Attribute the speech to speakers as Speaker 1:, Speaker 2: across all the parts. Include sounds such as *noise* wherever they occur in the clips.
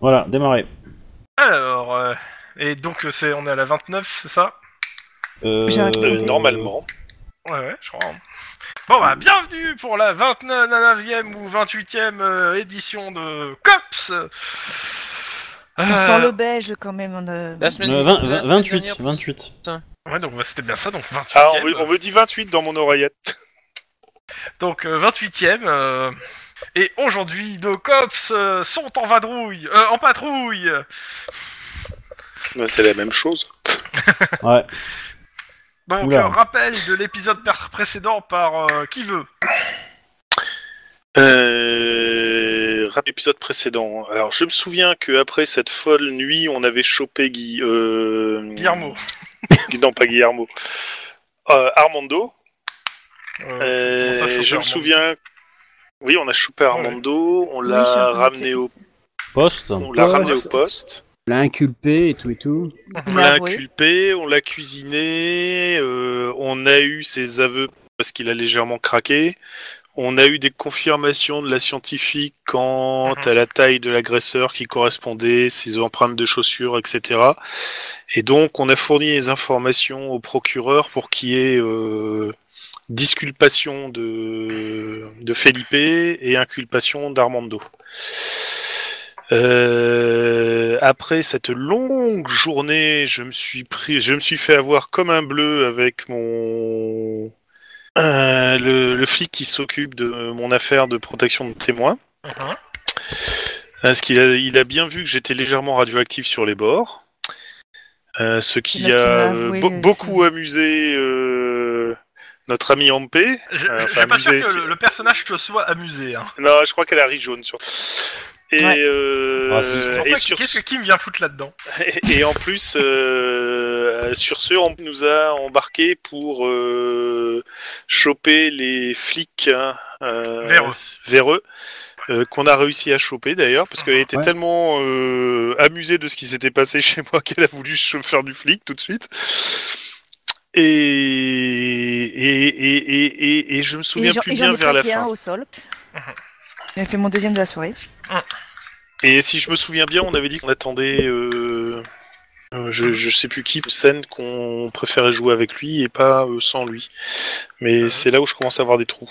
Speaker 1: Voilà, démarrez.
Speaker 2: Alors, euh, et donc euh, c'est, on est à la 29, c'est ça
Speaker 1: Euh,
Speaker 3: J'ai arrêté de compter.
Speaker 4: normalement.
Speaker 2: Ouais, ouais, je crois. Bon bah, bienvenue pour la 29e ou 28e euh, édition de COPS
Speaker 3: On
Speaker 2: Euh,
Speaker 3: sent le beige quand même. on a-
Speaker 5: La semaine,
Speaker 1: euh, vingt-
Speaker 5: la
Speaker 1: vingt-
Speaker 5: semaine
Speaker 1: 28,
Speaker 5: dernière-
Speaker 1: 28.
Speaker 2: Ouais, donc bah, c'était bien ça, donc 28e.
Speaker 4: Ah, on, me- on me dit 28 dans mon oreillette.
Speaker 2: Donc euh, 28ème. euh, et aujourd'hui, nos cops euh, sont en vadrouille, euh, en patrouille.
Speaker 4: *laughs* Ouais, C'est la même chose.
Speaker 1: Ouais.
Speaker 2: Donc
Speaker 1: Oula.
Speaker 2: euh, rappel de l'épisode par- précédent par euh, qui veut.
Speaker 4: Euh... rap- Épisode précédent. Alors, je me souviens que après cette folle nuit, on avait chopé Guy... euh,
Speaker 2: Guillermo.
Speaker 4: Non, pas Guillermo. Euh, Armando.
Speaker 2: Euh,
Speaker 4: Euh,
Speaker 2: on s'est chopé
Speaker 4: je me
Speaker 2: Armando.
Speaker 4: souviens. Oui, on a chopé Armando, on
Speaker 3: Oui, c'est
Speaker 4: l'a
Speaker 3: un peu
Speaker 4: ramené au,
Speaker 1: Poste.
Speaker 4: on l'a
Speaker 6: poste.
Speaker 4: ramené au poste,
Speaker 6: l'a inculpé et tout et tout.
Speaker 3: Il
Speaker 4: on
Speaker 3: a
Speaker 4: l'a
Speaker 3: avoué.
Speaker 4: inculpé, on l'a cuisiné, euh, on a eu ses aveux parce qu'il a légèrement craqué, on a eu des confirmations de la scientifique quant
Speaker 2: Mhm.
Speaker 4: à la taille de l'agresseur qui correspondait, ses empreintes de chaussures, etc. Et donc, on a fourni les informations au procureur pour qu'il y ait euh, disculpation de, de Felipe et inculpation d'Armando. Euh, après cette longue journée, je me suis pris, je me suis fait avoir comme un bleu avec mon euh, le, le flic qui s'occupe de mon affaire de protection de témoins.
Speaker 2: Mhm.
Speaker 4: Parce qu'il a, il a bien vu que j'étais légèrement radioactif sur les bords. Euh, ce
Speaker 3: Et
Speaker 4: qui
Speaker 3: donc, il
Speaker 4: a
Speaker 3: m'a
Speaker 4: euh,
Speaker 3: avoué
Speaker 4: be-
Speaker 3: aussi.
Speaker 4: beaucoup amusé euh, notre ami Ampé.
Speaker 2: Je,
Speaker 4: euh,
Speaker 2: je- je
Speaker 4: enfin,
Speaker 2: suis pas sûr
Speaker 4: amusé,
Speaker 2: que
Speaker 4: si-
Speaker 2: le, le personnage te soit amusé. Hein.
Speaker 4: Non, je crois qu'elle a ri jaune sur. Et,
Speaker 3: Ouais.
Speaker 4: euh,
Speaker 1: Raciste.
Speaker 2: Je
Speaker 4: et
Speaker 2: comprends pas
Speaker 4: sur-
Speaker 2: Ah, Qu'est-ce que Kim vient foutre là-dedans
Speaker 4: *laughs* et en plus, euh, sur ce, on nous a embarqué pour euh, choper les flics hein, euh,
Speaker 2: Véreux.
Speaker 4: véreux, euh, qu'on a réussi à choper d'ailleurs, parce qu'elle était
Speaker 6: Ouais.
Speaker 4: tellement euh, amusée de ce qui s'était passé *laughs* chez moi qu'elle a voulu se faire du flic tout de suite. Et, et, et, et, et, et je me souviens
Speaker 3: Et j'en-
Speaker 4: plus
Speaker 3: et j'en
Speaker 4: bien
Speaker 3: ai
Speaker 4: vers la
Speaker 3: claqué un
Speaker 4: fin.
Speaker 3: au sol. J'ai fait mon deuxième de la soirée.
Speaker 4: Et si je me souviens bien, on avait dit qu'on attendait, euh, euh, je, je sais plus qui, scène qu'on préférait jouer avec lui et pas euh, sans lui. Mais
Speaker 2: Mhm.
Speaker 4: c'est là où je commence à avoir des trous.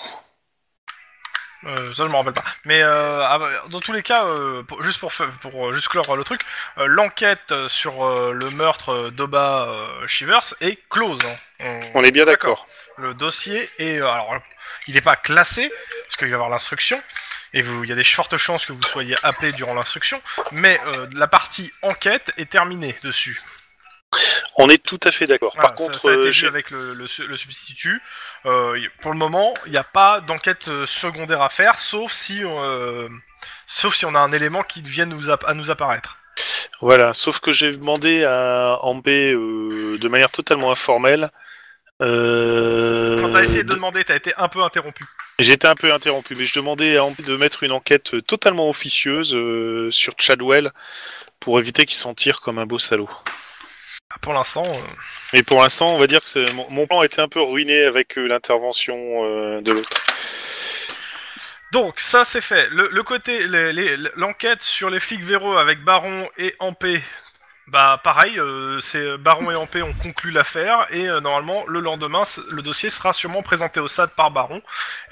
Speaker 2: Euh, ça je me rappelle pas. Mais euh, ah bah, dans tous les cas, euh, pour- juste pour, fa- pour euh, juste clore euh, le truc, euh, l'enquête euh, sur euh, le meurtre euh, d'Oba euh, Shivers est close. hein.
Speaker 4: On est bien d'accord.
Speaker 2: Le dossier est euh, alors il n'est pas classé parce qu'il va y avoir l'instruction et vous- il y a des fortes chances que vous soyez appelé durant l'instruction, mais euh, la partie enquête est terminée dessus.
Speaker 4: On est tout à fait d'accord.
Speaker 2: Voilà,
Speaker 4: Par
Speaker 2: ça-
Speaker 4: contre,
Speaker 2: ça, a été
Speaker 4: euh,
Speaker 2: vu
Speaker 4: j'ai-
Speaker 2: avec le, le su- le substitut. Euh, y- pour le moment, il n'y a pas d'enquête euh, secondaire à faire, sauf si, euh, sauf si on a un élément qui vient nous app- à nous apparaître.
Speaker 4: voilà. Sauf que j'ai demandé à Ambé de manière totalement informelle. euh,
Speaker 2: Quand t'as essayé de demander, t'as été un peu interrompu.
Speaker 4: J'ai été un peu interrompu, mais je demandais à Ampi de mettre une enquête euh, totalement officieuse euh, sur Chadwell pour éviter qu'il s'en tire comme un beau salaud.
Speaker 2: Pour l'instant, euh,
Speaker 4: Mais pour l'instant, on va dire que c'est- mon, mon plan était un peu ruiné avec euh, l'intervention euh, de l'autre.
Speaker 2: Donc, ça c'est fait. Le, le côté, les- les- l'enquête sur les flics véreux avec Baron et Ampé, bah pareil, euh, c'est Baron et Ampé ont conclu l'affaire et euh, normalement le lendemain, c- le dossier sera sûrement présenté au SAD par Baron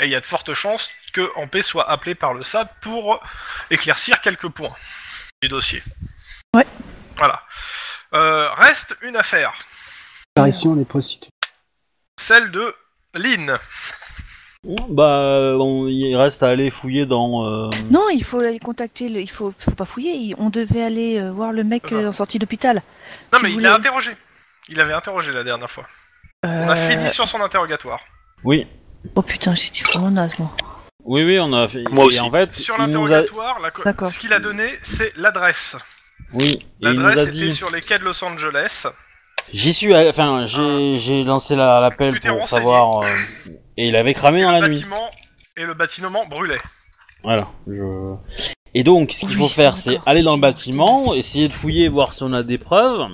Speaker 2: et il y a de fortes chances que Ampé soit appelé par le SAD pour éclaircir quelques points du dossier.
Speaker 3: Ouais.
Speaker 2: Voilà. Euh, reste une affaire,
Speaker 6: Apparition des prostituées.
Speaker 2: celle de Lynn.
Speaker 1: Bah, on- il reste à aller fouiller dans. euh,
Speaker 3: Non, il faut aller contacter. Le... Il faut... faut pas fouiller. il- On devait aller euh, voir le mec euh, en sortie d'hôpital.
Speaker 2: Non
Speaker 3: Tu
Speaker 2: mais il
Speaker 3: voulais-
Speaker 2: l'a interrogé. Il avait interrogé la dernière fois. On
Speaker 3: Euh,
Speaker 4: Euh,
Speaker 2: a fini sur son interrogatoire.
Speaker 1: Oui,
Speaker 3: Oh putain, j'étais vraiment naze moi.
Speaker 1: oui, oui, on a fait.
Speaker 4: Moi
Speaker 1: et
Speaker 4: aussi.
Speaker 1: En fait,
Speaker 2: Sur
Speaker 1: il nous a.
Speaker 2: l'interrogatoire, la co-
Speaker 3: D'accord.
Speaker 2: ce qu'il a donné, c'est l'adresse.
Speaker 1: Oui, et il nous
Speaker 2: L'adresse
Speaker 1: a
Speaker 2: était
Speaker 1: dit.
Speaker 2: sur les quais de Los Angeles.
Speaker 1: J'y suis. allé- Enfin, j'ai j'ai lancé la- l'appel
Speaker 2: Tu t'es
Speaker 1: pour
Speaker 2: Ah. renseigné.
Speaker 1: savoir. euh, et il avait cramé dans
Speaker 2: le
Speaker 1: Ah, la nuit.
Speaker 2: bâtiment et le bâtiment brûlait.
Speaker 1: Voilà. Je... Et donc, ce qu'il
Speaker 3: Oui,
Speaker 1: faut faire,
Speaker 3: d'accord.
Speaker 1: c'est aller dans le
Speaker 3: Tout à
Speaker 1: bâtiment,
Speaker 3: fait.
Speaker 1: essayer de fouiller, voir si on a des preuves.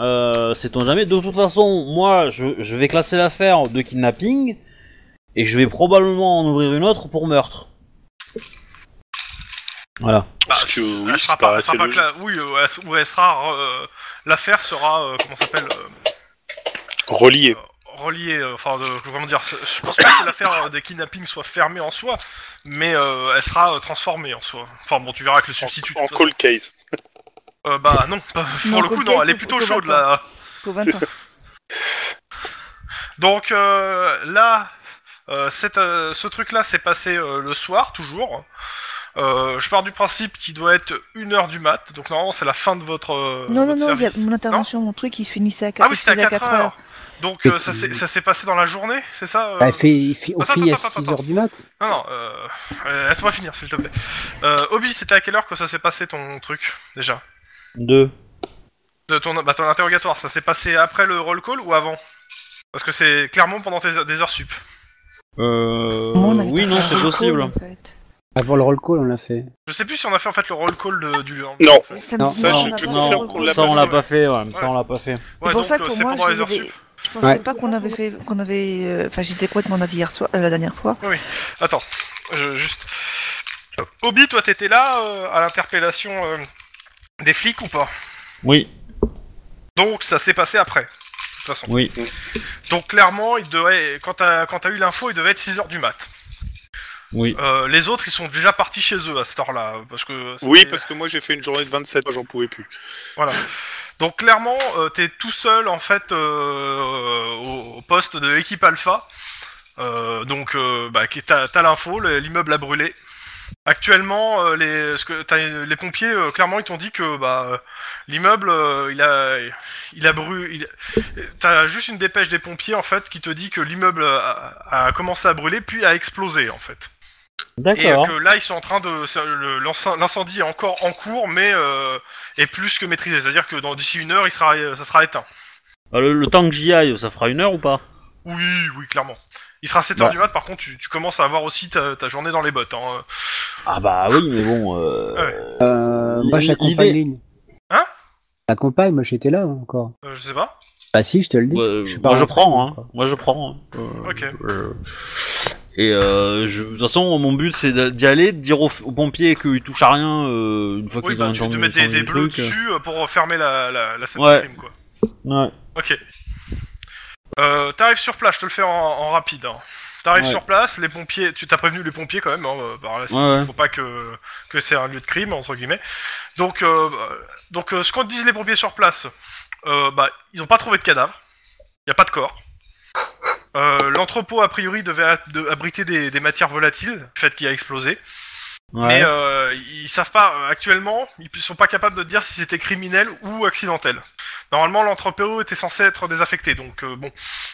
Speaker 1: Euh, Sait-on jamais. De toute façon, moi, je, je vais classer l'affaire de kidnapping et je vais probablement en ouvrir une autre pour meurtre. Voilà.
Speaker 4: Parce que oui,
Speaker 2: elle Bah, sera Ah,
Speaker 4: ça
Speaker 2: pas, elle
Speaker 4: paraissait
Speaker 2: sera pas
Speaker 4: logique.
Speaker 2: que la- oui, euh, elle- ou elle sera. euh, L'affaire sera. euh, comment ça s'appelle euh,
Speaker 4: Relié.
Speaker 2: Reliée. euh, Enfin, de- comment dire c'est- Je pense pas que l'affaire euh, des kidnappings soit fermée en soi, mais euh, elle sera euh, transformée en soi. Enfin, bon, tu verras que le substitut.
Speaker 4: En call case.
Speaker 2: Euh, bah, non, pas-
Speaker 3: Non,
Speaker 2: pour le coup,
Speaker 3: cocaïne,
Speaker 2: non, elle est
Speaker 3: faut-
Speaker 2: plutôt
Speaker 3: faut
Speaker 2: chaude
Speaker 3: pas le
Speaker 2: là.
Speaker 3: Pour 20 ans.
Speaker 2: Donc euh, là, euh, cette, euh, ce truc-là s'est passé euh, le soir, toujours. Euh, je pars du principe qu'il doit être 1h du mat, donc normalement c'est la fin de votre. euh,
Speaker 3: Non, non,
Speaker 2: votre
Speaker 3: non, il y a
Speaker 2: service.
Speaker 3: mon intervention, mon truc, il se finissait à 4,
Speaker 2: Ah oui, c'était à 4 heures. Donc euh, ça
Speaker 6: Et
Speaker 2: s'est
Speaker 6: puis-
Speaker 2: ça s'est passé dans la journée, c'est ça euh
Speaker 6: Bah, elle fait, il fait- on
Speaker 2: attends,
Speaker 6: finit à
Speaker 2: attends,
Speaker 6: 6
Speaker 2: attends.
Speaker 6: heures du mat.
Speaker 2: Non, non, euh, euh, laisse-moi finir s'il te plaît. Euh, Obi, c'était à quelle heure que ça s'est passé ton truc déjà
Speaker 1: Deux.
Speaker 2: de ton, bah, ton interrogatoire, ça s'est passé après le roll call ou avant Parce que c'est clairement pendant tes heures- des heures sup.
Speaker 1: Euh...
Speaker 3: Bon, on avait
Speaker 1: Oui,
Speaker 3: passé
Speaker 1: non,
Speaker 3: un
Speaker 1: c'est
Speaker 3: bon
Speaker 1: possible.
Speaker 3: call, en fait.
Speaker 6: Avant le roll call, on l'a fait.
Speaker 2: Je sais plus si on a fait en fait le roll call de- du. en
Speaker 4: Non.
Speaker 2: fait.
Speaker 3: Ça,
Speaker 6: Non,
Speaker 3: me dit,
Speaker 6: ça,
Speaker 3: non,
Speaker 6: je-
Speaker 3: on a
Speaker 4: je
Speaker 3: pas
Speaker 4: confirme
Speaker 3: fait le
Speaker 4: qu'on
Speaker 3: roll
Speaker 4: l'a
Speaker 1: Ça,
Speaker 3: call.
Speaker 1: on l'a pas fait, ouais. Ça, on l'a pas fait.
Speaker 2: Ouais,
Speaker 3: C'est pour
Speaker 2: donc,
Speaker 3: ça
Speaker 2: euh,
Speaker 3: que
Speaker 2: c'est
Speaker 3: moi,
Speaker 2: pendant les
Speaker 3: je
Speaker 2: heures
Speaker 3: vais-
Speaker 2: sup.
Speaker 3: Je pensais
Speaker 6: Ouais.
Speaker 3: pas qu'on avait fait, qu'on avait, euh, enfin, j'étais complètement nazi hier soir, euh, la dernière fois.
Speaker 2: Attends, je, juste. Euh, Obi, toi, t'étais là euh, à l'interpellation euh, des flics ou pas
Speaker 1: Oui,
Speaker 2: Donc, ça s'est passé après. De toute façon.
Speaker 1: oui.
Speaker 2: Donc, clairement, il devait, quand t'as quand t'as eu l'info, il devait être 6h du mat.
Speaker 1: Oui.
Speaker 2: Euh, les autres, ils sont déjà partis chez eux à cette heure-là. Parce que
Speaker 4: Oui,
Speaker 2: c'était-
Speaker 4: parce que moi j'ai fait une journée de 27, moi j'en pouvais plus.
Speaker 2: Voilà. Donc clairement, euh, t'es tout seul en fait euh, au, au poste de l'équipe Alpha. Euh, donc, euh, bah, qui- t'as t'as l'info, le- l'immeuble a brûlé. Actuellement, euh, les, ce que, t'as- les pompiers, euh, clairement, ils t'ont dit que bah, euh, l'immeuble, euh, il a, il a brûlé. il- T'as juste une dépêche des pompiers en fait qui te dit que l'immeuble a, a commencé à brûler puis a explosé en fait. Et euh,
Speaker 1: D'accord.
Speaker 2: que là, ils sont en train de. c'est- le- l'enc- L'incendie est encore en cours, mais euh, est plus que maîtrisé. C'est-à-dire que dans d'ici une heure, il sera, euh, ça sera éteint.
Speaker 1: Bah, le, le temps que j'y aille, ça fera une heure ou pas
Speaker 4: Ah.
Speaker 2: Oui, oui, clairement. Il sera 7h
Speaker 1: Bah.
Speaker 2: du mat, par contre, tu, tu commences à avoir aussi ta, ta journée dans les bottes. Hein.
Speaker 1: Ah bah oui, mais bon. Euh...
Speaker 6: Euh, moi,
Speaker 1: L'idée-
Speaker 6: j'accompagne Lynn.
Speaker 2: Hein
Speaker 6: J'accompagne, moi j'étais là hein, encore.
Speaker 2: Euh, je sais pas.
Speaker 6: Bah si, je te le dis.
Speaker 1: Ouais,
Speaker 6: suis pas
Speaker 1: moi je
Speaker 6: rentré,
Speaker 1: prends, hein.
Speaker 6: quoi.
Speaker 1: Moi je prends. hein. Euh,
Speaker 2: Ok.
Speaker 1: euh, Et euh, je- de toute façon, mon but c'est d'a- d'y aller, de dire aux, aux pompiers qu'ils touchent à rien euh, une fois
Speaker 2: Oui,
Speaker 1: qu'ils
Speaker 2: bah,
Speaker 1: ont
Speaker 2: tu te
Speaker 1: entendu
Speaker 2: mets des,
Speaker 1: entendu
Speaker 2: des
Speaker 1: le
Speaker 2: bleus
Speaker 1: truc.
Speaker 2: dessus euh, pour fermer la, la, la scène de
Speaker 1: Ouais.
Speaker 2: crime, quoi.
Speaker 1: Ouais.
Speaker 2: Ok. Euh, T'arrives sur place, je te le fais en, en rapide. hein. T'arrives
Speaker 1: Ouais.
Speaker 2: sur place, les pompiers, tu t'as prévenu les pompiers quand même, hein, euh, par là, c'est-
Speaker 1: Ouais, ouais.
Speaker 2: faut pas que, que c'est un lieu de crime, entre guillemets. Donc, euh, donc euh, ce qu'on te disent les pompiers sur place, euh, bah, ils ont pas trouvé de cadavre, il a pas de corps. Euh, L'entrepôt, a priori, devait a- de- abriter des, des matières volatiles, du fait qu'il a explosé.
Speaker 1: Ouais.
Speaker 2: Mais euh, ils savent pas, euh, actuellement, ils sont pas capables de dire si c'était criminel ou accidentel. Normalement, l'entrepôt était censé être désaffecté, donc euh, bon.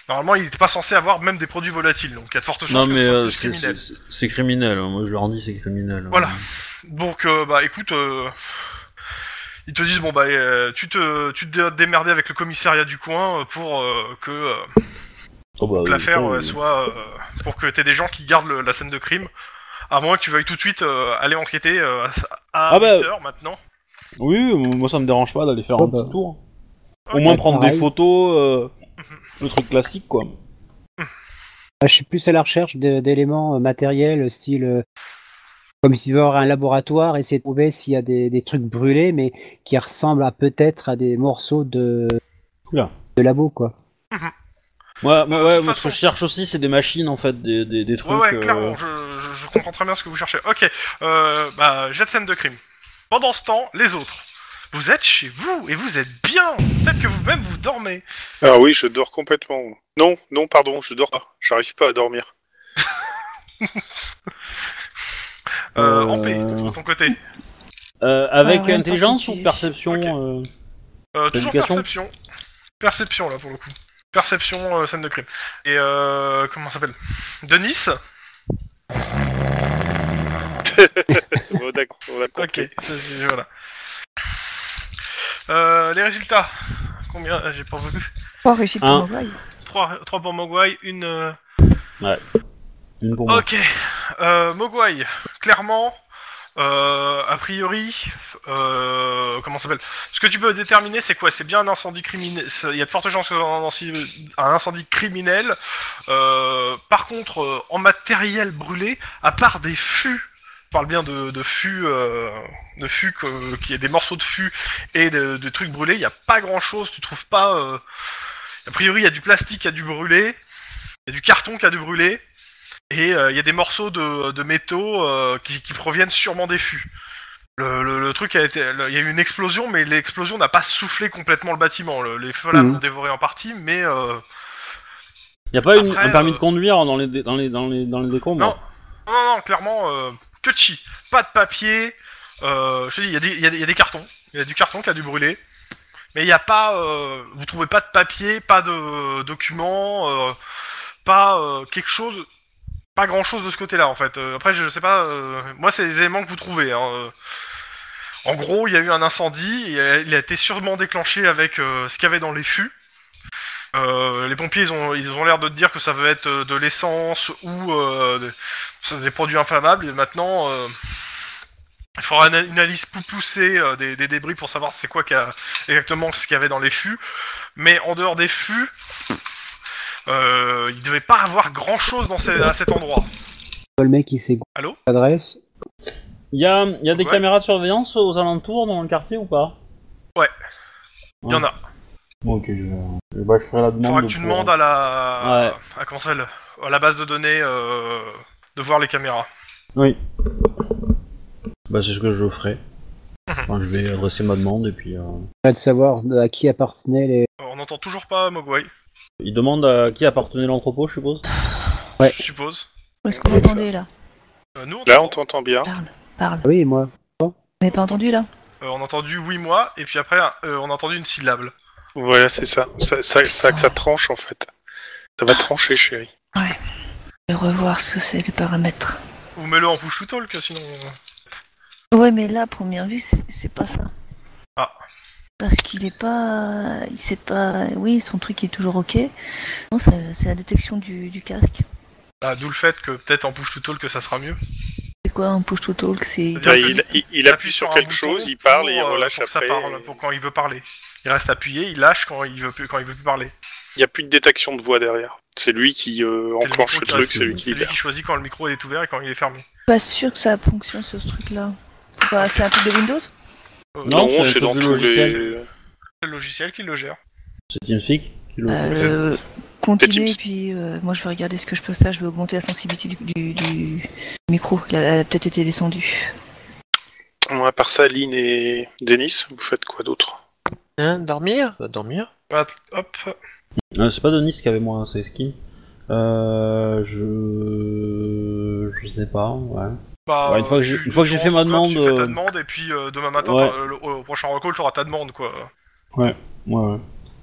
Speaker 2: Normalement, il était pas censé avoir même des produits volatiles, donc il y a de fortes chances
Speaker 1: non
Speaker 2: que
Speaker 1: mais
Speaker 2: ce soit
Speaker 1: euh,
Speaker 2: plus
Speaker 1: c'est-
Speaker 2: criminel.
Speaker 1: c'est c'est- c'est criminel. hein. Moi je leur dis c'est criminel. hein.
Speaker 2: Voilà. Donc, euh, bah écoute, euh, ils te disent, bon bah, euh, tu te tu te dé- démerder avec le commissariat du coin euh, pour euh, que euh,
Speaker 1: Oh, bah,
Speaker 2: que
Speaker 1: oui,
Speaker 2: l'affaire
Speaker 1: bon,
Speaker 2: euh,
Speaker 1: oui.
Speaker 2: soit. euh, pour que t'aies des gens qui gardent le- la scène de crime, à moins que tu veuilles tout de suite euh, aller enquêter euh, à, à
Speaker 1: Ah bah-
Speaker 2: 8 heures maintenant.
Speaker 1: Oui, oui, moi ça me dérange pas d'aller faire
Speaker 6: Oh,
Speaker 1: un
Speaker 6: bah.
Speaker 1: petit tour. Au
Speaker 2: Ok. Mhm.
Speaker 1: moins prendre des
Speaker 6: Pareil.
Speaker 1: photos, euh, le truc classique quoi.
Speaker 6: Bah, je suis plus à la recherche de- d'éléments euh, matériels, style euh, comme si tu veux avoir un laboratoire, essayer de trouver s'il y a des, des trucs brûlés, mais qui ressemblent à peut-être à des morceaux de
Speaker 1: Oula.
Speaker 6: de labo quoi.
Speaker 1: Ouais, mais
Speaker 2: De
Speaker 1: ouais,
Speaker 2: toute
Speaker 1: moi, ce que
Speaker 2: façon-
Speaker 1: je cherche aussi c'est des machines en fait, des, des, des trucs.
Speaker 2: Ouais, ouais,
Speaker 1: euh,
Speaker 2: clairement, je, je- je comprends très bien ce que vous cherchez. Ok, euh, bah, jet de scène de crime. Pendant ce temps, les autres. Vous êtes chez vous et vous êtes bien. Peut-être que vous-même vous dormez.
Speaker 4: Ah oui, je dors complètement. Non, non, pardon, je dors pas. J'arrive pas à *laughs* dormir.
Speaker 2: Euh, En
Speaker 1: Euh,
Speaker 2: paix, de ton côté.
Speaker 1: euh, avec
Speaker 3: Ah ouais,
Speaker 1: intelligence
Speaker 3: quand tu-
Speaker 1: ou perception euh,
Speaker 2: Euh, toujours
Speaker 1: l'éducation.
Speaker 2: perception. Perception, là, pour le coup. Perception, euh, scène de crime. Et euh, comment ça s'appelle Denis
Speaker 4: Bon, Oh, d'accord, on a
Speaker 2: Ok,
Speaker 4: compris.
Speaker 2: c'est- c'est- voilà. Euh, les résultats. Combien Ah, J'ai pas vu.
Speaker 3: Pas réussi pour
Speaker 1: Hein.
Speaker 3: mon bail.
Speaker 2: 3, pour Mogwai, une... euh,
Speaker 1: Une pour moi.
Speaker 2: Ok, euh, Mogwai, clairement, euh, a priori, euh, comment ça s'appelle Ce que tu peux déterminer, c'est quoi C'est bien un incendie criminel. c'est- Il y a de fortes chances que un incendie, un incendie criminel. Euh, par contre, euh, en matériel brûlé, à part des fûts parle bien de, de fûts, euh, de fûts que- qui est des morceaux de fûts et de, de trucs brûlés. Il n'y a pas grand chose. Tu trouves pas. euh, A priori, il y a du plastique qui a dû brûler, il y a du carton qui a dû brûler, et euh, il y a des morceaux de, de métaux euh, qui, qui proviennent sûrement des fûts. Le, le- le truc a été, le- il y a eu une explosion, mais l'explosion n'a pas soufflé complètement le bâtiment. Le- les feux
Speaker 6: Mhm.
Speaker 2: l'ont dévoré en partie, mais euh,
Speaker 1: Y a pas une-
Speaker 2: Après,
Speaker 1: un permis
Speaker 2: euh,
Speaker 1: de conduire dans les, dé- dans les, dans les, dans les décombres
Speaker 2: Non. Non, non, non, clairement, euh, que de chi. Pas de papier. Euh, je te dis, il y, a des- il y a des- il y a des cartons. Il y a du carton qui a dû brûler. Mais il n'y a pas. euh, vous trouvez pas de papier, pas de euh, documents, euh, pas euh, quelque chose. Pas grand chose de ce côté-là, en fait. Euh, après, je sais pas. euh, moi, c'est les éléments que vous trouvez. hein, euh. En gros, il y a eu un incendie. et, euh, il a été sûrement déclenché avec euh, ce qu'il y avait dans les fûts. Euh, les pompiers, ils ont, ils ont l'air de te dire que ça va être euh, de l'essence ou euh, des- ça, des produits inflammables. Et maintenant, euh, il faudra une une analyse pou- poussée euh, des, des débris pour savoir c'est quoi qu'il y a- exactement ce qu'il y avait dans les fûts. Mais en dehors des fûts, euh, il devait pas avoir grand chose dans ces- à cet endroit.
Speaker 6: Le mec qui s'est
Speaker 2: Allô
Speaker 6: adresse.
Speaker 1: Y a, y a des
Speaker 2: Ouais.
Speaker 1: caméras de surveillance aux alentours dans le quartier ou pas
Speaker 2: Ouais. Il y en a.
Speaker 1: Bon, ok, je, je- bah, je ferai la demande. euh,
Speaker 2: Faudra que tu
Speaker 1: pour-
Speaker 2: demandes à la,
Speaker 1: Ouais.
Speaker 2: à, comment ça, le- à la base de données euh, de voir les caméras.
Speaker 1: Oui. Bah, c'est ce que je
Speaker 2: *laughs*
Speaker 1: ferai. Enfin, je vais adresser ma demande et puis. euh,
Speaker 6: Pas de savoir de- à qui appartenaient les.
Speaker 2: Euh, On n'entend toujours pas Mogwai,
Speaker 1: Il demande à qui appartenait l'entrepôt, je suppose
Speaker 6: Ouais.
Speaker 2: je suppose.
Speaker 3: Où est-ce que vous
Speaker 4: Ouais, ça.
Speaker 3: entendez là
Speaker 2: Euh, nous, on,
Speaker 4: Là, on
Speaker 2: t'entend.
Speaker 4: t'entend bien.
Speaker 3: Parle, parle.
Speaker 6: Ah oui, moi.
Speaker 3: Vous n'avez pas entendu là
Speaker 2: Euh, on a entendu oui, moi, et puis après, euh, on a entendu une syllabe.
Speaker 4: Voilà, c'est ça. Ça, ça, ça, ça tranche en fait. Ça va trancher, chérie.
Speaker 3: Je vais revoir ce que c'est les paramètres.
Speaker 2: Ou mets-le en push to talk, sinon.
Speaker 3: Ouais, mais là, à première vue, c'est c'est pas ça.
Speaker 2: Ah.
Speaker 3: Parce qu'il est pas. Il sait pas. Oui, son truc est toujours ok. Non, c'est c'est la détection du, du casque.
Speaker 2: Ah, D'où le fait que peut-être en push to talk, que ça sera mieux.
Speaker 3: C'est quoi un push to talk C'est.
Speaker 2: C'est-à-dire
Speaker 4: Bah,
Speaker 2: que
Speaker 4: il, il- il appuie sur
Speaker 2: un
Speaker 4: quelque
Speaker 2: bouton
Speaker 4: chose, il parle
Speaker 2: pour,
Speaker 4: et il
Speaker 2: euh,
Speaker 4: relâche
Speaker 2: pour que ça
Speaker 4: après.
Speaker 2: parle, pour quand il veut parler. Il reste appuyé, il lâche quand il veut plus, quand il veut plus parler.
Speaker 4: Il n'y a plus de détection de voix derrière. C'est lui qui euh,
Speaker 2: C'est micro
Speaker 4: enclenche le
Speaker 2: qui
Speaker 4: truc,
Speaker 2: reste-
Speaker 4: c'est lui qui
Speaker 2: C'est lui
Speaker 4: libère.
Speaker 2: qui choisit quand le micro est ouvert et quand il est fermé.
Speaker 3: Pas sûr que ça fonctionne sur ce truc-là. Faut pas- C'est un truc de Windows
Speaker 2: Euh,
Speaker 1: Non, c'est
Speaker 4: c'est
Speaker 1: le
Speaker 4: dans
Speaker 1: truc
Speaker 4: tous
Speaker 1: du
Speaker 4: les.
Speaker 2: c'est le logiciel qui le gère.
Speaker 1: C'est TeamSpeak qui le-
Speaker 3: Euh, continuez,
Speaker 4: Petit-
Speaker 3: et puis euh, moi je vais regarder ce que je peux faire. Je vais augmenter la sensibilité du, du- du micro. Elle a, elle a peut-être été descendue.
Speaker 4: Bon, à part ça, Lynn et Denis, vous faites quoi d'autre
Speaker 5: Hein, dormir Euh, Dormir
Speaker 2: Voilà, Bah, hop.
Speaker 1: Euh, c'est pas Denis qui avait moi, c'est qui euh, je... je sais pas, ouais.
Speaker 2: Bah,
Speaker 1: Ouais, une fois que j'ai-
Speaker 2: tu-
Speaker 1: une fois que j'ai
Speaker 2: tu
Speaker 1: fait ma
Speaker 2: rentres, hop, Tu
Speaker 1: demande,
Speaker 2: fais ta
Speaker 1: euh,
Speaker 2: demande, et puis euh, demain matin,
Speaker 1: Ouais.
Speaker 2: t'as- le- au prochain recall, t'auras ta demande, quoi.
Speaker 1: ouais, ouais.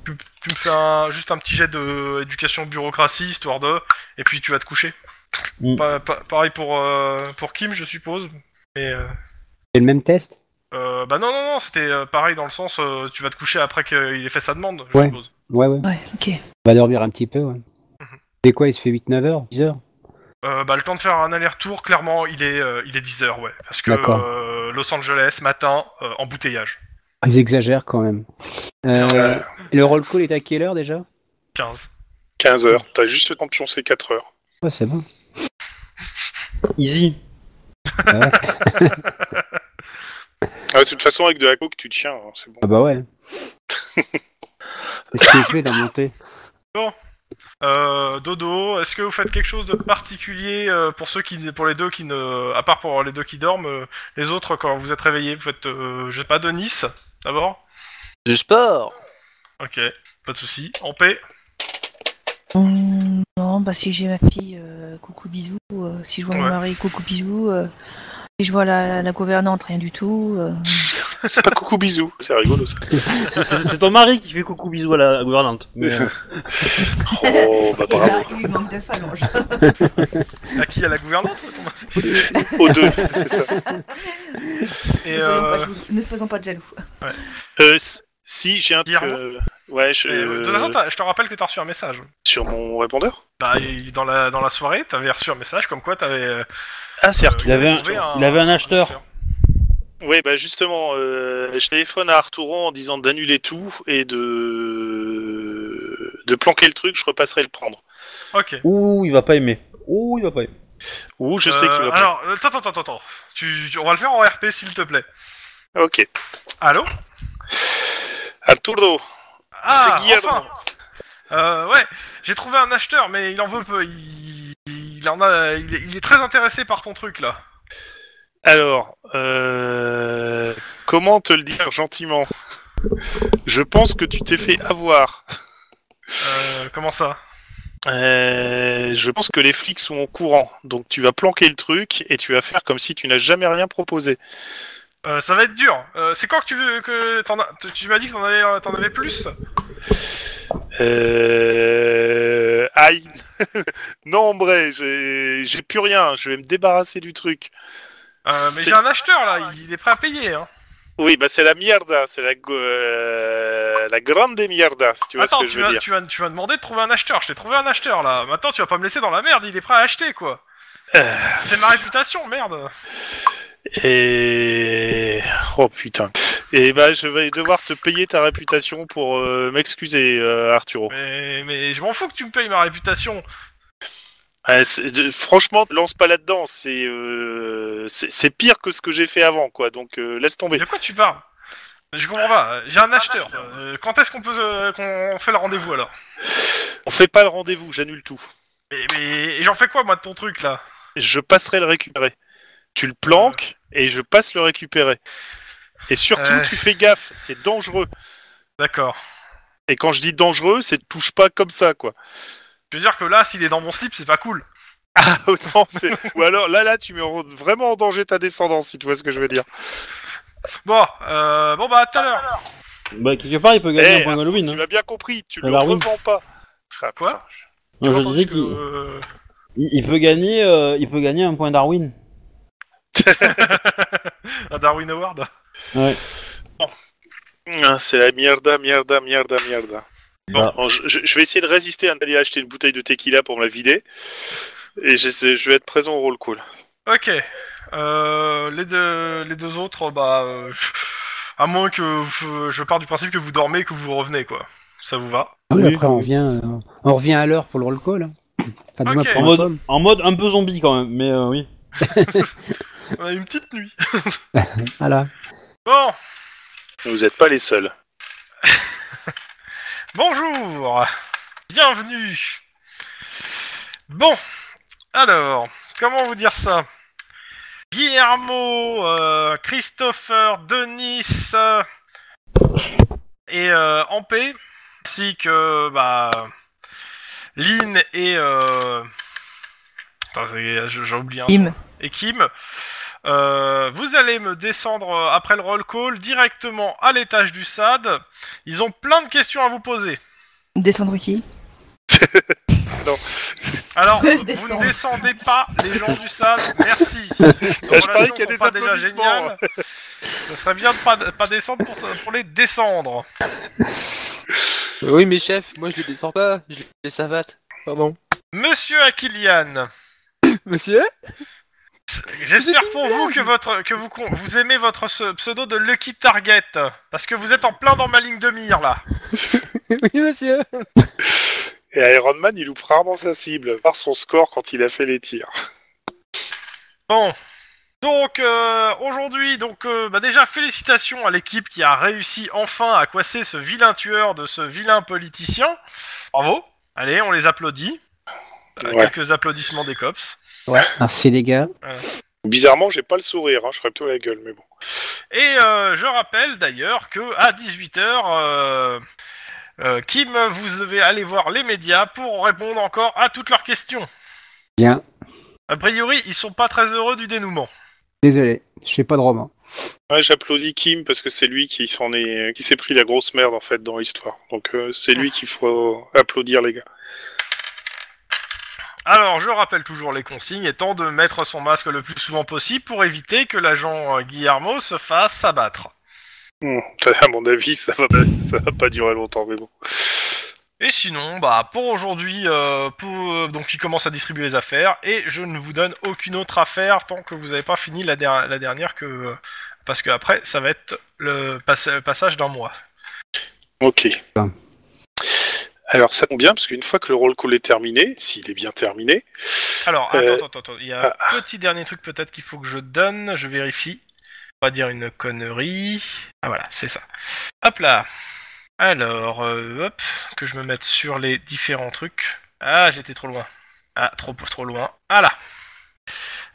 Speaker 2: Tu, tu me fais un- juste un petit jet de éducation bureaucratie, histoire de, et puis tu vas te coucher.
Speaker 1: Mm.
Speaker 2: Pa- pa- pareil pour, euh, pour Kim, je suppose. Mais euh,
Speaker 6: C'est le même test
Speaker 2: euh, bah non, non, non, c'était euh, pareil dans le sens, euh, tu vas te coucher après qu'il ait fait sa demande, je
Speaker 6: Ouais.
Speaker 2: suppose.
Speaker 6: Ouais, ouais.
Speaker 3: Ouais, ok.
Speaker 6: On va dormir un petit peu, ouais.
Speaker 2: Mhm.
Speaker 6: C'est quoi, il se fait 8-9 heures 10 heures
Speaker 2: Euh, bah, le temps de faire un aller-retour, clairement, il est, euh, il est 10h, ouais. Parce que
Speaker 6: D'accord.
Speaker 2: euh, Los Angeles, matin, euh, embouteillage,
Speaker 6: Ils exagèrent quand même. Euh,
Speaker 4: Ouais.
Speaker 6: le roll call est à quelle heure déjà
Speaker 2: 15.
Speaker 4: 15 heures. T'as juste le temps de pioncer 4 heures.
Speaker 6: Ouais, c'est bon.
Speaker 1: Easy.
Speaker 6: Ah, ouais.
Speaker 4: Ah, de toute façon, avec de la coke, tu tiens, hein, c'est bon.
Speaker 6: Ah bah
Speaker 5: *laughs*
Speaker 6: ouais. C'est ce que je fais dans mon thé.
Speaker 2: Euh, Dodo, est-ce que vous faites quelque chose de particulier euh, pour ceux qui, pour les deux qui ne, à part pour les deux qui dorment, euh, les autres quand vous êtes réveillés, vous faites, euh, je sais pas, de Nice, d'abord
Speaker 5: Du sport
Speaker 2: Ok, pas de souci. En paix.
Speaker 3: Hum, non, bah si j'ai ma fille, euh, coucou bisous. euh, si je vois mon
Speaker 2: Ouais.
Speaker 3: mari, coucou bisous. euh, si je vois la, la gouvernante, rien du tout. euh.
Speaker 4: *laughs* C'est pas coucou bisou, c'est rigolo ça.
Speaker 1: C'est- C'est c'est ton mari qui fait coucou bisous à la gouvernante. Mais, euh,
Speaker 4: *laughs* Oh bah bravo.
Speaker 3: il manque de phalanges.
Speaker 2: À qui À la gouvernante ou à ton mari
Speaker 4: *laughs* Aux deux, *laughs* c'est ça.
Speaker 2: Et euh,
Speaker 3: ne faisons pas de jaloux.
Speaker 4: Euh, s- si j'ai un truc.
Speaker 2: Guillermo
Speaker 4: euh, Ouais, je,
Speaker 2: et, euh, de toute façon, t'as- je te rappelle que t'as reçu un message.
Speaker 4: sur mon répondeur.
Speaker 2: Bah, il- dans la dans la soirée, t'avais reçu un message comme quoi t'avais. euh,
Speaker 4: Ah, c'est Arthur.
Speaker 1: Il avait un-
Speaker 2: trouvé
Speaker 1: il avait un acheteur.
Speaker 4: Ouais, bah justement, euh, je téléphone à Artouron en disant d'annuler tout et de de planquer le truc. Je repasserai le prendre.
Speaker 2: Ok.
Speaker 1: Ouh, il va pas aimer. Ouh, il va pas aimer.
Speaker 4: Ou je sais
Speaker 2: Euh,
Speaker 4: qu'il va
Speaker 2: Alors, euh, attends, attends, attends, attends. Tu, tu- on va le faire en RP, s'il te plaît.
Speaker 4: pas. Ok.
Speaker 2: Allô
Speaker 4: Arturo,
Speaker 2: Ah,
Speaker 4: c'est Guillermo.
Speaker 2: enfin Euh, ouais, j'ai trouvé un acheteur, mais il en veut peu. Il, il en a, il, est- il est très intéressé par ton truc là.
Speaker 4: Alors, euh, comment te le dire gentiment Je pense que tu t'es fait avoir.
Speaker 2: Euh, comment ça
Speaker 4: Euh, je pense que les flics sont au courant, donc tu vas planquer le truc et tu vas faire comme si tu n'as jamais rien proposé.
Speaker 2: euh, Ça va être dur. Euh, c'est quand que tu veux que t'en as, tu- tu m'as dit que t'en avais, euh, t'en avais plus
Speaker 4: Euh... Aïe *laughs* Non, en vrai, j'ai j'ai plus rien, je vais me débarrasser du truc.
Speaker 2: Euh, Mais
Speaker 4: C'est-
Speaker 2: j'ai un acheteur là, il est prêt à payer. Hein.
Speaker 4: Oui, bah c'est la mierda, c'est la, go- euh, la grande mierda, si tu vois
Speaker 2: Attends,
Speaker 4: ce que je
Speaker 2: tu
Speaker 4: veux
Speaker 2: vas,
Speaker 4: dire.
Speaker 2: tu vas, tu vas demander de trouver un acheteur. Je t'ai trouvé un acheteur là. Maintenant, tu vas pas me laisser dans la merde. Il est prêt à acheter quoi.
Speaker 4: Euh.
Speaker 2: C'est ma réputation, merde.
Speaker 4: Et oh putain. Et bah je vais devoir te payer ta réputation pour euh, m'excuser, euh, Arturo.
Speaker 2: Mais, mais je m'en fous que tu me payes ma réputation.
Speaker 4: Ouais, c'est- de- franchement, lance pas là-dedans. C'est euh, c'est c'est pire que ce que j'ai fait avant, quoi. Donc euh, laisse tomber.
Speaker 2: De quoi tu parles Je comprends pas. J'ai un acheteur. Euh, quand est-ce qu'on peut euh, qu'on fait le rendez-vous alors
Speaker 4: On fait pas le rendez-vous, j'annule tout.
Speaker 2: Mais, mais- et j'en fais quoi moi de ton truc là
Speaker 4: Je passerai le récupérer. Tu le planques et je passe le récupérer. Et surtout,
Speaker 2: Ouais.
Speaker 4: tu fais gaffe, c'est dangereux.
Speaker 2: D'accord.
Speaker 4: Et quand je dis dangereux, c'est te touche pas comme ça, quoi.
Speaker 2: Je veux dire que là, s'il est dans mon slip, c'est pas cool.
Speaker 4: Ah *laughs* non, c'est- ou alors là, là, tu mets en- vraiment en danger ta descendance, si tu vois ce que je veux dire.
Speaker 2: Bon, euh, bon bah à tout à l'heure.
Speaker 1: Bah, quelque part, il peut gagner
Speaker 4: Eh,
Speaker 1: un point d'Halloween.
Speaker 4: Tu
Speaker 1: hein.
Speaker 4: l'as bien compris, tu
Speaker 1: Ah
Speaker 4: le
Speaker 1: bah oui.
Speaker 4: revends pas. Ah,
Speaker 2: Quoi
Speaker 4: putain.
Speaker 1: Non,
Speaker 2: J'ai
Speaker 1: je
Speaker 2: entendu
Speaker 1: disais
Speaker 2: que,
Speaker 1: qu'il
Speaker 2: euh, *laughs*
Speaker 1: il- il peut gagner, euh, il peut gagner un point d'Arwin.
Speaker 2: un Darwin Award.
Speaker 1: Ouais.
Speaker 4: Ah, C'est la mierda, mierda, mierda, mierda. Bon,
Speaker 1: Bah.
Speaker 4: bon, je, je- je vais essayer de résister à d'aller acheter une bouteille de tequila pour me la vider. Et j'essaie- je vais être présent au roll call.
Speaker 2: Ok. Euh, les deux, les deux autres, bah, euh, à moins que vous- je pars du principe que vous dormez et que vous revenez quoi. Ça vous va
Speaker 6: Ah oui,
Speaker 1: Oui,
Speaker 6: après,
Speaker 1: oui.
Speaker 6: on revient, euh, on revient à l'heure pour le roll call. hein. Enfin,
Speaker 2: Ok.
Speaker 6: du moins pour
Speaker 1: En
Speaker 6: un
Speaker 1: mode,
Speaker 6: pomme.
Speaker 1: en mode un peu zombie quand même, mais euh, *laughs* oui.
Speaker 2: On a une petite nuit.
Speaker 6: Voilà.
Speaker 2: Bon,
Speaker 4: Vous n'êtes pas les seuls.
Speaker 2: Bonjour Bienvenue Bon, alors, comment vous dire ça Guillermo, euh, Christopher, Denis euh, et euh, Ampé, ainsi que bah, Lynn et... euh, Attends, c'est- j'ai j'ai oublié un
Speaker 3: Im.
Speaker 2: et Kim. Euh, vous allez me descendre euh, après le roll call directement à l'étage du SAD. Ils ont plein de questions à vous poser.
Speaker 3: Descendre qui
Speaker 2: Alors,
Speaker 3: Ils
Speaker 2: vous
Speaker 3: peuvent
Speaker 2: ne
Speaker 3: descendre.
Speaker 2: descendez pas les gens du SAD,
Speaker 4: *laughs*
Speaker 2: merci.
Speaker 4: je parie qu'il y a des applaudissements.
Speaker 2: Ce serait bien de pas, de pas descendre pour, pour les descendre.
Speaker 5: Oui, mais chef, moi je les descends pas, je les savate. Pardon.
Speaker 2: Monsieur Akilian,
Speaker 5: *laughs* Monsieur
Speaker 2: j'espère
Speaker 5: C'est une
Speaker 2: pour vous que, votre, que vous, con- vous aimez votre ce- pseudo de Lucky Target. Parce que vous êtes en plein dans ma ligne de mire là.
Speaker 5: Oui, monsieur
Speaker 4: Et Iron Man, il loupe rarement sa cible, par son score quand il a fait les tirs.
Speaker 2: Bon. Donc euh, aujourd'hui, donc euh, bah déjà félicitations à l'équipe qui a réussi enfin à coincer ce vilain tueur de ce vilain politicien. Bravo. Allez, on les applaudit. Euh,
Speaker 4: Ouais.
Speaker 2: Quelques applaudissements des cops.
Speaker 6: Merci, les gars.
Speaker 4: Bizarrement, j'ai pas le sourire, hein, je ferais plutôt la gueule, mais bon.
Speaker 2: Et euh, je rappelle d'ailleurs que à 18h, euh, euh, Kim, vous devez aller voir les médias pour répondre encore à toutes leurs questions.
Speaker 6: Bien.
Speaker 2: A priori, ils sont pas très heureux du dénouement.
Speaker 6: Désolé, je fais pas de roman.
Speaker 4: Ouais, j'applaudis Kim parce que c'est lui qui s'en est, qui s'est pris la grosse merde en fait dans l'histoire. Donc euh, c'est lui qu'il faut applaudir, les gars.
Speaker 2: Alors, je rappelle toujours les consignes étant de mettre son masque le plus souvent possible pour éviter que l'agent euh, Guillermo se fasse abattre.
Speaker 4: Hmm, *laughs* à mon avis, ça va, pas- ça va pas durer longtemps, mais bon.
Speaker 2: Et sinon, bah pour aujourd'hui, euh, pour- euh, donc il commence à distribuer les affaires et je ne vous donne aucune autre affaire tant que vous n'avez pas fini la, der- la dernière que euh, parce que après ça va être le, passe- le passage d'un mois.
Speaker 4: Ok. Alors ça tombe bien, parce qu'une fois que le roll call est terminé, s'il est bien terminé,
Speaker 2: Alors,
Speaker 4: Euh,
Speaker 2: attends, attends, attends. Il y a un petit dernier truc peut-être qu'il faut que je donne. Je vérifie. Pas dire une connerie. Ah voilà, c'est ça. Hop là. Alors, euh, hop, que je me mette sur les différents trucs. Ah, j'étais trop loin. Ah, trop, trop loin. Ah là.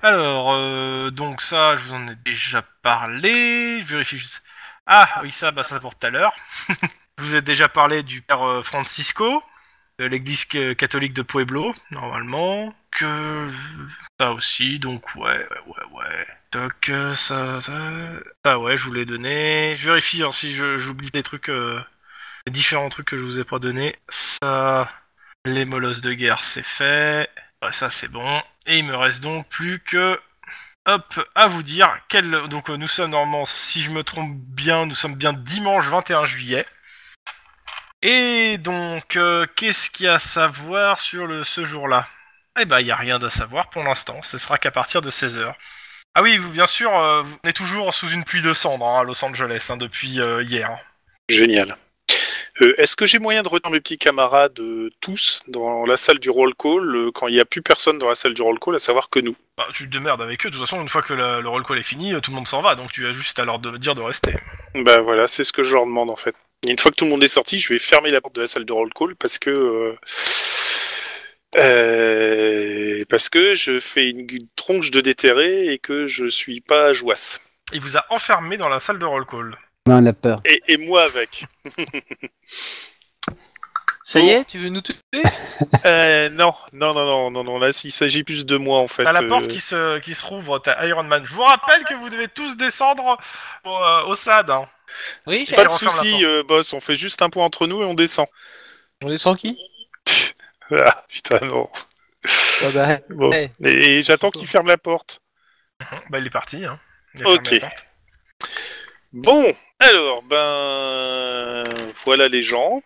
Speaker 2: Alors, euh, donc ça, je vous en ai déjà parlé. Je vérifie juste. Ah oui, ça, bah ça c'est pour tout à l'heure. *laughs* je vous ai déjà parlé du père euh, Francisco de l'église ca- catholique de Pueblo, normalement. Que ça aussi, donc ouais, ouais, ouais, ouais. Toc, euh, ça, ça, ça, ouais, je vous l'ai donné. Je vérifie hein, si je- j'oublie des trucs, euh, les différents trucs que je vous ai pas donné. Ça, les molosses de guerre, c'est fait. Ouais, ça, c'est bon. Et il me reste donc plus que, hop, à vous dire quel. Donc euh, nous sommes normalement, si je me trompe bien, nous sommes bien dimanche 21 juillet. Et donc, euh, qu'est-ce qu'il y a à savoir sur le, ce jour-là Eh ben, il n'y a rien à savoir pour l'instant. Ce sera qu'à partir de 16h. Ah oui, vous, bien sûr, euh, vous- on est toujours sous une pluie de cendres hein, à Los Angeles hein, depuis euh, hier.
Speaker 4: génial. Euh, Est-ce que j'ai moyen de retenir mes petits camarades euh, tous dans la salle du roll call euh, quand il n'y a plus personne dans la salle du roll call, à savoir que nous
Speaker 2: Bah, tu te démerdes avec eux. De toute façon, une fois que la- le roll call est fini, euh, tout le monde s'en va. Donc, tu as juste à leur de, dire de rester.
Speaker 4: Bah voilà, c'est ce que je leur demande en fait. Et une fois que tout le monde est sorti, je vais fermer la porte de la salle de roll call parce que euh, euh, parce que je fais une, une tronche de déterré et que je suis pas jouasse.
Speaker 2: Il vous a enfermé dans la salle de roll call.
Speaker 6: Non, on a peur.
Speaker 4: Et, et moi avec.
Speaker 5: Ça y est, tu veux nous tuer
Speaker 4: *laughs* Euh, non, non, non, non, non, non. Là, il s'agit plus de moi en fait.
Speaker 2: T'as la
Speaker 4: Euh,
Speaker 2: porte qui se, qui se rouvre, t'as Iron Man. Je vous rappelle que vous devez tous descendre au, euh, au SAD. hein.
Speaker 5: Oui,
Speaker 2: j'ai-
Speaker 4: Pas de
Speaker 2: Elle referme la
Speaker 4: souci,
Speaker 2: porte.
Speaker 4: euh, boss. On fait juste un point entre nous et on descend.
Speaker 5: On est sans qui
Speaker 4: *laughs* Ah, putain non.
Speaker 5: Ah bah,
Speaker 4: Bon.
Speaker 5: Ouais.
Speaker 4: Et, et j'attends qu'il ferme la porte.
Speaker 2: Bah, il est parti. Hein. Il a fermé
Speaker 4: Ok.
Speaker 2: la porte.
Speaker 4: Bon, alors, ben. Voilà les gens.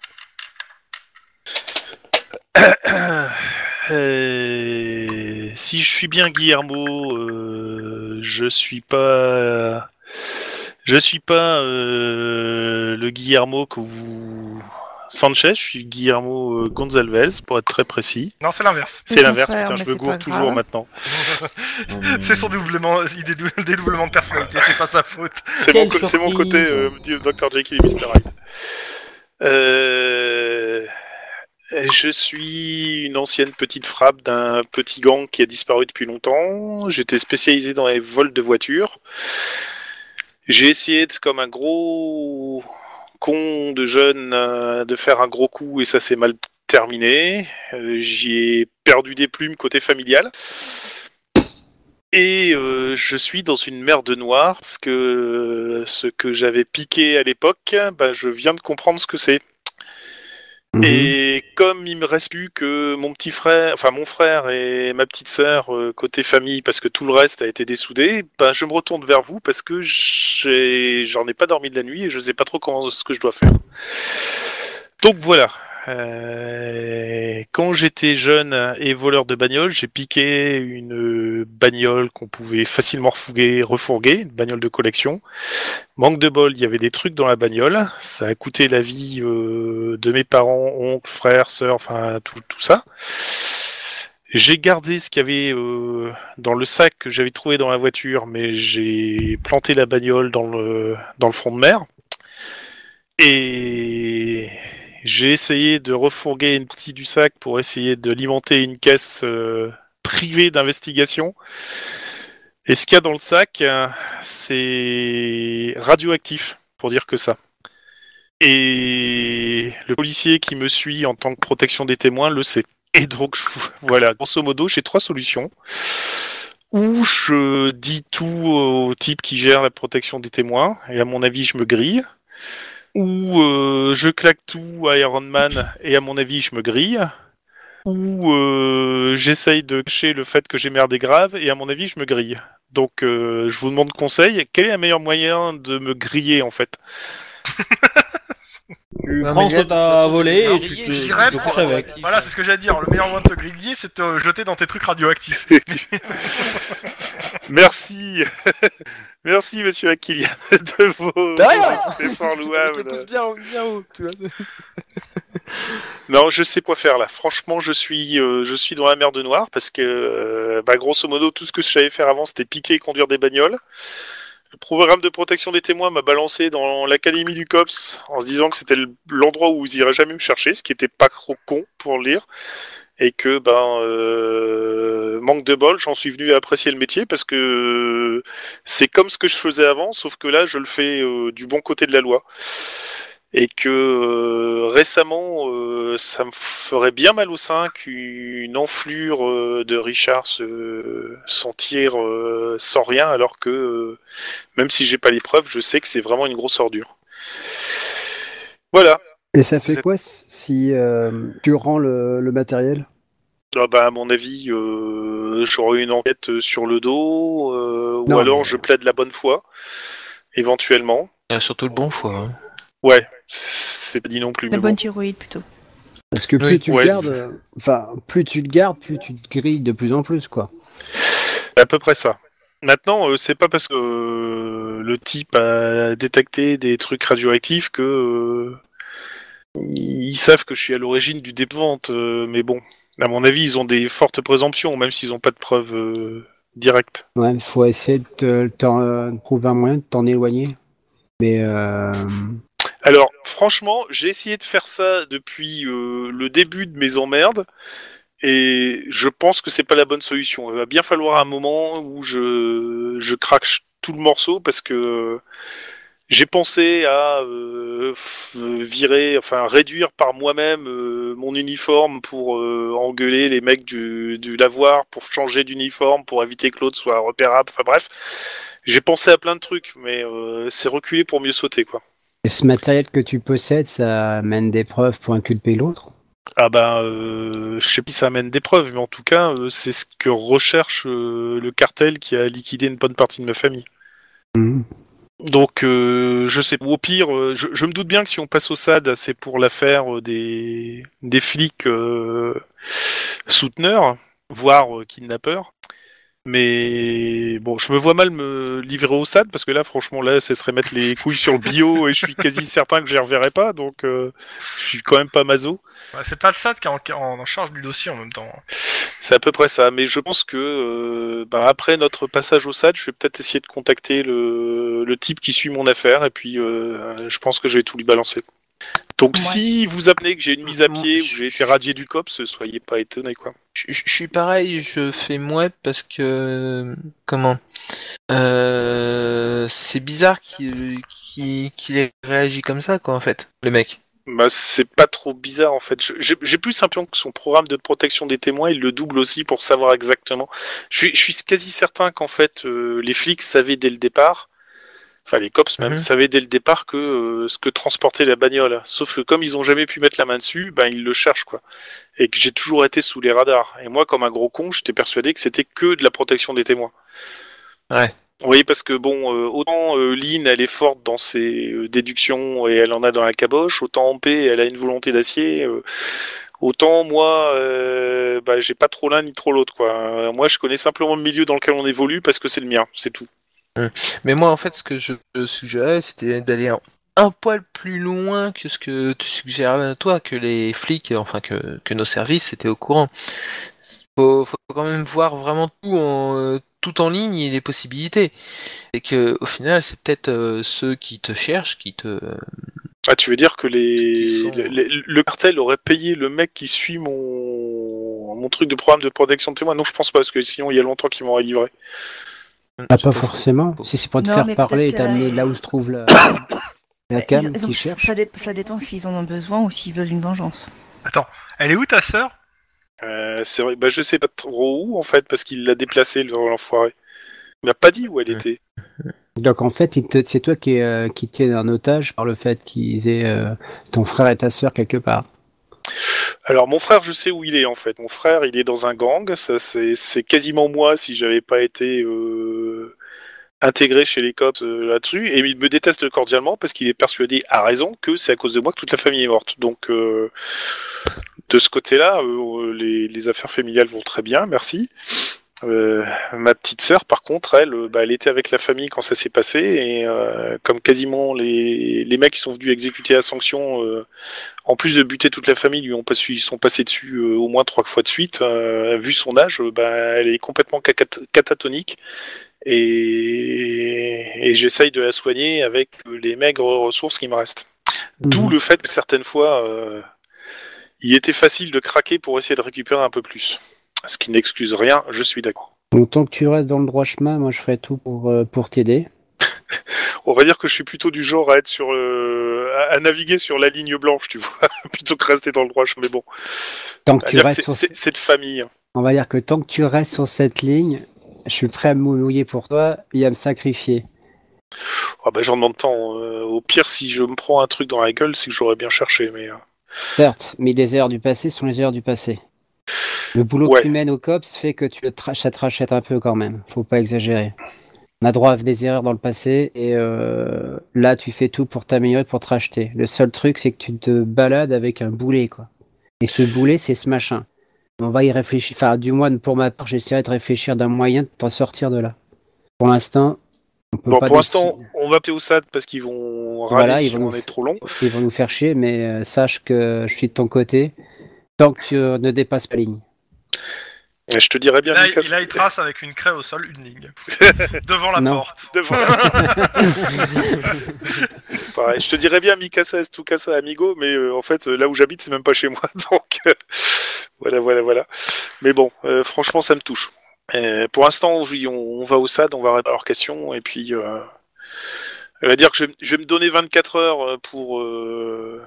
Speaker 4: *coughs* Euh, si je suis bien Guillermo, euh, je suis pas. Je suis pas euh, le Guillermo que vous. Sanchez, je suis Guillermo euh, Gonzalez, pour être très précis.
Speaker 2: Non, c'est l'inverse.
Speaker 4: C'est l'inverse,
Speaker 3: contraire,
Speaker 4: putain,
Speaker 3: mais
Speaker 4: je me
Speaker 3: c'est
Speaker 4: gourre
Speaker 3: pas
Speaker 4: toujours
Speaker 3: grave.
Speaker 4: maintenant.
Speaker 2: *laughs* C'est son doublement, euh, il dédou- *laughs* dédoublement de personnalité, c'est pas sa faute.
Speaker 4: C'est
Speaker 1: Quelle
Speaker 4: mon, co- c'est mon
Speaker 1: surprise.
Speaker 4: côté euh, du- Dr. Jekyll et Mr. Hyde. Euh, Je suis une ancienne petite frappe d'un petit gang qui a disparu depuis longtemps. J'étais spécialisé dans les vols de voitures. J'ai essayé, de- comme un gros con de jeune, euh, de faire un gros coup et ça s'est mal terminé. Euh, J'y ai perdu des plumes côté familial. Et euh, je suis dans une merde noire parce que euh, ce que j'avais piqué à l'époque, bah, je viens de comprendre ce que c'est.
Speaker 6: Mhm.
Speaker 4: Et comme il me reste plus que mon petit frère, enfin mon frère et ma petite sœur euh, côté famille, parce que tout le reste a été dessoudé, ben je me retourne vers vous parce que j'ai- j'en ai, pas dormi de la nuit et je sais pas trop comment ce que je dois faire. Donc voilà. Euh, quand j'étais jeune et voleur de bagnole, j'ai piqué une euh, bagnole qu'on pouvait facilement refouguer, refourguer, une bagnole de collection. Manque de bol, il y avait des trucs dans la bagnole. Ça a coûté la vie euh, de mes parents, oncles, frères, sœurs, enfin tout, tout ça. J'ai gardé ce qu'il y avait euh, dans le sac que j'avais trouvé dans la voiture, mais j'ai planté la bagnole dans le, dans le front de mer. Et j'ai essayé de refourguer une partie du sac pour essayer de limenter une caisse euh, privée d'investigation. Et ce qu'il y a dans le sac, euh, c'est radioactif, pour dire que ça. Et le policier qui me suit en tant que protection des témoins le sait. Et donc, *laughs* je- voilà, grosso modo, j'ai trois solutions. Ou je dis tout au type qui gère la protection des témoins, et à mon avis, je me grille. Ou euh, je claque tout à Iron Man, et à mon avis, je me grille. Ou euh, j'essaye de cacher le fait que j'ai merdé grave, et à mon avis, je me grille. Donc, euh, je vous demande conseil. Quel est le meilleur moyen de me griller, en fait
Speaker 1: Tu
Speaker 5: Non,
Speaker 1: prends
Speaker 5: mais
Speaker 1: ce
Speaker 5: là,
Speaker 1: que
Speaker 5: de toute
Speaker 1: t'as
Speaker 5: façon,
Speaker 1: volé
Speaker 5: c'est
Speaker 1: et tu
Speaker 5: grillé,
Speaker 1: te,
Speaker 5: je
Speaker 1: tu
Speaker 5: dirais,
Speaker 1: te couches
Speaker 5: prends-
Speaker 1: avec.
Speaker 2: Voilà, c'est ce que j'allais dire. Le meilleur moyen de te griller, c'est de te jeter dans tes trucs
Speaker 4: *laughs*
Speaker 2: radioactifs.
Speaker 4: Merci *laughs* Merci, monsieur Aquilien, *laughs* de vos
Speaker 5: Derrière
Speaker 4: efforts
Speaker 5: Je te
Speaker 4: louables.
Speaker 5: pousse bien, bien haut, tu vois.
Speaker 4: Non, je sais quoi faire là. Franchement, je suis, euh, je suis dans la merde noire parce que, euh, bah, grosso modo, tout ce que je savais faire avant, c'était piquer et conduire des bagnoles. Le programme de protection des témoins m'a balancé dans l'académie du COPS en se disant que c'était le- l'endroit où ils iraient jamais me chercher, ce qui était pas trop con pour le lire. Et que, ben, euh, manque de bol, j'en suis venu à apprécier le métier parce que c'est comme ce que je faisais avant, sauf que là, je le fais euh, du bon côté de la loi et que euh, récemment, euh, ça me ferait bien mal au sein qu'une enflure euh, de Richard se s'en tire euh, sans rien, alors que euh, même si j'ai pas les preuves, je sais que c'est vraiment une grosse ordure. Voilà.
Speaker 7: Et ça fait
Speaker 4: C'est-
Speaker 7: quoi si euh, tu rends le, le matériel
Speaker 4: Ah bah, à mon avis, euh, j'aurais une enquête sur le dos, euh,
Speaker 7: Non,
Speaker 4: ou alors
Speaker 7: mais-
Speaker 4: je plaide la bonne foi, éventuellement.
Speaker 5: Euh, surtout le bon foie. hein.
Speaker 4: C'est pas dit non plus.
Speaker 3: La
Speaker 4: mais
Speaker 3: bonne
Speaker 4: bon.
Speaker 3: thyroïde plutôt.
Speaker 7: Parce que plus
Speaker 5: Oui,
Speaker 7: tu
Speaker 4: ouais.
Speaker 7: le gardes, euh, enfin plus tu le gardes, plus tu te grilles de plus en plus quoi.
Speaker 4: À peu près ça. Maintenant, euh, c'est pas parce que euh, le type a détecté des trucs radioactifs que euh, ils savent que je suis à l'origine du dépôt de vente. euh, mais bon, à mon avis, ils ont des fortes présomptions, même s'ils n'ont pas de preuves euh, directes.
Speaker 7: Ouais, il faut essayer de te- t'en, euh, de trouver un moyen de t'en éloigner. Mais euh,
Speaker 4: Alors, franchement, j'ai essayé de faire ça depuis euh, le début de mes emmerdes. Et je pense que c'est pas la bonne solution. Il va bien falloir un moment où je, je craque tout le morceau parce que euh, j'ai pensé à euh, f- virer, enfin réduire par moi-même euh, mon uniforme pour euh, engueuler les mecs du, du lavoir, pour changer d'uniforme, pour éviter que l'autre soit repérable. Enfin bref, j'ai pensé à plein de trucs, mais euh, c'est reculer pour mieux sauter quoi.
Speaker 7: ce matériel que tu possèdes, ça amène des preuves pour inculper l'autre.
Speaker 4: Ah ben, euh, je sais pas si ça amène des preuves, mais en tout cas, euh, c'est ce que recherche euh, le cartel qui a liquidé une bonne partie de ma famille.
Speaker 7: Mhm.
Speaker 4: Donc, euh, je sais. Au pire, euh, je, je me doute bien que si on passe au SAD, c'est pour l'affaire euh, des, des flics euh, souteneurs, voire euh, kidnappeurs. Mais bon, je me vois mal me livrer au SAD parce que là, franchement, là, ce serait mettre les couilles sur le bio et je suis quasi certain que je les reverrai pas. Donc, euh, je suis quand même pas maso.
Speaker 2: Ouais, c'est pas le SAD qui est en, en- en charge du dossier en même temps.
Speaker 4: C'est à peu près ça, mais je pense que euh, bah, après notre passage au SAD, je vais peut-être essayer de contacter le, le type qui suit mon affaire, et puis euh, je pense que je vais tout lui balancer. Donc
Speaker 3: Ouais.
Speaker 4: si vous apprenez que j'ai une mise à
Speaker 5: Mhm.
Speaker 4: pied ou que j'ai été radié du COPS, soyez pas étonnés quoi.
Speaker 5: Je je- je suis pareil, je fais mouette parce que comment euh, C'est bizarre qu'il qu'il qu'il ait réagi comme ça quoi en fait, le mec.
Speaker 4: Bah c'est pas trop bizarre en fait. Je- J'ai j'ai plus simplement que son programme de protection des témoins, il le double aussi pour savoir exactement. Je suis, je suis quasi certain qu'en fait euh, les flics savaient dès le départ, enfin les cops même
Speaker 5: Mhm.
Speaker 4: savaient dès le départ que euh, ce que transportait la bagnole. Sauf que comme ils ont jamais pu mettre la main dessus, ben ils le cherchent quoi. Et que j'ai toujours été sous les radars. Et moi comme un gros con, j'étais persuadé que c'était que de la protection des témoins. Oui, parce que bon, euh, autant euh, Lynn, elle est forte dans ses euh, déductions et elle en a dans la caboche, autant Ampé, elle a une volonté d'acier. euh, autant moi, euh, bah, j'ai pas trop l'un ni trop l'autre, quoi. Euh, moi, je connais simplement le milieu dans lequel on évolue parce que c'est le mien, c'est tout.
Speaker 5: Mais moi en fait, ce que je je suggérais, c'était d'aller un, un poil plus loin que ce que tu suggères euh, toi, que les flics, enfin que, que nos services étaient au courant. Faut, faut quand même voir vraiment tout en euh, tout en ligne et les possibilités. Et que au final, c'est peut-être euh, ceux qui te cherchent, qui te euh,
Speaker 4: Ah, tu veux dire que les,
Speaker 5: Qui sont-
Speaker 4: le, le- le cartel aurait payé le mec qui suit mon, mon truc de programme de protection de témoins Non, je pense pas, parce que sinon, il y a longtemps qu'ils m'auraient livré.
Speaker 7: Ah, pas forcément.
Speaker 5: faux.
Speaker 7: Si c'est pour te
Speaker 3: Non, mais
Speaker 7: faire
Speaker 3: peut-être
Speaker 7: parler et
Speaker 3: qu'elle a-
Speaker 7: t'amener là où se trouve
Speaker 3: *coughs*
Speaker 7: la, la
Speaker 3: Ils-
Speaker 7: cam
Speaker 3: Bah, ils ont-
Speaker 7: qui cherche.
Speaker 3: ça, dé- ça dépend s'ils en ont besoin ou s'ils veulent une vengeance.
Speaker 2: Attends, elle est où ta sœur
Speaker 4: Euh, c'est vrai, bah, je sais pas trop où, en fait, parce qu'il l'a déplacé, le- l'enfoiré. Il m'a pas dit où elle
Speaker 5: Ouais.
Speaker 4: était.
Speaker 7: Donc en fait, il te- c'est toi qui, es, euh, qui tiens en otage par le fait qu'ils aient euh, ton frère et ta sœur quelque part.
Speaker 4: Alors mon frère, je sais où il est en fait. Mon frère, il est dans un gang. Ça, c'est c'est quasiment moi si j'avais pas été euh, intégré chez les cops euh, là-dessus. Et il me déteste cordialement parce qu'il est persuadé, à raison, que c'est à cause de moi que toute la famille est morte. Donc euh, de ce côté-là, euh, les, les affaires familiales vont très bien, merci. Euh, ma petite sœur, par contre, elle, euh, bah, elle était avec la famille quand ça s'est passé et euh, comme quasiment les, les mecs qui sont venus exécuter la sanction, euh, en plus de buter toute la famille, lui ont pas su- ils sont passés dessus euh, au moins trois fois de suite. euh, vu son âge, euh, bah, elle est complètement cacat- catatonique et, et j'essaye de la soigner avec les maigres ressources qui me restent.
Speaker 6: Mhm.
Speaker 7: Mmh.
Speaker 4: D'où le fait que certaines fois, euh, il était facile de craquer pour essayer de récupérer un peu plus. Ce qui n'excuse rien, je suis d'accord.
Speaker 6: Donc, tant que tu restes dans le droit chemin, moi je ferai tout pour, euh, pour t'aider.
Speaker 4: On va dire que je suis plutôt du genre à être sur euh, à- à naviguer sur la ligne blanche, tu vois, *laughs* plutôt que rester dans le droit chemin. Mais bon,
Speaker 6: Tant que
Speaker 4: à
Speaker 6: tu
Speaker 4: dire que
Speaker 6: restes
Speaker 4: Euh, c'est-
Speaker 6: sur...
Speaker 4: c'est c'est de famille. hein.
Speaker 6: On va dire que tant que tu restes sur cette ligne, je suis prêt à me mouiller pour toi et à me sacrifier.
Speaker 4: Ah bah, j'en demande tant. euh, au pire, si je me prends un truc dans la gueule, c'est que j'aurais bien cherché. Mais euh,
Speaker 6: Certes, mais les erreurs du passé sont les erreurs du passé. Le boulot
Speaker 4: Ouais.
Speaker 6: que tu mènes au COPS fait que tu le tra- ça te rachète un peu quand même. Faut pas exagérer. On a droit à des erreurs dans le passé et euh, là tu fais tout pour t'améliorer, pour te racheter. Le seul truc c'est que tu te balades avec un boulet quoi. Et ce boulet c'est ce machin. On va y réfléchir. Enfin, du moins pour ma part, j'essaierai de réfléchir d'un moyen de t'en sortir de là. Pour l'instant, on peut
Speaker 4: bon,
Speaker 6: pas
Speaker 4: pour
Speaker 6: décider.
Speaker 4: l'instant, on va appeler au SAD parce qu'ils vont râler
Speaker 6: Voilà,
Speaker 4: si
Speaker 6: ils vont
Speaker 4: on
Speaker 6: nous
Speaker 4: est
Speaker 6: f-
Speaker 4: trop long.
Speaker 6: Ils vont nous faire chier, mais euh, sache que je suis de ton côté tant que tu euh, ne dépasses pas la ligne.
Speaker 4: Et je te dirais bien,
Speaker 2: Là, il,
Speaker 4: Lucas,
Speaker 2: là, il trace avec une craie au sol une
Speaker 4: *laughs*
Speaker 2: ligne. Devant la
Speaker 6: Non.
Speaker 2: porte.
Speaker 4: devant-
Speaker 2: *laughs*
Speaker 4: Pareil, je te dirais bien Mikasa es tu casa amigo, mais euh, en fait euh, là où j'habite c'est même pas chez moi, *laughs* donc euh, voilà voilà voilà. Mais bon, euh, franchement ça me touche. Euh, pour l'instant oui, on, on va au SAD, on va répondre à leurs questions et puis euh, elle va dire que je, vais- je vais me donner 24 heures euh, pour euh,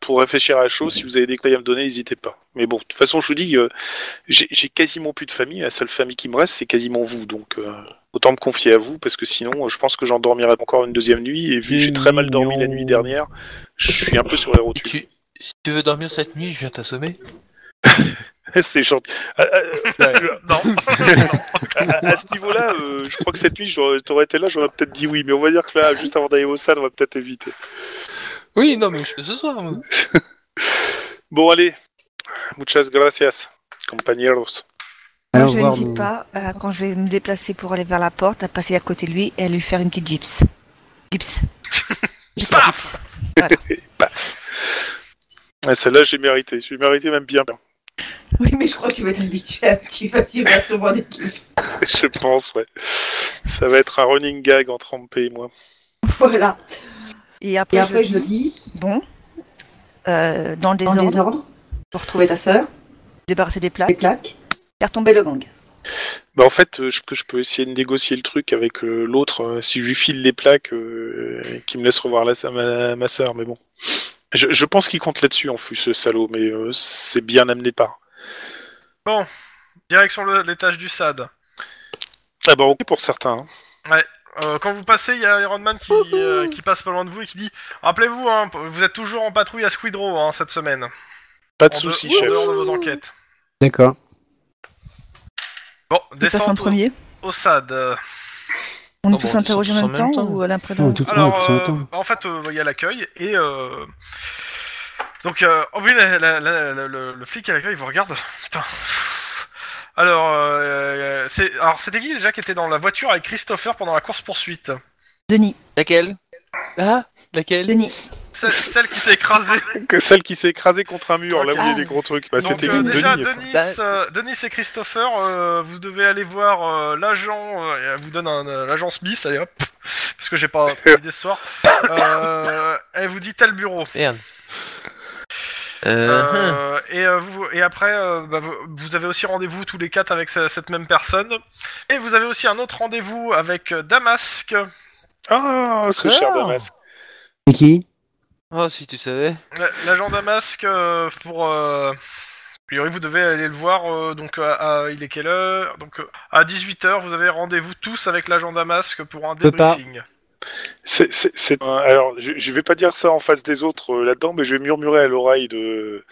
Speaker 4: pour réfléchir à la chose. Si vous avez des clés à me donner, n'hésitez pas. Mais bon, de toute façon je vous dis, euh, j'ai j'ai quasiment plus de famille. La seule famille qui me reste c'est quasiment vous, donc. euh, Autant me confier à vous parce que sinon, euh, je pense que j'en dormirai encore une deuxième nuit. Et vu que j'ai très mal dormi la nuit dernière, je suis un peu sur les rotules. *laughs*
Speaker 5: Tu- si tu veux dormir cette nuit, je viens t'assommer.
Speaker 4: C'est gentil. Ah, À, à-
Speaker 2: Non. *laughs*
Speaker 4: à- à ce niveau-là, euh, je crois que cette nuit, j'aurais- t'aurais été là, j'aurais peut-être dit oui. Mais on va dire que là, juste avant d'aller au stade, on va peut-être éviter.
Speaker 5: Oui, non, mais je fais ce soir. moi.
Speaker 4: Bon, allez. Muchas gracias, compañeros.
Speaker 3: Moi,
Speaker 6: Alors,
Speaker 3: je
Speaker 6: voir
Speaker 3: n'hésite
Speaker 6: mon-
Speaker 3: pas, euh, quand je vais me déplacer pour aller vers la porte, à passer à côté de lui et à lui faire une petite gyps.
Speaker 7: *laughs*
Speaker 3: Gyps. Gyps, gyps.
Speaker 4: Ah, Celle-là, j'ai mérité. J'ai mérité même bien. *laughs*
Speaker 8: Oui, mais je crois que tu vas t'habituer à petit facilement souvent des clips.
Speaker 4: Je pense, ouais. Ça va être un running gag entre Ampé et moi.
Speaker 8: Voilà.
Speaker 3: Et après,
Speaker 8: Et après, je
Speaker 3: je
Speaker 8: le dis,
Speaker 3: bon, euh, dans le
Speaker 8: dans
Speaker 3: désordre,
Speaker 8: les ordres, pour retrouver ta sœur,
Speaker 3: débarrasser des
Speaker 8: les
Speaker 3: plaques,
Speaker 8: claques.
Speaker 3: faire tomber le gang.
Speaker 4: Bah, en fait, euh, je, que je peux essayer de négocier le truc avec euh, l'autre euh, si je lui file les plaques euh, qui me laisse revoir la, sa- ma, ma soeur, mais bon. Je, je pense qu'il compte là-dessus en plus, ce salaud, mais euh, c'est bien amené de part.
Speaker 2: Direction le- l'étage du SAD.
Speaker 4: Ah bah ok pour certains. hein.
Speaker 2: Euh, quand vous passez, il y a Iron Man qui, euh, qui passe pas loin de vous et qui dit Rappelez-vous, hein, p- vous êtes toujours en patrouille à Squidrow hein, cette semaine.
Speaker 4: Pas de
Speaker 2: En de-
Speaker 4: soucis,
Speaker 2: En
Speaker 4: chef.
Speaker 2: dehors de vos enquêtes.
Speaker 6: euh, D'accord.
Speaker 2: Bon,
Speaker 3: Qui passe en
Speaker 2: descente au,
Speaker 3: premier
Speaker 2: au SAD. euh.
Speaker 3: On
Speaker 5: Ah
Speaker 3: est
Speaker 5: bon,
Speaker 3: tous
Speaker 5: on
Speaker 3: interrogés en
Speaker 5: descend
Speaker 3: même
Speaker 5: en
Speaker 3: temps,
Speaker 5: même temps.
Speaker 3: ou à l'imprévu
Speaker 6: Oh, tout- ouais,
Speaker 2: Alors,
Speaker 6: tout en
Speaker 2: euh,
Speaker 6: même temps.
Speaker 2: en fait, euh, il y a l'accueil et. euh, Donc, euh, oh oui, la- la- la- la- le, le flic à l'accueil vous regarde. *laughs* Putain. Alors, euh, c'est- alors, c'était qui déjà qui était dans la voiture avec Christopher pendant la course-poursuite
Speaker 3: Denis,
Speaker 5: Laquelle Ah, laquelle
Speaker 3: Denis,
Speaker 2: celle, celle qui s'est écrasée.
Speaker 4: Que celle qui s'est écrasée contre un mur, là où il y a
Speaker 8: Ah.
Speaker 4: des gros trucs. Bah,
Speaker 2: Donc,
Speaker 4: c'était
Speaker 2: euh,
Speaker 4: Denis.
Speaker 2: déjà,
Speaker 4: ça.
Speaker 2: Denis,
Speaker 5: Bah,
Speaker 2: euh, Denis et Christopher, euh, vous devez aller voir euh, l'agent. euh, et elle vous donne un, euh, l'agent Smith, allez hop, parce que j'ai pas
Speaker 4: *laughs*
Speaker 2: trop d'idées ce soir. Euh, elle vous dit tel bureau.
Speaker 5: Merde. Euh,
Speaker 2: Euh, et, euh, vous, et après, euh, bah, vous, vous avez aussi rendez-vous tous les quatre avec ce- cette même personne. Et vous avez aussi un autre rendez-vous avec euh, Damasque.
Speaker 4: Ah, ce cher
Speaker 5: Ah.
Speaker 4: Damasque.
Speaker 6: C'est qui
Speaker 5: Oh, si tu savais.
Speaker 2: L- L'agent Damasque, euh, pour. Euh... a priori, vous devez aller le voir, euh, donc à, à- il est quelle heure Donc euh, à 18h, vous avez rendez-vous tous avec l'agent Damasque pour un
Speaker 6: Peut pas.
Speaker 2: débriefing.
Speaker 4: C'est- c'est- c'est- euh, alors, je, je vais pas dire ça en face des autres euh, là-dedans, mais je vais murmurer à l'oreille de,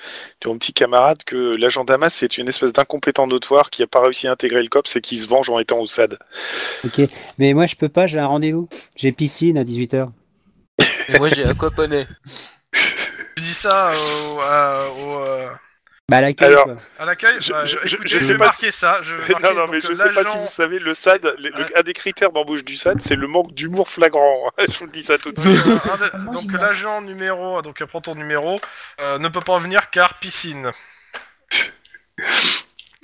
Speaker 4: de mon petit camarade que l'agent Damas c'est une espèce d'incompétent notoire qui a pas réussi à intégrer le COPS et qui se venge en étant au
Speaker 2: Euh,
Speaker 4: SAD.
Speaker 6: Ok. Mais moi je peux pas, j'ai un rendez-vous. J'ai piscine à 18h.
Speaker 5: Mais moi, j'ai aquaponé.
Speaker 2: Je dis ça euh, au- à- au, euh,
Speaker 6: Bah, la queue,
Speaker 4: Alors,
Speaker 6: quoi.
Speaker 2: À l'accueil,
Speaker 4: Je-
Speaker 2: bah,
Speaker 4: je- je-
Speaker 2: écoutez,
Speaker 4: je
Speaker 2: je
Speaker 4: sais
Speaker 2: vais
Speaker 4: pas
Speaker 2: marquer ça.
Speaker 4: *laughs*
Speaker 2: Je vais marquer
Speaker 4: non, non,
Speaker 2: pour
Speaker 4: mais
Speaker 2: que
Speaker 4: je sais pas si
Speaker 2: euh, l'agent-
Speaker 4: vous savez, le SAD, le- le- un des critères d'embauche du SAD, c'est le manque d'humour flagrant. *laughs* je vous le dis ça tout de
Speaker 2: Oui,
Speaker 4: suite.
Speaker 2: *laughs* euh, un de-
Speaker 3: Moi,
Speaker 2: donc
Speaker 3: j'y vais.
Speaker 2: l'agent numéro, donc euh, prends ton numéro, euh, ne peut pas venir car piscine.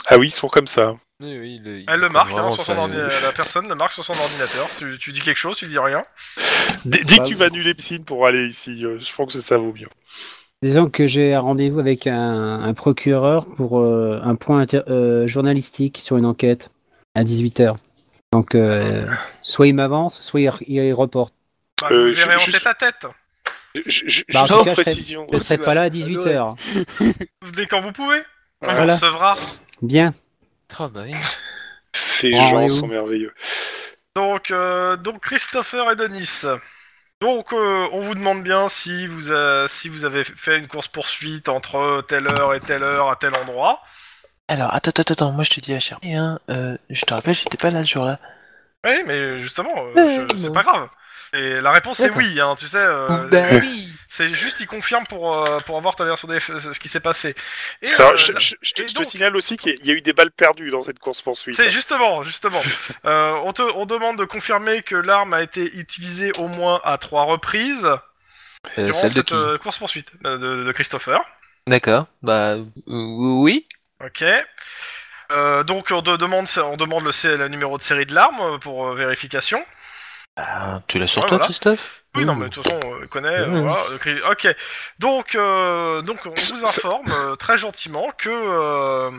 Speaker 4: Ah oui, ils sont comme ça.
Speaker 5: Oui, oui, il- il
Speaker 2: Elle le
Speaker 5: prend
Speaker 2: marque, hein,
Speaker 5: Ah, vraiment
Speaker 2: sur son
Speaker 5: ça,
Speaker 2: ordi-
Speaker 5: euh,
Speaker 2: la personne le marque sur son ordinateur. Tu, tu dis quelque chose, tu dis rien.
Speaker 4: Dès dès que tu vas annuler piscine pour aller ici, euh, je pense que ça vaut mieux.
Speaker 6: Disons que j'ai un rendez-vous avec un, un procureur pour euh, un point inter- euh, journalistique sur une enquête à 18h. Donc, euh, soit il m'avance, soit il, il reporte.
Speaker 2: Bah,
Speaker 4: Euh,
Speaker 2: vous
Speaker 4: je-
Speaker 2: verrez en
Speaker 4: je-
Speaker 2: tête à tête.
Speaker 4: Je- je-
Speaker 6: Bah, en
Speaker 4: juste
Speaker 6: tout
Speaker 4: une
Speaker 6: cas, je serai-
Speaker 4: précision.
Speaker 6: Je ne serai pas là à 18h.
Speaker 2: Vous venez quand vous pouvez. On
Speaker 4: Voilà.
Speaker 2: vous recevra.
Speaker 6: Bien.
Speaker 5: Ah bah oui.
Speaker 4: Ces
Speaker 6: Oh,
Speaker 4: gens
Speaker 6: et où
Speaker 4: sont merveilleux.
Speaker 2: Donc, euh, donc Christopher et Denis. Donc, euh, on vous demande bien si vous, euh, si vous avez fait une course poursuite entre telle heure et telle heure à tel endroit.
Speaker 5: Alors, attends, attends, attends, moi je te dis à Charlie, hein, euh, je te rappelle, j'étais pas là ce jour-là.
Speaker 2: Oui, mais justement, euh,
Speaker 5: Ouais,
Speaker 2: je- c'est
Speaker 5: bon.
Speaker 2: pas grave. Et la réponse est
Speaker 5: D'accord.
Speaker 2: oui, hein, tu sais. euh,
Speaker 5: bah oui
Speaker 2: C'est juste, il confirme pour, euh, pour avoir ta version de ce qui s'est passé. Et, euh,
Speaker 4: Alors, je, je- je te,
Speaker 2: et
Speaker 4: je te
Speaker 2: donc-
Speaker 4: signale aussi qu'il y a eu des balles perdues dans cette course poursuite.
Speaker 2: c'est justement,
Speaker 4: *laughs*
Speaker 2: justement. Euh, on, te, on demande de confirmer que l'arme a été utilisée au moins à trois reprises
Speaker 5: Euh,
Speaker 2: durant
Speaker 5: Celle de
Speaker 2: cette
Speaker 5: qui
Speaker 2: euh, course-poursuite euh, de, de Christopher.
Speaker 5: D'accord, bah euh, oui.
Speaker 2: Ok. Euh, donc on, de- demande, on demande le, sé- le numéro de série de l'arme euh, pour euh, vérification.
Speaker 5: Bah, tu l'as sur
Speaker 2: Ouais,
Speaker 5: toi,
Speaker 2: voilà.
Speaker 5: Christophe
Speaker 2: Oui, non,
Speaker 5: Mmh.
Speaker 2: mais de toute façon, on connaît. euh,
Speaker 5: Mmh.
Speaker 2: voilà, euh, cri- ok. Donc, euh, donc, on
Speaker 4: C'est-
Speaker 2: vous
Speaker 4: c'est-
Speaker 2: informe euh, très gentiment que, euh,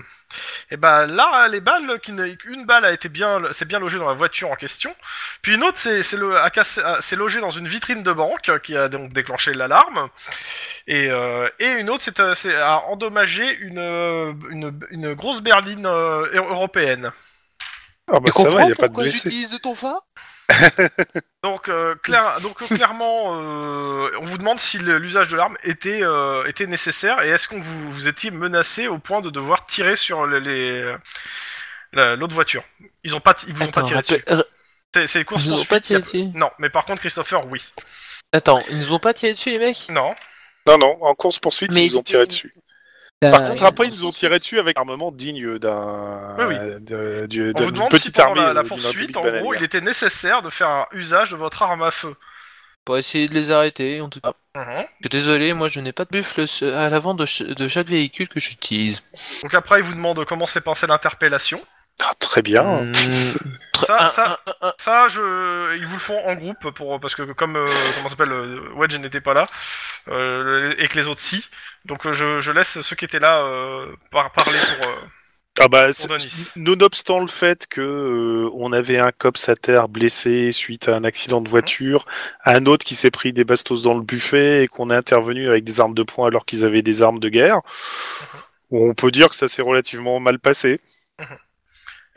Speaker 2: eh ben, là, les balles, qui n'a- une balle a été bien, c'est bien logée dans la voiture en question. Puis une autre, c'est c'est le, a cassé- a- c'est logée dans une vitrine de banque euh, qui a donc déclenché l'alarme. Et, euh, et une autre, c'est, euh, c'est a endommagé une, euh, une, une grosse berline euh, européenne.
Speaker 4: Ah bah
Speaker 5: Tu
Speaker 4: ça va, il
Speaker 5: comprends
Speaker 4: n'y a pas de
Speaker 5: pourquoi
Speaker 4: blessé.
Speaker 5: j'utilise de ton phare
Speaker 2: Donc, euh,
Speaker 5: *laughs*
Speaker 2: clair, donc euh, clairement, euh, on vous demande si le- l'usage de l'arme était, euh, était nécessaire et est-ce qu'on vous, vous étiez menacé au point de devoir tirer sur le- les la- l'autre voiture. Ils ont pas, ti- ils vous ont pas tiré dessus.
Speaker 5: rappelle- euh,
Speaker 2: C'est- C'est course
Speaker 5: ils nous ont pas tiré
Speaker 2: poursuite.
Speaker 5: dessus
Speaker 2: Non, mais par contre Christopher, oui.
Speaker 5: Attends, ils nous ont pas tiré dessus, les mecs
Speaker 2: Non.
Speaker 4: Non, non, en course poursuite,
Speaker 5: Mais
Speaker 4: ils nous ont
Speaker 5: ils-
Speaker 4: tiré dessus. Par
Speaker 6: Euh,
Speaker 4: contre, après, ils nous ont tiré dessus avec un armement digne d'un.
Speaker 2: Oui, oui.
Speaker 4: de- du-
Speaker 2: On
Speaker 4: de-
Speaker 2: vous
Speaker 4: d'une
Speaker 2: demande si
Speaker 4: petite
Speaker 2: pendant
Speaker 4: armée.
Speaker 2: la, la
Speaker 4: euh, d'une
Speaker 2: poursuite,
Speaker 4: république
Speaker 2: en gros,
Speaker 4: bananière.
Speaker 2: il était nécessaire de faire un usage de votre arme à feu.
Speaker 5: Pour essayer de les arrêter, en tout cas.
Speaker 2: Mhm.
Speaker 5: Je suis Désolé, moi je n'ai pas de buffle ce- à l'avant de, ch- de chaque véhicule que j'utilise.
Speaker 2: Donc après, il vous demande comment s'est passée l'interpellation.
Speaker 4: Ah, très bien.
Speaker 5: Mmh,
Speaker 2: Ça-
Speaker 5: un-
Speaker 2: Ah, ça-
Speaker 5: un- un- un-
Speaker 2: Ça, je... ils vous le font en groupe pour parce que comme euh, comment ça s'appelle euh, Wedge n'était pas là euh, et que les autres si. Donc euh, je, je laisse ceux qui étaient là euh, par parler pour. euh,
Speaker 4: Ah bah, c'est-
Speaker 2: Denis.
Speaker 4: nonobstant le fait que euh, on avait un cops à terre blessé suite à un accident
Speaker 2: Mhm.
Speaker 4: de voiture, un autre qui s'est pris des bastos dans le buffet et qu'on est intervenu avec des armes de poing alors qu'ils avaient des armes de guerre,
Speaker 2: Mhm.
Speaker 4: on peut dire que ça s'est relativement mal passé.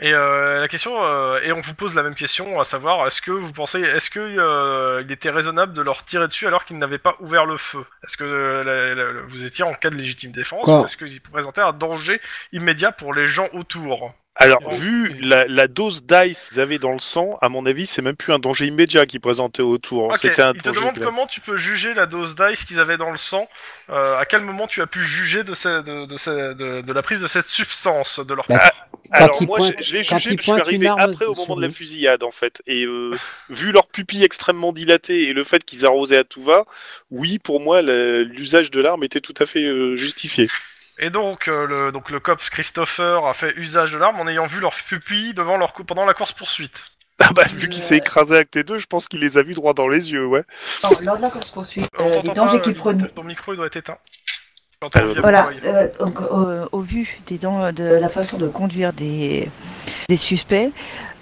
Speaker 2: Et euh, la question euh, et on vous pose la même question à savoir est-ce que vous pensez est-ce que euh, il était raisonnable de leur tirer dessus alors qu'ils n'avaient pas ouvert le feu Est-ce que euh, la- la- la- vous étiez en cas de légitime défense
Speaker 6: Quoi
Speaker 2: ou est-ce qu'ils présentaient un danger immédiat pour les gens autour
Speaker 4: Alors,
Speaker 2: Bon.
Speaker 4: vu la, la dose d'ice qu'ils avaient dans le sang, à mon avis, c'est même plus un danger immédiat qu'ils présentaient autour. hein.
Speaker 2: Ok,
Speaker 4: C'était un
Speaker 2: il te
Speaker 4: danger
Speaker 2: demande
Speaker 4: de-
Speaker 2: comment tu peux juger la dose d'ice qu'ils avaient dans le sang. euh, à quel moment tu as pu juger de, ce- de, de ce- de- de la prise de cette substance de leur
Speaker 6: Bah,
Speaker 2: part
Speaker 6: Quand
Speaker 4: Alors
Speaker 6: il
Speaker 4: moi,
Speaker 6: pointe-
Speaker 4: je- je l'ai
Speaker 6: quand
Speaker 4: jugé,
Speaker 6: il
Speaker 4: je suis
Speaker 6: pointe une
Speaker 4: arrivé
Speaker 6: arme
Speaker 4: après au moment
Speaker 6: sur
Speaker 4: de la
Speaker 6: nous.
Speaker 4: fusillade en fait. Et euh, *laughs* vu leur pupille extrêmement dilatée et le fait qu'ils arrosaient à tout va, oui, pour moi, le- l'usage de l'arme était tout à fait euh, justifié. *laughs*
Speaker 2: Et donc, euh, le, donc le cops Christopher a fait usage de l'arme en ayant vu leur pupille devant leur cou- pendant la course poursuite.
Speaker 4: Ah bah, vu qu'il s'est
Speaker 8: Ouais.
Speaker 4: écrasé avec les deux, je pense qu'il les a vus droit dans les yeux, ouais.
Speaker 8: Non, lors de la course poursuite, euh, les dangers qu'il prenait.
Speaker 2: Ton micro il doit être éteint. Quand
Speaker 4: Alors,
Speaker 2: on vient
Speaker 3: Voilà,
Speaker 2: pour l'oreille.
Speaker 3: euh, donc, euh, au vu des dents- euh, de la façon de conduire des, des suspects,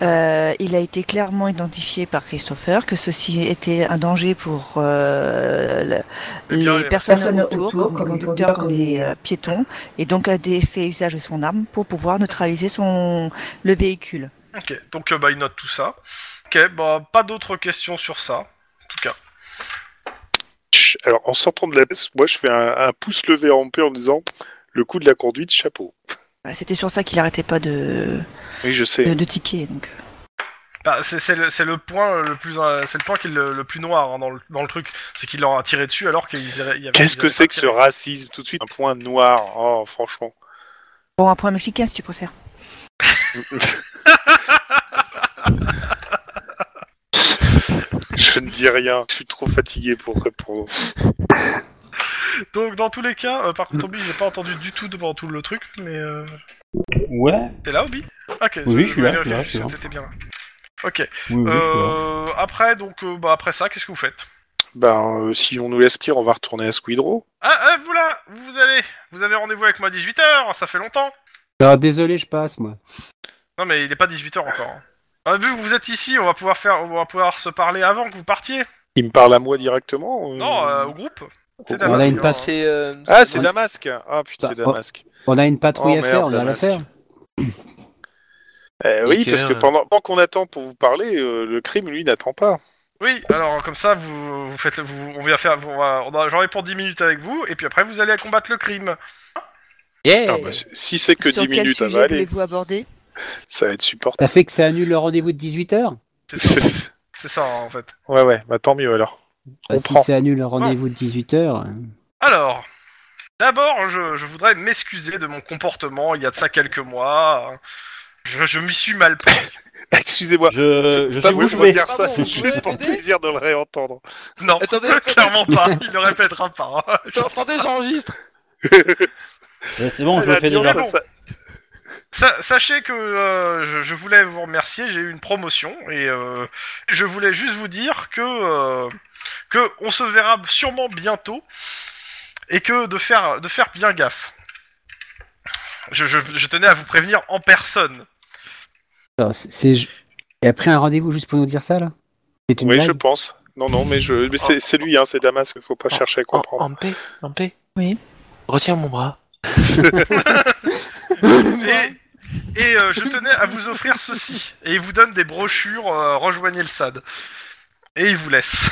Speaker 3: euh, il a été clairement identifié par Christopher que ceci était un danger pour euh, la-
Speaker 2: Le bien et
Speaker 3: les
Speaker 2: la-
Speaker 3: personnes
Speaker 8: Personnes
Speaker 3: autour,
Speaker 8: autour,
Speaker 3: comme les conducteurs, comme les euh, piétons, et donc a dé- fait usage de son arme pour pouvoir neutraliser son, le véhicule.
Speaker 2: Ok, donc euh, bah, il note tout ça. Ok, bah pas d'autres questions sur ça. En tout cas.
Speaker 4: Chut. Alors en sortant de la pièce, moi je fais un, un pouce levé en paix en disant le coup de la conduite, chapeau.
Speaker 3: Voilà, C'était sur ça qu'il arrêtait pas de,
Speaker 4: Oui, je sais.
Speaker 3: de, de tiquer. Donc.
Speaker 2: Bah, c'est c'est le, c'est le point le plus euh, c'est le point qui est le, le plus noir hein, dans, le, dans le truc, c'est qu'il leur a tiré dessus alors qu'ils ils avaient- ils avaient
Speaker 4: Qu'est-ce
Speaker 2: pas
Speaker 4: que c'est que ce
Speaker 2: tiré.
Speaker 4: racisme Tout de suite, un point noir. Oh, franchement.
Speaker 3: Bon, un point mexicain si tu préfères.
Speaker 4: *laughs* Je ne dis rien. Je suis trop fatigué pour répondre.
Speaker 2: Donc dans tous les cas, euh, par contre Obi, j'ai pas entendu du tout devant tout le truc, mais euh,
Speaker 9: Ouais,
Speaker 2: t'es là Obi Ok,
Speaker 9: Oui, je suis
Speaker 2: voulais
Speaker 9: là, je suis
Speaker 2: vérifier
Speaker 9: là,
Speaker 2: si
Speaker 9: je suis là.
Speaker 2: t'étais bien là. Ok.
Speaker 9: oui, oui, je suis là.
Speaker 2: Euh, après donc euh, bah après ça, qu'est-ce que vous faites
Speaker 4: Ben, euh, si on nous laisse tirer, on va retourner à Squidro.
Speaker 2: Ah, ah, vous là, vous allez, vous avez rendez-vous avec moi à 18h, ça fait longtemps.
Speaker 7: Ah, désolé, je passe, moi.
Speaker 2: Non mais il est pas 18h encore. hein. Ah, vu que vous êtes ici, on va pouvoir faire, on va pouvoir se parler avant que vous partiez.
Speaker 4: Il me parle à moi directement. euh,
Speaker 2: Non, euh, au groupe. C'est
Speaker 7: On a une
Speaker 2: hein.
Speaker 7: passe-
Speaker 5: C'est, euh,
Speaker 4: Ah, c'est
Speaker 5: ouais,
Speaker 4: Damasque. Ah, putain, c'est
Speaker 7: Bah,
Speaker 4: Damasque.
Speaker 7: On a une patrouille
Speaker 4: Oh,
Speaker 7: à
Speaker 4: merde,
Speaker 7: faire, on a la
Speaker 4: Damasque.
Speaker 7: faire.
Speaker 4: Eh oui,
Speaker 5: Nickel.
Speaker 4: parce que pendant, pendant qu'on attend pour vous parler, euh, le crime, lui, n'attend pas.
Speaker 2: Oui, alors comme ça, vous, vous faites, vous, on vient faire, vous- on va- on a- j'en ai pour 10 minutes avec vous, et puis après vous allez combattre le crime.
Speaker 5: Yeah.
Speaker 4: Ah, bah, c'est- si c'est que
Speaker 3: Eh. Sur
Speaker 4: 10
Speaker 3: quel
Speaker 4: minutes, ça
Speaker 3: sujet
Speaker 4: va aller.
Speaker 3: voulez-vous aborder
Speaker 4: Ça va être supportable.
Speaker 6: *laughs*
Speaker 7: Ça fait que ça annule le rendez-vous de 18h
Speaker 2: C'est
Speaker 4: *laughs*
Speaker 2: ça, c'est ça hein, en fait.
Speaker 4: ouais, ouais, bah tant mieux alors.
Speaker 7: bah, Si
Speaker 4: Comprends.
Speaker 7: ça annule le rendez-vous de euh, 18h.
Speaker 2: Alors, d'abord, je, je voudrais m'excuser de mon comportement il y a de ça quelques mois. Je, je m'y suis mal pris.
Speaker 4: *laughs*
Speaker 1: Euh,
Speaker 4: Excusez-moi.
Speaker 1: Je, je
Speaker 4: pas
Speaker 1: suis
Speaker 4: voulu
Speaker 1: bouche bée.
Speaker 4: dire ça,
Speaker 1: Pardon,
Speaker 4: c'est
Speaker 1: vous
Speaker 4: juste
Speaker 1: pouvez
Speaker 4: pour le
Speaker 1: m'aider
Speaker 4: plaisir de le réentendre.
Speaker 5: *laughs*
Speaker 2: Non,
Speaker 5: Attendez,
Speaker 2: clairement pas. Il le répétera pas. hein.
Speaker 5: Attendez, j'enregistre.
Speaker 1: Mais Eh, C'est bon, je le
Speaker 4: La
Speaker 1: fais
Speaker 4: durée,
Speaker 1: déjà.
Speaker 4: ça- ça-
Speaker 2: Sa- sachez que euh, je, je voulais vous remercier, j'ai eu une promotion et euh, je voulais juste vous dire que euh, que on se verra sûrement bientôt et que de faire de faire bien gaffe. Je, je- je tenais à vous prévenir en personne.
Speaker 7: Attends, c'est- c'est- Il a pris un rendez-vous juste pour nous dire ça, là C'est une
Speaker 4: Oui,
Speaker 7: blague
Speaker 4: je pense. Non, non, mais, je... mais c'est c'est lui, hein, c'est Damasque, faut pas chercher à
Speaker 5: En,
Speaker 4: comprendre.
Speaker 5: en paix, en paix.
Speaker 3: Oui.
Speaker 5: Retiens mon bras.
Speaker 2: Et, et, euh, je tenais à vous offrir ceci. Et il vous donne des brochures, euh, rejoignez le SAD. Et il vous laisse.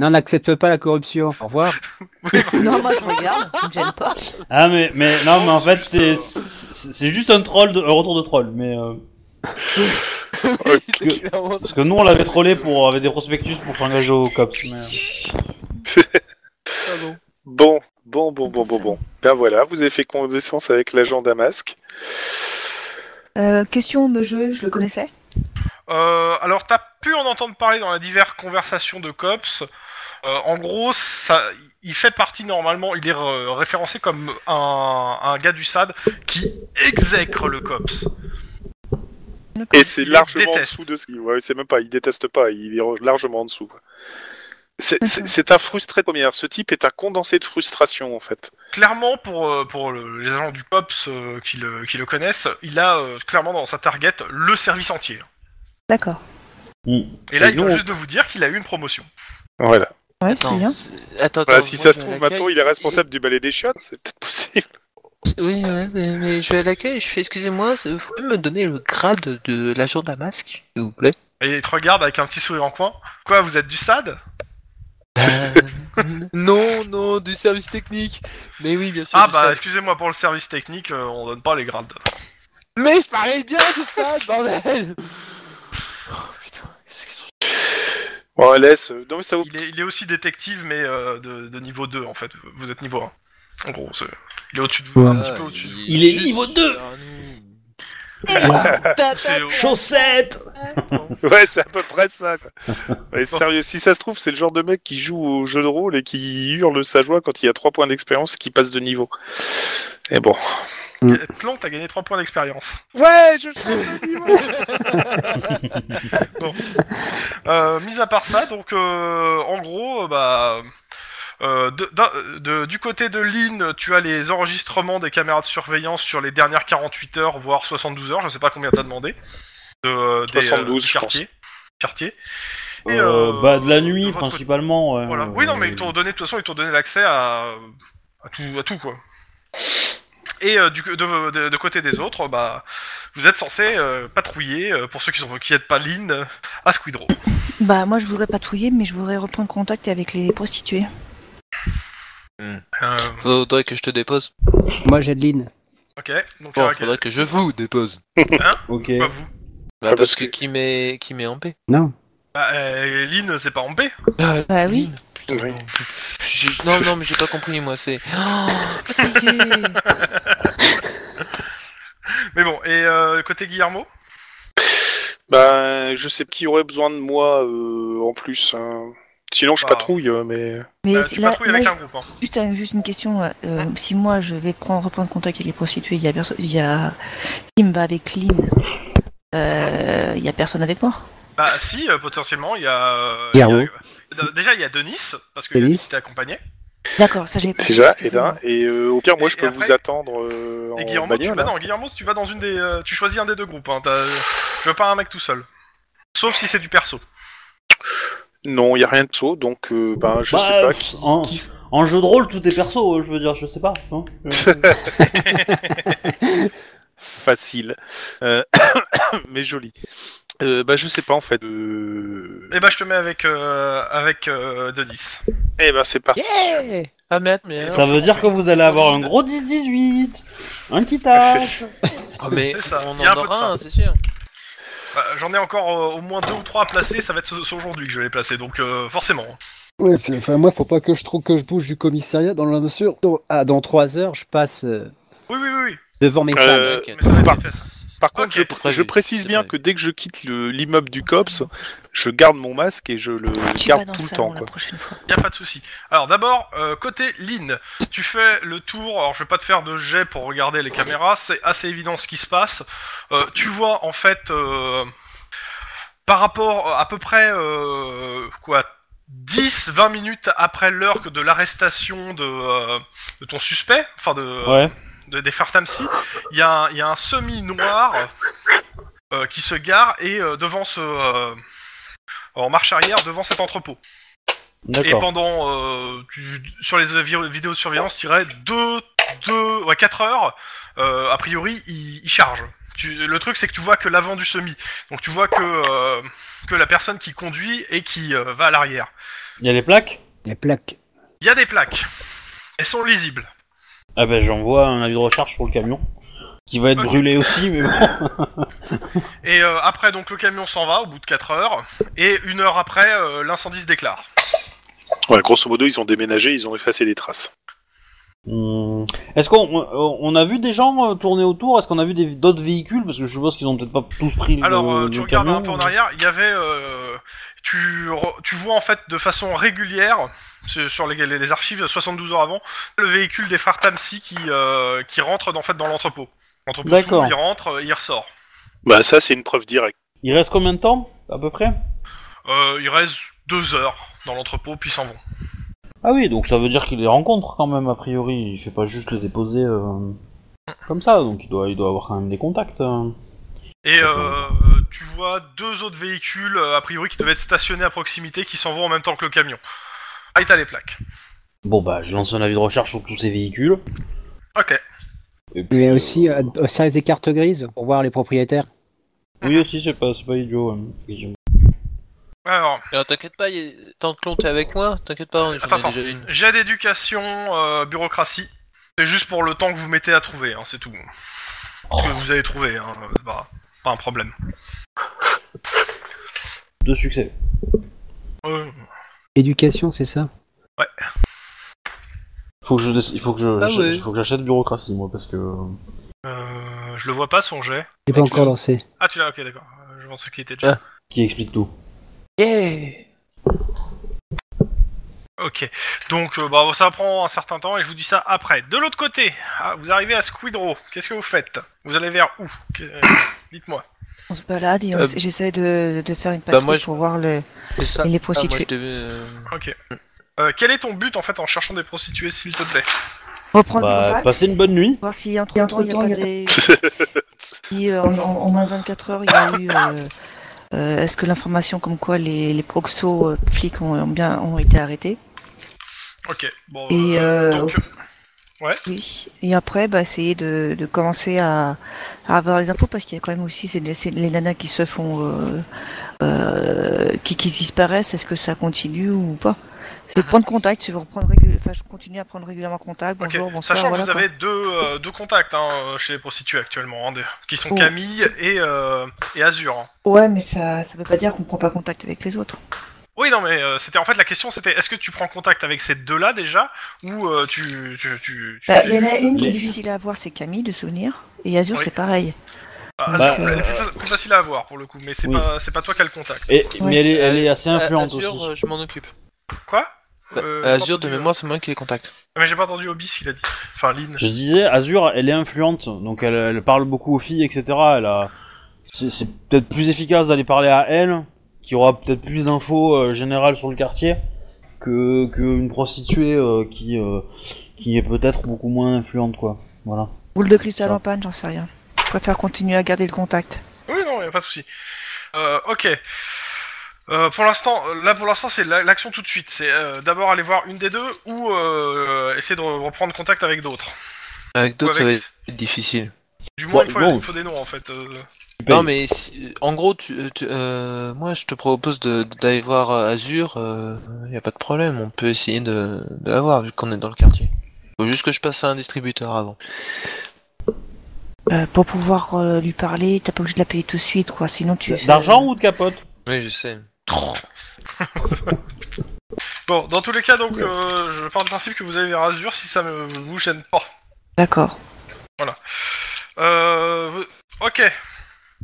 Speaker 7: Non, on n'accepte pas la corruption. Au revoir.
Speaker 3: Non, moi je regarde, ça me gêne pas.
Speaker 1: Ah mais mais non mais en fait c'est c'est c'est juste un troll de, un retour de troll mais euh, parce que nous on l'avait trollé pour avec des prospectus pour s'engager au cops mais euh,
Speaker 4: Bon, bon, bon, bon, bon, bon. Ben voilà, vous avez fait connaissance avec l'agent Damasque.
Speaker 3: Euh, question de jeu, je le connaissais
Speaker 2: Euh, alors, t'as pu en entendre parler dans les diverses conversations de cops. Euh, en gros, ça, il fait partie normalement, il est euh, référencé comme un, un gars du SAD qui exècre le cops.
Speaker 4: Et c'est
Speaker 2: Il
Speaker 4: largement en
Speaker 2: déteste.
Speaker 4: dessous de ce qu'il. Ouais, c'est même pas, il déteste pas, il est re- largement en dessous. quoi. C'est- C'est c'est un frustré de première. Ce type est un condensé de frustration, en fait.
Speaker 2: Clairement, pour, euh, pour le- les agents du cops euh, qui, le, qui le connaissent, il a euh, clairement dans sa target le service entier.
Speaker 3: D'accord.
Speaker 2: Et là,
Speaker 1: Et
Speaker 2: il
Speaker 1: nous,
Speaker 2: vient
Speaker 1: on-
Speaker 2: juste de vous dire qu'il a eu une promotion.
Speaker 4: Voilà.
Speaker 3: Ouais, c'est
Speaker 5: Attends,
Speaker 3: bien.
Speaker 5: c'est- attends,
Speaker 4: Bah,
Speaker 5: attends,
Speaker 4: si
Speaker 5: moi,
Speaker 4: ça
Speaker 5: je
Speaker 4: se
Speaker 5: vais
Speaker 4: trouve,
Speaker 5: à
Speaker 4: maintenant,
Speaker 5: l'accueil.
Speaker 4: il est responsable du balai des chiottes, c'est peut-être possible.
Speaker 5: Oui, ouais, mais, mais je vais à l'accueil. Je fais, excusez-moi, vous pouvez me donner le grade de l'agent Damasque, s'il vous plaît
Speaker 2: Et il te regarde avec un petit sourire en coin. Quoi, vous êtes du SAD Bah,
Speaker 5: Euh, n- *laughs* Non, non, du service technique. Mais oui, bien sûr.
Speaker 2: Ah
Speaker 5: du
Speaker 2: bah,
Speaker 5: service-
Speaker 2: excusez-moi pour le service technique, euh, on donne pas les grades.
Speaker 5: Mais je parlais bien de ça, bordel. Oh, putain, qu'est-ce qu'ils sont-
Speaker 4: Bon, laisse. euh, Non, mais ça vaut
Speaker 2: Il est, il est aussi détective, mais euh, de, de niveau 2, en fait. Vous êtes niveau 1. En gros, c'est- il est au-dessus de vous, un petit peu au-dessus de vous.
Speaker 1: Il est
Speaker 5: juste
Speaker 1: niveau deux.
Speaker 5: sur nous.
Speaker 2: C'est-
Speaker 1: chaussettes
Speaker 4: *laughs* Ouais, c'est à peu près ça. Quoi. Mais sérieux, si ça se trouve, c'est le genre de mec qui joue au jeu de rôle et qui hurle sa joie quand il a trois points d'expérience qui passe de niveau. Et bon.
Speaker 2: Tlon, t'as gagné 3 points d'expérience.
Speaker 4: Ouais, je change de niveau.
Speaker 2: *laughs* Euh, mis à part ça, donc euh, en gros, euh, bah, euh, de- d'un- de- du côté de Lynn, tu as les enregistrements des caméras de surveillance sur les dernières 48 heures, voire 72 heures, je sais pas combien t'as demandé. De, euh, des, euh,
Speaker 4: 72,
Speaker 2: du
Speaker 4: je
Speaker 2: quartier. quartier. Et,
Speaker 1: euh,
Speaker 2: euh,
Speaker 1: bah de la
Speaker 2: de
Speaker 1: nuit
Speaker 2: votre côté-
Speaker 1: principalement ouais,
Speaker 2: Voilà.
Speaker 1: euh,
Speaker 2: Oui, non, mais ils t'ont donné, de toute façon, ils t'ont donné l'accès à, à, tout, à tout, quoi. Et euh, du, de, de- de côté des autres, bah, vous êtes censés euh, patrouiller, euh, pour ceux qui sont qui n'êtes pas Lynn, euh, à Squidrow.
Speaker 3: Bah, moi je voudrais patrouiller, mais je voudrais reprendre contact avec les prostituées.
Speaker 2: Euh,
Speaker 5: Faudrait que je te dépose.
Speaker 7: Moi, j'ai de l'ine.
Speaker 2: ok, donc
Speaker 5: Bon,
Speaker 2: euh, ok.
Speaker 5: faudrait que je vous dépose.
Speaker 1: ok
Speaker 2: Pas vous.
Speaker 5: Bah,
Speaker 4: Ah, parce
Speaker 5: parce que
Speaker 4: que-
Speaker 5: qui met qui met en paix
Speaker 7: Non.
Speaker 2: Bah, euh, Lynn, c'est pas en paix.
Speaker 5: Ah,
Speaker 3: Bah oui.
Speaker 4: Oui.
Speaker 5: J'ai- Non, non, mais j'ai pas compris, moi, c'est... *gasps* Oh, fatigué.
Speaker 2: Mais bon, et euh, côté Guillermo
Speaker 4: Ben, je sais qui aurait besoin de moi euh, en plus. hein. Sinon, je
Speaker 2: Bah.
Speaker 4: patrouille, euh,
Speaker 2: *laughs*
Speaker 4: mais.
Speaker 3: Mais
Speaker 2: Euh,
Speaker 3: c'est-
Speaker 2: Tu
Speaker 3: là-
Speaker 2: patrouilles
Speaker 3: là,
Speaker 2: avec
Speaker 3: je-
Speaker 2: un groupe. Hein.
Speaker 3: juste, un- juste une question. euh, euh, si moi je vais prendre, reprendre contact avec les prostituées, il y a personne. Il y a. Kim va avec Lynn. Euh, Il y a personne avec moi.
Speaker 2: Bah si, euh, potentiellement, il y a... euh,
Speaker 6: Guillermo.
Speaker 2: il y a- Déjà, il y a Denis, parce que
Speaker 6: Denis.
Speaker 2: tu t'es accompagné.
Speaker 3: D'accord, ça j'ai pas.
Speaker 4: Déjà, et,
Speaker 3: excusez-moi.
Speaker 4: et euh, au pire, moi,
Speaker 2: Et-
Speaker 4: je
Speaker 2: et
Speaker 4: peux
Speaker 2: après-
Speaker 4: vous attendre euh,
Speaker 2: Et
Speaker 4: en
Speaker 2: Guillermo, tu
Speaker 4: bagnole.
Speaker 2: vas
Speaker 4: hein.
Speaker 2: dans, Guillermo, si tu vas dans une des... euh, tu choisis un des deux groupes. Hein, t'as- Je veux pas un mec tout seul. Sauf si c'est du perso.
Speaker 4: Non, il y a rien de saut, donc euh, ben, je
Speaker 1: Bah,
Speaker 4: sais pas
Speaker 1: euh,
Speaker 4: qui.
Speaker 1: en,
Speaker 4: qui-
Speaker 1: en jeu de rôle, tout est perso, euh, je veux dire, je sais pas.
Speaker 4: *laughs*
Speaker 1: hein. Je-
Speaker 4: Facile, Euh, *coughs* mais joli. Euh, bah, je sais pas en fait. Euh...
Speaker 2: Et bah, je te mets avec, euh, avec euh, Denis.
Speaker 4: Eh
Speaker 2: bah,
Speaker 4: ben, c'est *laughs* parti.
Speaker 5: Yeah Ah, mais, att- mais alors-
Speaker 1: Ça veut dire que vous allez avoir un gros 10-18, un
Speaker 2: *laughs*
Speaker 1: petit tâche.
Speaker 5: Ah, mais
Speaker 2: C'est ça,
Speaker 5: on
Speaker 2: y a un peu
Speaker 5: en
Speaker 2: de
Speaker 5: aura
Speaker 2: ça.
Speaker 5: un, c'est sûr.
Speaker 2: Bah, J'en ai encore euh, au moins deux ou trois à placer, ça va être ce- ce aujourd'hui que je vais les placer, donc euh, forcément.
Speaker 6: Ouais, puis, enfin, moi, faut pas que je trouve que je bouge du commissariat dans la mesure. où- Ah, dans trois heures, je passe euh,
Speaker 2: Oui, oui, oui, oui.
Speaker 6: devant mes femmes.
Speaker 4: Euh,
Speaker 5: T'inquiète.
Speaker 2: mais ça va être
Speaker 4: par-
Speaker 2: vite fait, ça.
Speaker 4: Par contre,
Speaker 2: Ah, Ok.
Speaker 4: je, pr-
Speaker 5: Prévu.
Speaker 4: je précise
Speaker 5: C'est
Speaker 4: bien
Speaker 5: prévu.
Speaker 4: que dès que je quitte le- l'immeuble du COPS, je garde mon masque et je le
Speaker 3: Ah, Tu vas
Speaker 4: garde
Speaker 3: dans
Speaker 4: tout le
Speaker 3: salon
Speaker 4: temps.
Speaker 3: la
Speaker 4: Quoi.
Speaker 3: prochaine fois.
Speaker 2: Y a pas de souci. Alors d'abord, euh, côté Lynn, tu fais le tour. Alors je vais pas te faire de jet pour regarder les caméras, c'est assez évident ce qui se passe. Euh, tu vois en fait, euh, par rapport euh, à peu près euh, quoi, 10-20 minutes après l'heure que de l'arrestation de, euh, de ton suspect, enfin de,
Speaker 1: Ouais.
Speaker 2: de- des Fartamsi, il y, a un- y a un semi noir euh, qui se gare et euh, devant ce euh, en marche arrière devant cet entrepôt. Et
Speaker 1: D'accord.
Speaker 2: pendant, euh, tu- sur les vi- vidéos de surveillance, tu dirais 2, 2, ouais, 4 heures, euh, a priori, il, il charge. Tu- le truc, c'est que tu vois que l'avant du semi. Donc tu vois que, euh, que la personne qui conduit et qui euh, va à l'arrière.
Speaker 1: Il y a les plaques
Speaker 6: Les plaques.
Speaker 2: Il y a des plaques. Elles sont lisibles.
Speaker 1: Ah ben j'envoie un avis de recharge pour le camion, qui va être
Speaker 2: Ok.
Speaker 1: brûlé aussi, mais bon.
Speaker 2: Et euh, après, donc le camion s'en va au bout de 4 heures. Et une heure après, euh, l'incendie se déclare.
Speaker 4: Ouais, grosso modo, ils ont déménagé, ils ont effacé les traces.
Speaker 1: Hmm. Est-ce qu'on on on a vu des gens euh, tourner autour Est-ce qu'on a vu des- d'autres véhicules Parce que je suppose qu'ils ont peut-être pas tous pris le,
Speaker 2: Alors, euh,
Speaker 1: Mmh. le
Speaker 2: tu regardes
Speaker 1: camion.
Speaker 2: un peu en arrière, il y avait. euh, tu, re- tu vois en fait de façon régulière, c'est sur les, les- les archives, 72 heures avant, le véhicule des frères Tamsi qui, euh, qui rentre en fait dans l'entrepôt. L'entrepôt
Speaker 1: D'accord.
Speaker 2: s'ouvre, il rentre, euh, il ressort.
Speaker 4: Bah, ça, c'est une preuve directe.
Speaker 1: Il reste combien de temps, à peu près
Speaker 2: Euh, il reste deux heures dans l'entrepôt, puis ils s'en vont.
Speaker 1: Ah oui, donc ça veut dire qu'il les rencontre quand même, a priori. Il fait pas juste les déposer euh, comme ça, donc il doit, il doit avoir quand même des contacts. euh.
Speaker 2: Et
Speaker 1: D'accord.
Speaker 2: euh, tu vois deux autres véhicules, euh, a priori, qui devaient être stationnés à proximité, qui s'en vont en même temps que le camion. Ah, et t'as les plaques.
Speaker 1: Bon bah, je lance un avis de recharge sur tous ces véhicules.
Speaker 2: Ok.
Speaker 1: Et puis,
Speaker 6: Mais
Speaker 1: euh,
Speaker 6: aussi euh, au service des cartes grises pour voir les propriétaires.
Speaker 1: Oui aussi, c'est pas, c'est pas idiot. hein, effectivement.
Speaker 2: Alors,
Speaker 5: Alors, t'inquiète pas, y a- tant que l'on t'es avec moi, t'inquiète pas, j'en
Speaker 2: Attends,
Speaker 5: ai
Speaker 2: attends.
Speaker 5: déjà une.
Speaker 2: J'ai d'éducation, euh, bureaucratie. C'est juste pour le temps que vous mettez à trouver, hein, c'est tout. Ce que vous avez trouvé, hein, c'est pas, pas un problème.
Speaker 1: Deux succès.
Speaker 2: Euh,
Speaker 6: Éducation, c'est ça
Speaker 1: Faut que je, déc- il faut que
Speaker 6: Bah
Speaker 1: je,
Speaker 5: Ah
Speaker 1: j'ach-
Speaker 5: ouais.
Speaker 1: faut que j'achète bureaucratie moi parce que.
Speaker 2: euh, je le vois pas son jet.
Speaker 6: J'ai pas encore lancé.
Speaker 2: Ah, tu l'as, ok, d'accord. Euh, Je pensais qu'il était déjà.
Speaker 1: qui explique tout.
Speaker 5: Yeah
Speaker 2: Ok. Donc, euh, bah, ça prend un certain temps et je vous dis ça après. De l'autre côté, ah, vous arrivez à Squidrow. Qu'est-ce que vous faites Vous allez vers où Qu'est- euh, Dites-moi.
Speaker 3: On se balade et on
Speaker 5: Euh,
Speaker 3: s- j'essaie de, de faire une patrouille
Speaker 5: moi, je-
Speaker 3: pour voir le,
Speaker 5: C'est ça.
Speaker 3: les
Speaker 5: Ah, moi,
Speaker 3: prostituées.
Speaker 5: je devais, euh,
Speaker 2: Ok. Euh, quel est ton but en fait en cherchant des prostituées, s'il te plaît
Speaker 3: Reprendre
Speaker 1: Bah,
Speaker 3: contact,
Speaker 1: passez une bonne nuit.
Speaker 3: voir si entre temps il n'y a pas des.
Speaker 2: *laughs*
Speaker 3: Si euh, en, en- en moins de 24 heures il y a eu. euh, euh, Est-ce que l'information comme quoi les, les proxos euh, flics ont, ont bien ont été arrêtés
Speaker 2: Ok. Bon.
Speaker 3: Et,
Speaker 2: euh,
Speaker 3: euh,
Speaker 2: donc,
Speaker 3: Oui. Et après, bah, essayer de, de commencer à, à avoir les infos parce qu'il y a quand même aussi c'est les, c'est les nanas qui se font euh, euh, qui, qui disparaissent. Est-ce que ça continue ou pas
Speaker 2: Ah.
Speaker 3: C'est de prendre contact, c'est de reprendre régul- enfin, je continue à prendre régulièrement contact.
Speaker 2: Ok.
Speaker 3: Bonjour, bonsoir.
Speaker 2: Sachant
Speaker 3: voilà,
Speaker 2: que vous
Speaker 3: quoi.
Speaker 2: avez deux, euh, deux contacts hein, chez les prostituées actuellement, hein, des- qui sont
Speaker 3: Oh.
Speaker 2: Camille et, euh, et Azur. hein.
Speaker 3: Ouais, mais ça, ça veut pas dire qu'on prend pas contact avec les autres.
Speaker 2: Oui, non, mais euh, c'était en fait la question, c'était est-ce que tu prends contact avec ces deux-là déjà ou euh, tu, tu, tu, tu-
Speaker 3: Bah, Il y en a une qui est
Speaker 2: Les-
Speaker 3: difficile à avoir, c'est Camille, de souvenir. Et Azur,
Speaker 2: Oui.
Speaker 3: c'est pareil.
Speaker 2: Ah,
Speaker 1: Bah,
Speaker 2: Azur, elle est plus,
Speaker 1: euh,
Speaker 2: fa- plus facile à avoir pour le coup, mais c'est
Speaker 1: oui.
Speaker 2: pas c'est pas toi qui as le contact.
Speaker 1: Et,
Speaker 3: Ouais.
Speaker 1: Mais elle est, elle est assez
Speaker 5: Euh,
Speaker 1: influente
Speaker 5: Azure,
Speaker 1: aussi.
Speaker 5: euh, je m'en occupe.
Speaker 2: Quoi
Speaker 5: Bah,
Speaker 2: Euh,
Speaker 5: Azure,
Speaker 2: j'ai
Speaker 5: de
Speaker 2: pas entendu, euh, Ah,
Speaker 5: mémoire, c'est moi qui les contacte.
Speaker 2: Mais j'ai pas entendu Obi ce qu'il a dit. Enfin, Lynn.
Speaker 1: Je disais, Azure, elle est influente, donc elle, elle parle beaucoup aux filles, etc. Elle a... C'est c'est peut-être plus efficace d'aller parler à elle, qui aura peut-être plus d'infos euh, générales sur le quartier, que qu'une prostituée euh, qui euh, qui est peut-être beaucoup moins influente, quoi. Voilà.
Speaker 3: Boule de cristal
Speaker 1: Ça.
Speaker 3: en panne, j'en sais rien. Je préfère continuer à garder le contact.
Speaker 2: Oui, non, y a pas de souci. Euh, ok. Euh, pour l'instant, euh, là pour l'instant c'est la- l'action tout de suite. C'est euh, d'abord aller voir une des deux ou euh, essayer de re- reprendre contact avec d'autres.
Speaker 5: Avec
Speaker 2: Ou
Speaker 5: d'autres, ça va
Speaker 2: avec-
Speaker 5: être difficile.
Speaker 2: Du moins
Speaker 1: Bon,
Speaker 2: il, faut,
Speaker 1: bon.
Speaker 2: il faut des noms en fait. euh.
Speaker 1: Paye.
Speaker 5: Non, mais si- en gros, tu- tu- euh, moi, je te propose de- d'aller voir euh, Azure. Il n'y a pas de problème, on peut essayer de, de l'avoir, vu qu'on est dans le quartier. Faut juste que je passe à un distributeur avant.
Speaker 3: Euh, pour pouvoir euh, lui parler, t'as pas obligé de la payer tout de suite, quoi. Sinon, tu.
Speaker 1: Bah, D'argent ou de capote
Speaker 5: Oui, je sais.
Speaker 2: Bon, dans tous les cas donc euh, je pars du principe que vous allez vers Azure si ça ne vous gêne pas.
Speaker 3: D'accord.
Speaker 2: Euh, vous- ok.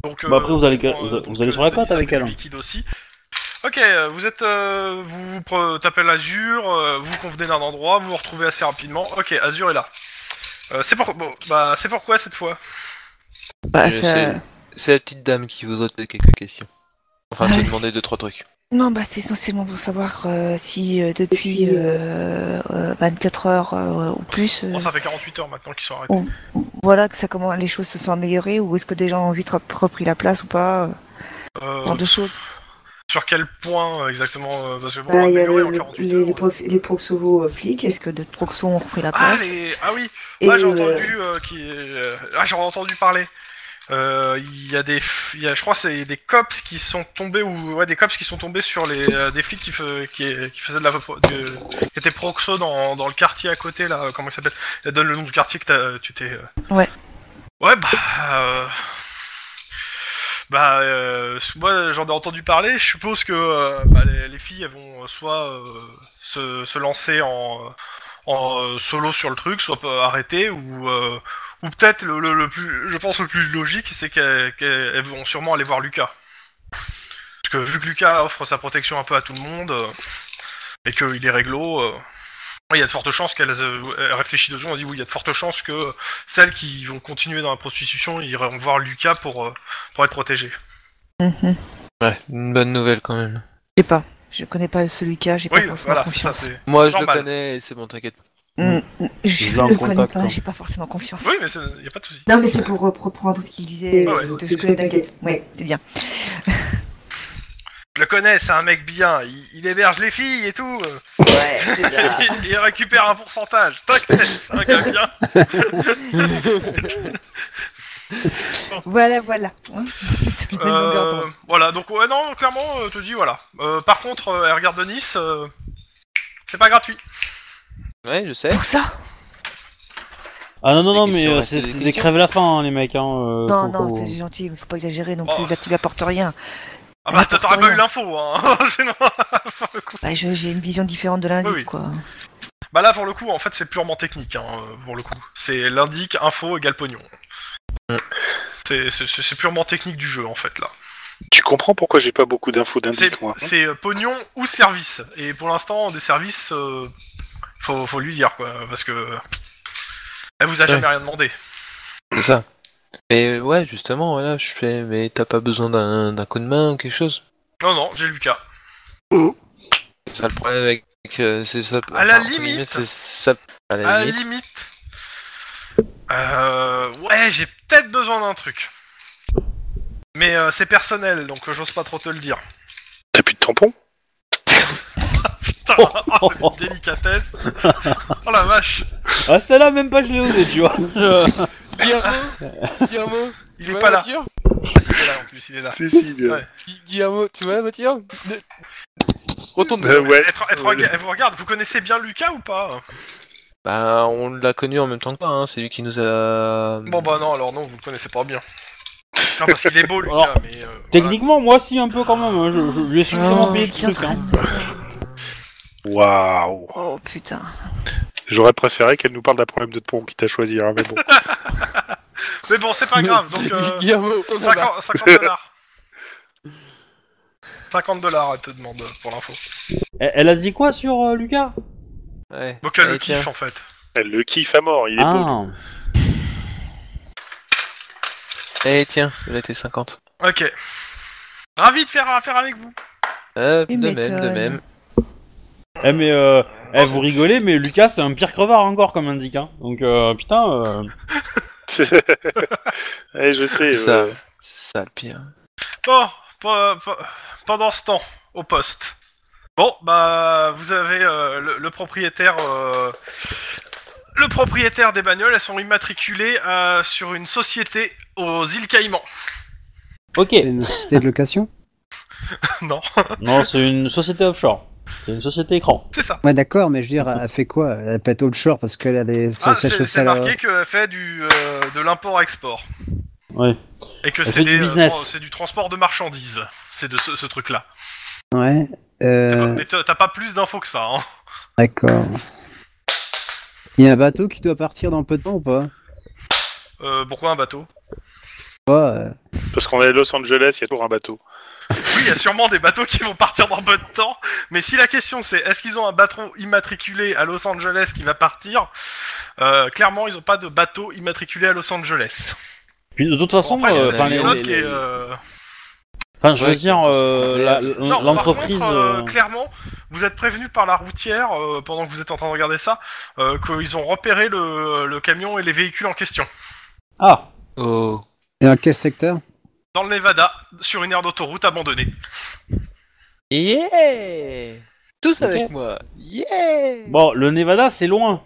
Speaker 2: Donc,
Speaker 1: Bah après, vous allez-
Speaker 2: euh,
Speaker 1: vous-
Speaker 2: donc,
Speaker 1: vous allez sur la
Speaker 2: euh,
Speaker 1: côte avec
Speaker 2: ça fait
Speaker 1: elle.
Speaker 2: Liquide aussi. Ok, euh, vous êtes, euh, vous, vous pre- tapez l'Azur, euh, vous convenez d'un endroit, vous vous retrouvez assez rapidement. Ok, Azur est là. Euh, c'est pour, bon, bah c'est pourquoi cette fois
Speaker 3: Bah,
Speaker 5: Euh,
Speaker 3: ça-
Speaker 5: c'est- C'est la petite dame qui vous a posé quelques questions. Enfin,
Speaker 3: Ah,
Speaker 5: qui a
Speaker 3: c'est-
Speaker 5: demandé deux, trois trucs.
Speaker 3: Non, bah, c'est essentiellement pour savoir euh, si euh, depuis euh, euh, 24 heures euh, ou plus, euh,
Speaker 2: Bon, ça fait 48 heures maintenant qu'ils sont arrêtés.
Speaker 3: Oh. voilà que ça commence, les choses se sont améliorées ou est-ce que des gens ont vite rep- repris la place ou pas, euh,
Speaker 2: Euh,
Speaker 3: genre de choses.
Speaker 2: sur quel point euh, exactement euh, Parce que bon,
Speaker 8: Bah, il y a
Speaker 2: améliorer
Speaker 8: le-
Speaker 2: en
Speaker 8: le-
Speaker 2: 48
Speaker 8: les,
Speaker 2: heures.
Speaker 8: les, prox- les proxovos, euh, flics.
Speaker 3: Qu'est-ce que de Troxon ont repris la
Speaker 2: Ah,
Speaker 3: place
Speaker 2: les... ah oui,
Speaker 8: Et,
Speaker 2: Ah, j'ai
Speaker 8: euh,
Speaker 2: entendu euh, qui euh, ah j'en ai entendu parler. Euh, Il y a des f- il y a, je crois que c'est des cops qui sont tombés ou ouais des cops qui sont tombés sur les euh, des flics qui, fe- qui, qui faisaient de la de- qui étaient proxo dans, dans le quartier à côté là euh, comment il s'appelle Elle donne le nom du quartier que t'as- tu t'es euh.
Speaker 3: Ouais.
Speaker 2: ouais bah euh, bah euh, moi j'en ai entendu parler je suppose que euh, bah, les, les filles elles vont soit euh, se, se lancer en en euh, solo sur le truc, soit pas arrêtées, ou, euh, ou peut-être le, le, le plus, je pense le plus logique, c'est qu'elles qu'elles- elles vont sûrement aller voir Lucas. Parce que vu que Lucas offre sa protection un peu à tout le monde, euh, et qu'il est réglo, euh, il y a de fortes chances qu'elles euh, elles réfléchissent deux secondes, elle dit oui, il y a de fortes chances que celles qui vont continuer dans la prostitution iront voir Lucas pour, euh, pour être protégées.
Speaker 3: Mhm.
Speaker 5: Ouais, une bonne nouvelle quand même.
Speaker 3: Je sais pas. Je connais pas celui cas, j'ai
Speaker 2: Oui,
Speaker 3: pas forcément
Speaker 2: voilà, c'est ça
Speaker 3: confiance.
Speaker 2: c'est.
Speaker 5: Moi, je
Speaker 2: Normal.
Speaker 5: le connais, c'est bon, t'inquiète.
Speaker 3: Mm, mm,
Speaker 1: Je
Speaker 3: Je
Speaker 1: l'ai en
Speaker 3: le connais
Speaker 1: contact,
Speaker 3: pas,
Speaker 1: hein.
Speaker 3: j'ai pas forcément confiance.
Speaker 2: Oui, mais il n'y a pas de souci.
Speaker 8: Non, mais c'est pour euh, reprendre ce qu'il disait
Speaker 2: Ah
Speaker 8: euh,
Speaker 2: ouais.
Speaker 8: de ce que t'inquiète. Ouais.
Speaker 3: C'est bien.
Speaker 2: Je le connais, c'est un mec bien, il, il héberge les filles et tout. euh. *laughs*
Speaker 8: Ouais, c'est bien.
Speaker 2: il, il récupère un pourcentage. T'inquiète, c'est un gars bien.
Speaker 8: Voilà, voilà.
Speaker 3: Hein *laughs* C'est la même longueur d'onde.
Speaker 2: Euh, voilà, donc ouais, non, clairement, euh, te dis, voilà. Euh, par contre, euh, elle regarde de Nice, euh, c'est pas gratuit.
Speaker 5: Ouais, je
Speaker 2: Euh,
Speaker 5: sais.
Speaker 3: Pour ça
Speaker 1: Ah non, non,
Speaker 5: Des
Speaker 1: non, mais
Speaker 5: questions,
Speaker 1: euh, c'est
Speaker 5: restez des
Speaker 1: c'est des
Speaker 5: questions.
Speaker 1: crèves la faim, hein, les mecs. Hein, euh,
Speaker 3: Non,
Speaker 1: faut-
Speaker 3: non,
Speaker 1: faut-
Speaker 3: c'est gentil, mais faut pas exagérer non
Speaker 2: Oh.
Speaker 3: plus. Là, tu lui apportes rien.
Speaker 2: Ah bah,
Speaker 3: N'importe
Speaker 2: t'aurais pas
Speaker 3: rien.
Speaker 2: eu l'info, hein. *laughs* Sinon, pour le coup.
Speaker 3: Bah, je- j'ai une vision différente de l'indice,
Speaker 2: Oui, oui.
Speaker 3: quoi.
Speaker 2: bah là, pour le coup, en fait, c'est purement technique, hein, euh, pour le coup. C'est l'indique, info égale pognon.
Speaker 5: Mm.
Speaker 2: C'est- C'est c'est- c'est purement technique du jeu, en fait, là.
Speaker 4: Tu comprends pourquoi j'ai pas hein. beaucoup d'infos
Speaker 2: C'est
Speaker 4: d'indic, moi.
Speaker 2: c'est, euh, pognon ou service. Et pour l'instant, des services, euh, faut, faut lui dire, quoi, parce que... Elle vous a jamais rien demandé.
Speaker 5: C'est ça. Mais ouais, justement, voilà, je fais. Mais t'as pas besoin d'un d'un coup de main ou quelque chose
Speaker 2: Non, non, j'ai Lucas.
Speaker 5: C'est ça le problème avec. euh, c'est ça.
Speaker 2: À la
Speaker 5: enfin, entre
Speaker 2: limite.
Speaker 5: guillemets, c'est ça. À la
Speaker 2: À la
Speaker 5: limite.
Speaker 2: limite. Euh, ouais, j'ai peut-être besoin d'un truc. Mais euh, c'est personnel, donc euh, j'ose pas trop te le dire. *laughs*
Speaker 4: T'as plus de tampon
Speaker 2: Putain, oh, c'est une délicatesse. Oh la vache.
Speaker 1: Ah,
Speaker 5: *laughs*
Speaker 1: celle-là, même pas je l'ai osé, tu vois. Je-
Speaker 5: Guillermo Guillermo
Speaker 2: Il est pas là. Ah, si, il est là, en plus, il est là.
Speaker 4: Cécile.
Speaker 2: Ouais.
Speaker 5: Gu- Guillermo, tu vois, Mathieu Retourne.
Speaker 4: Euh, ouais.
Speaker 2: Elle, te- elle te rega- elle vous regarde, vous connaissez bien Lucas ou pas
Speaker 5: Bah, on l'a connu en même temps que toi, hein, c'est lui qui nous a.
Speaker 2: Bon bah non, alors non, vous le connaissez pas bien. Non, parce qu'il est beau Lucas,
Speaker 1: Alors,
Speaker 2: mais... euh,
Speaker 1: Techniquement, moi, si, un peu quand même. hein. Je, je lui ai suffisamment
Speaker 3: Oh,
Speaker 1: payé
Speaker 3: ce
Speaker 1: de
Speaker 3: qu'il est en
Speaker 1: trucs.
Speaker 3: train
Speaker 1: hein.
Speaker 3: de me faire.
Speaker 4: Waouh.
Speaker 3: Oh putain.
Speaker 4: J'aurais préféré qu'elle nous parle d'un problème de pont qui t'a choisi, hein, mais bon.
Speaker 2: voilà. Mais bon, c'est
Speaker 5: *laughs*
Speaker 2: pas grave,
Speaker 1: *laughs*
Speaker 2: donc... euh,
Speaker 5: Guillermo, on s'en va.
Speaker 2: 50, 50 dollars. 50 dollars, elle te demande euh, pour l'info.
Speaker 1: Elle, elle a dit quoi sur euh, Lucas
Speaker 5: Ouais.
Speaker 2: *laughs* Donc elle
Speaker 5: Allez,
Speaker 2: le
Speaker 5: tiens.
Speaker 2: kiffe en fait.
Speaker 4: *laughs* Elle le kiffe à mort, il est beau.
Speaker 1: Ah,
Speaker 5: Eh tiens, là t'es 50.
Speaker 2: Ok. Ravi de faire affaire avec vous.
Speaker 5: Hop, de
Speaker 3: Tu
Speaker 5: même, de
Speaker 3: m'étonnes.
Speaker 5: même.
Speaker 1: eh, mais euh, eh, vous rigolez, mais Lucas, c'est un pire crevard encore comme indique. Hein. Donc, euh, putain, euh,
Speaker 4: *laughs* Ouais, je sais.
Speaker 5: Ça.
Speaker 4: euh,
Speaker 5: Ça, le pire.
Speaker 2: Bon, pe- pe- pendant ce temps, au poste. Bon, bah, vous avez euh, le, le propriétaire. euh, le propriétaire des bagnoles, elles sont immatriculées euh, sur une société aux îles Caïmans.
Speaker 1: ok.
Speaker 6: C'est une société de location
Speaker 2: non,
Speaker 1: Non, c'est une société offshore. C'est une société écran.
Speaker 2: c'est ça.
Speaker 6: Ouais, d'accord, mais je veux dire, elle fait quoi Elle pète offshore parce qu'elle a des.
Speaker 2: Ah,
Speaker 6: sa- sa
Speaker 2: c'est c'est
Speaker 6: sociale, euh,
Speaker 2: marqué qu'elle fait du, euh, de l'import-export.
Speaker 1: Ouais.
Speaker 2: Et que
Speaker 1: Elle
Speaker 2: c'est
Speaker 1: fait du
Speaker 2: des, euh,
Speaker 1: business.
Speaker 2: tran- c'est du transport de marchandises. C'est de ce, ce truc-là.
Speaker 6: Ouais.
Speaker 2: T'as pas-
Speaker 6: euh,
Speaker 2: Mais t'as t'as pas plus d'infos que ça. Hein.
Speaker 6: D'accord. Il y a un bateau qui doit partir dans peu de temps ou pas
Speaker 2: Euh, pourquoi un bateau
Speaker 6: Pas, euh,
Speaker 4: Parce qu'on est à Los Angeles, il y a toujours un bateau.
Speaker 2: Oui, il y a sûrement des bateaux qui vont partir dans peu de temps, mais si la question c'est est-ce qu'ils ont un bateau immatriculé à Los Angeles qui va partir, euh, clairement ils ont pas de bateau immatriculé à Los Angeles.
Speaker 1: Puis de toute façon,
Speaker 2: Bon, après, il y a
Speaker 1: euh,
Speaker 5: des
Speaker 1: enfin, les-
Speaker 2: Pilote
Speaker 1: les-
Speaker 2: qui est, euh,
Speaker 1: enfin, je veux
Speaker 5: Ouais,
Speaker 1: dire,
Speaker 5: qui-
Speaker 1: euh, la-
Speaker 2: Non,
Speaker 1: l'entreprise.
Speaker 2: par contre, euh,
Speaker 1: euh,
Speaker 2: clairement, vous êtes prévenu par la routière euh, pendant que vous êtes en train de regarder ça euh, qu'ils ont repéré le, le camion et les véhicules en question
Speaker 1: Ah,
Speaker 5: Oh.
Speaker 6: Et dans quel secteur
Speaker 2: dans le Nevada sur une aire d'autoroute abandonnée.
Speaker 5: Yeah
Speaker 1: Ok.
Speaker 5: Tous avec moi. Yeah
Speaker 1: bon, le Nevada, c'est loin.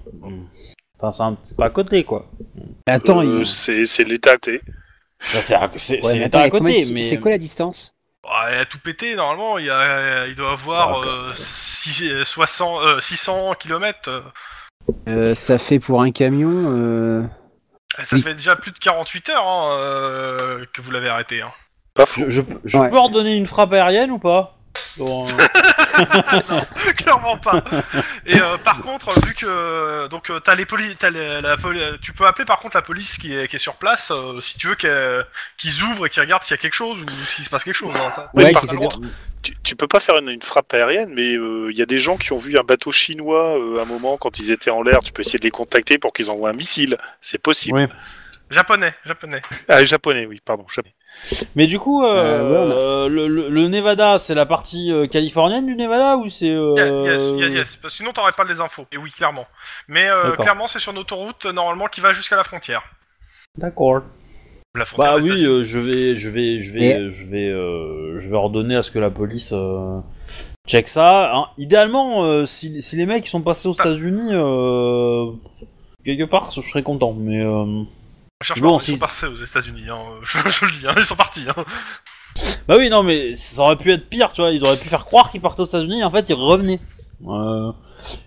Speaker 1: Enfin, c'est un- c'est pas à côté, quoi.
Speaker 6: Attends,
Speaker 4: Euh,
Speaker 6: il...
Speaker 4: c'est c'est l'État, t'es.
Speaker 1: Enfin, c'est à, c'est-
Speaker 6: Ouais,
Speaker 1: c'est
Speaker 6: mais
Speaker 1: état
Speaker 6: attends,
Speaker 1: à
Speaker 6: comment
Speaker 1: côté,
Speaker 6: il-
Speaker 1: mais. euh,
Speaker 6: C'est quoi la distance
Speaker 2: Bah, elle a tout pété normalement, il, y a- il doit avoir
Speaker 1: Ah,
Speaker 2: euh, six- 60, euh, 600 km.
Speaker 6: Euh, Ça fait pour un camion. euh,
Speaker 2: Ça
Speaker 6: Oui.
Speaker 2: fait déjà plus de 48 heures hein, euh, que vous l'avez arrêté. Hein.
Speaker 4: Pas fou.
Speaker 1: Je, je- je
Speaker 6: Ouais.
Speaker 1: peux ordonner une frappe aérienne ou pas Bon, euh,
Speaker 2: *laughs* Clairement pas. Et euh, par contre, vu que euh, donc euh, t'as les poli- t'as les- la poli- tu peux appeler par contre la police qui est, qui est sur place euh, si tu veux qu'elle- qu'ils ouvrent et qu'ils regardent s'il y a quelque chose ou s'il se passe quelque chose. hein, ça.
Speaker 4: Oui,
Speaker 6: ouais,
Speaker 4: par
Speaker 6: qui fait
Speaker 4: contre, tu, tu peux pas faire une, une frappe aérienne, mais euh, il y a des gens qui ont vu un bateau chinois euh, à un moment quand ils étaient en l'air. Tu peux essayer de les contacter pour qu'ils envoient un missile. C'est possible.
Speaker 1: Oui.
Speaker 2: Japonais, japonais.
Speaker 4: Ah, japonais, oui, pardon. japonais.
Speaker 1: Mais du coup, euh,
Speaker 6: Euh, ouais.
Speaker 1: euh, le, le- le Nevada, c'est la partie euh, californienne du Nevada ou c'est. euh,
Speaker 2: Yes, yes, yes, yes. Parce que sinon t'aurais pas les infos. Et oui, clairement. Mais euh,
Speaker 1: D'accord.
Speaker 2: clairement, c'est sur une autoroute euh, normalement qui va jusqu'à la frontière.
Speaker 1: D'accord.
Speaker 2: La frontière
Speaker 1: Bah
Speaker 2: des
Speaker 1: oui,
Speaker 2: États-Unis.
Speaker 1: euh, je vais, je vais, je vais,
Speaker 6: Et-
Speaker 1: euh, je vais, euh, je vais ordonner à ce que la police euh, check ça. Hein, idéalement, euh, si, si les mecs sont passés aux
Speaker 2: Ah.
Speaker 1: États-Unis, euh, quelque part, je serais content. Mais euh,
Speaker 2: Je cherche
Speaker 1: bon,
Speaker 2: pas,
Speaker 1: si-
Speaker 2: ils sont partis aux États-Unis. hein, *laughs* Je, je le dis, hein, ils sont partis. hein.
Speaker 1: bah oui, non, mais ça aurait pu être pire, tu vois. Ils auraient pu faire croire qu'ils partaient aux États-Unis, et en fait, ils revenaient. Euh,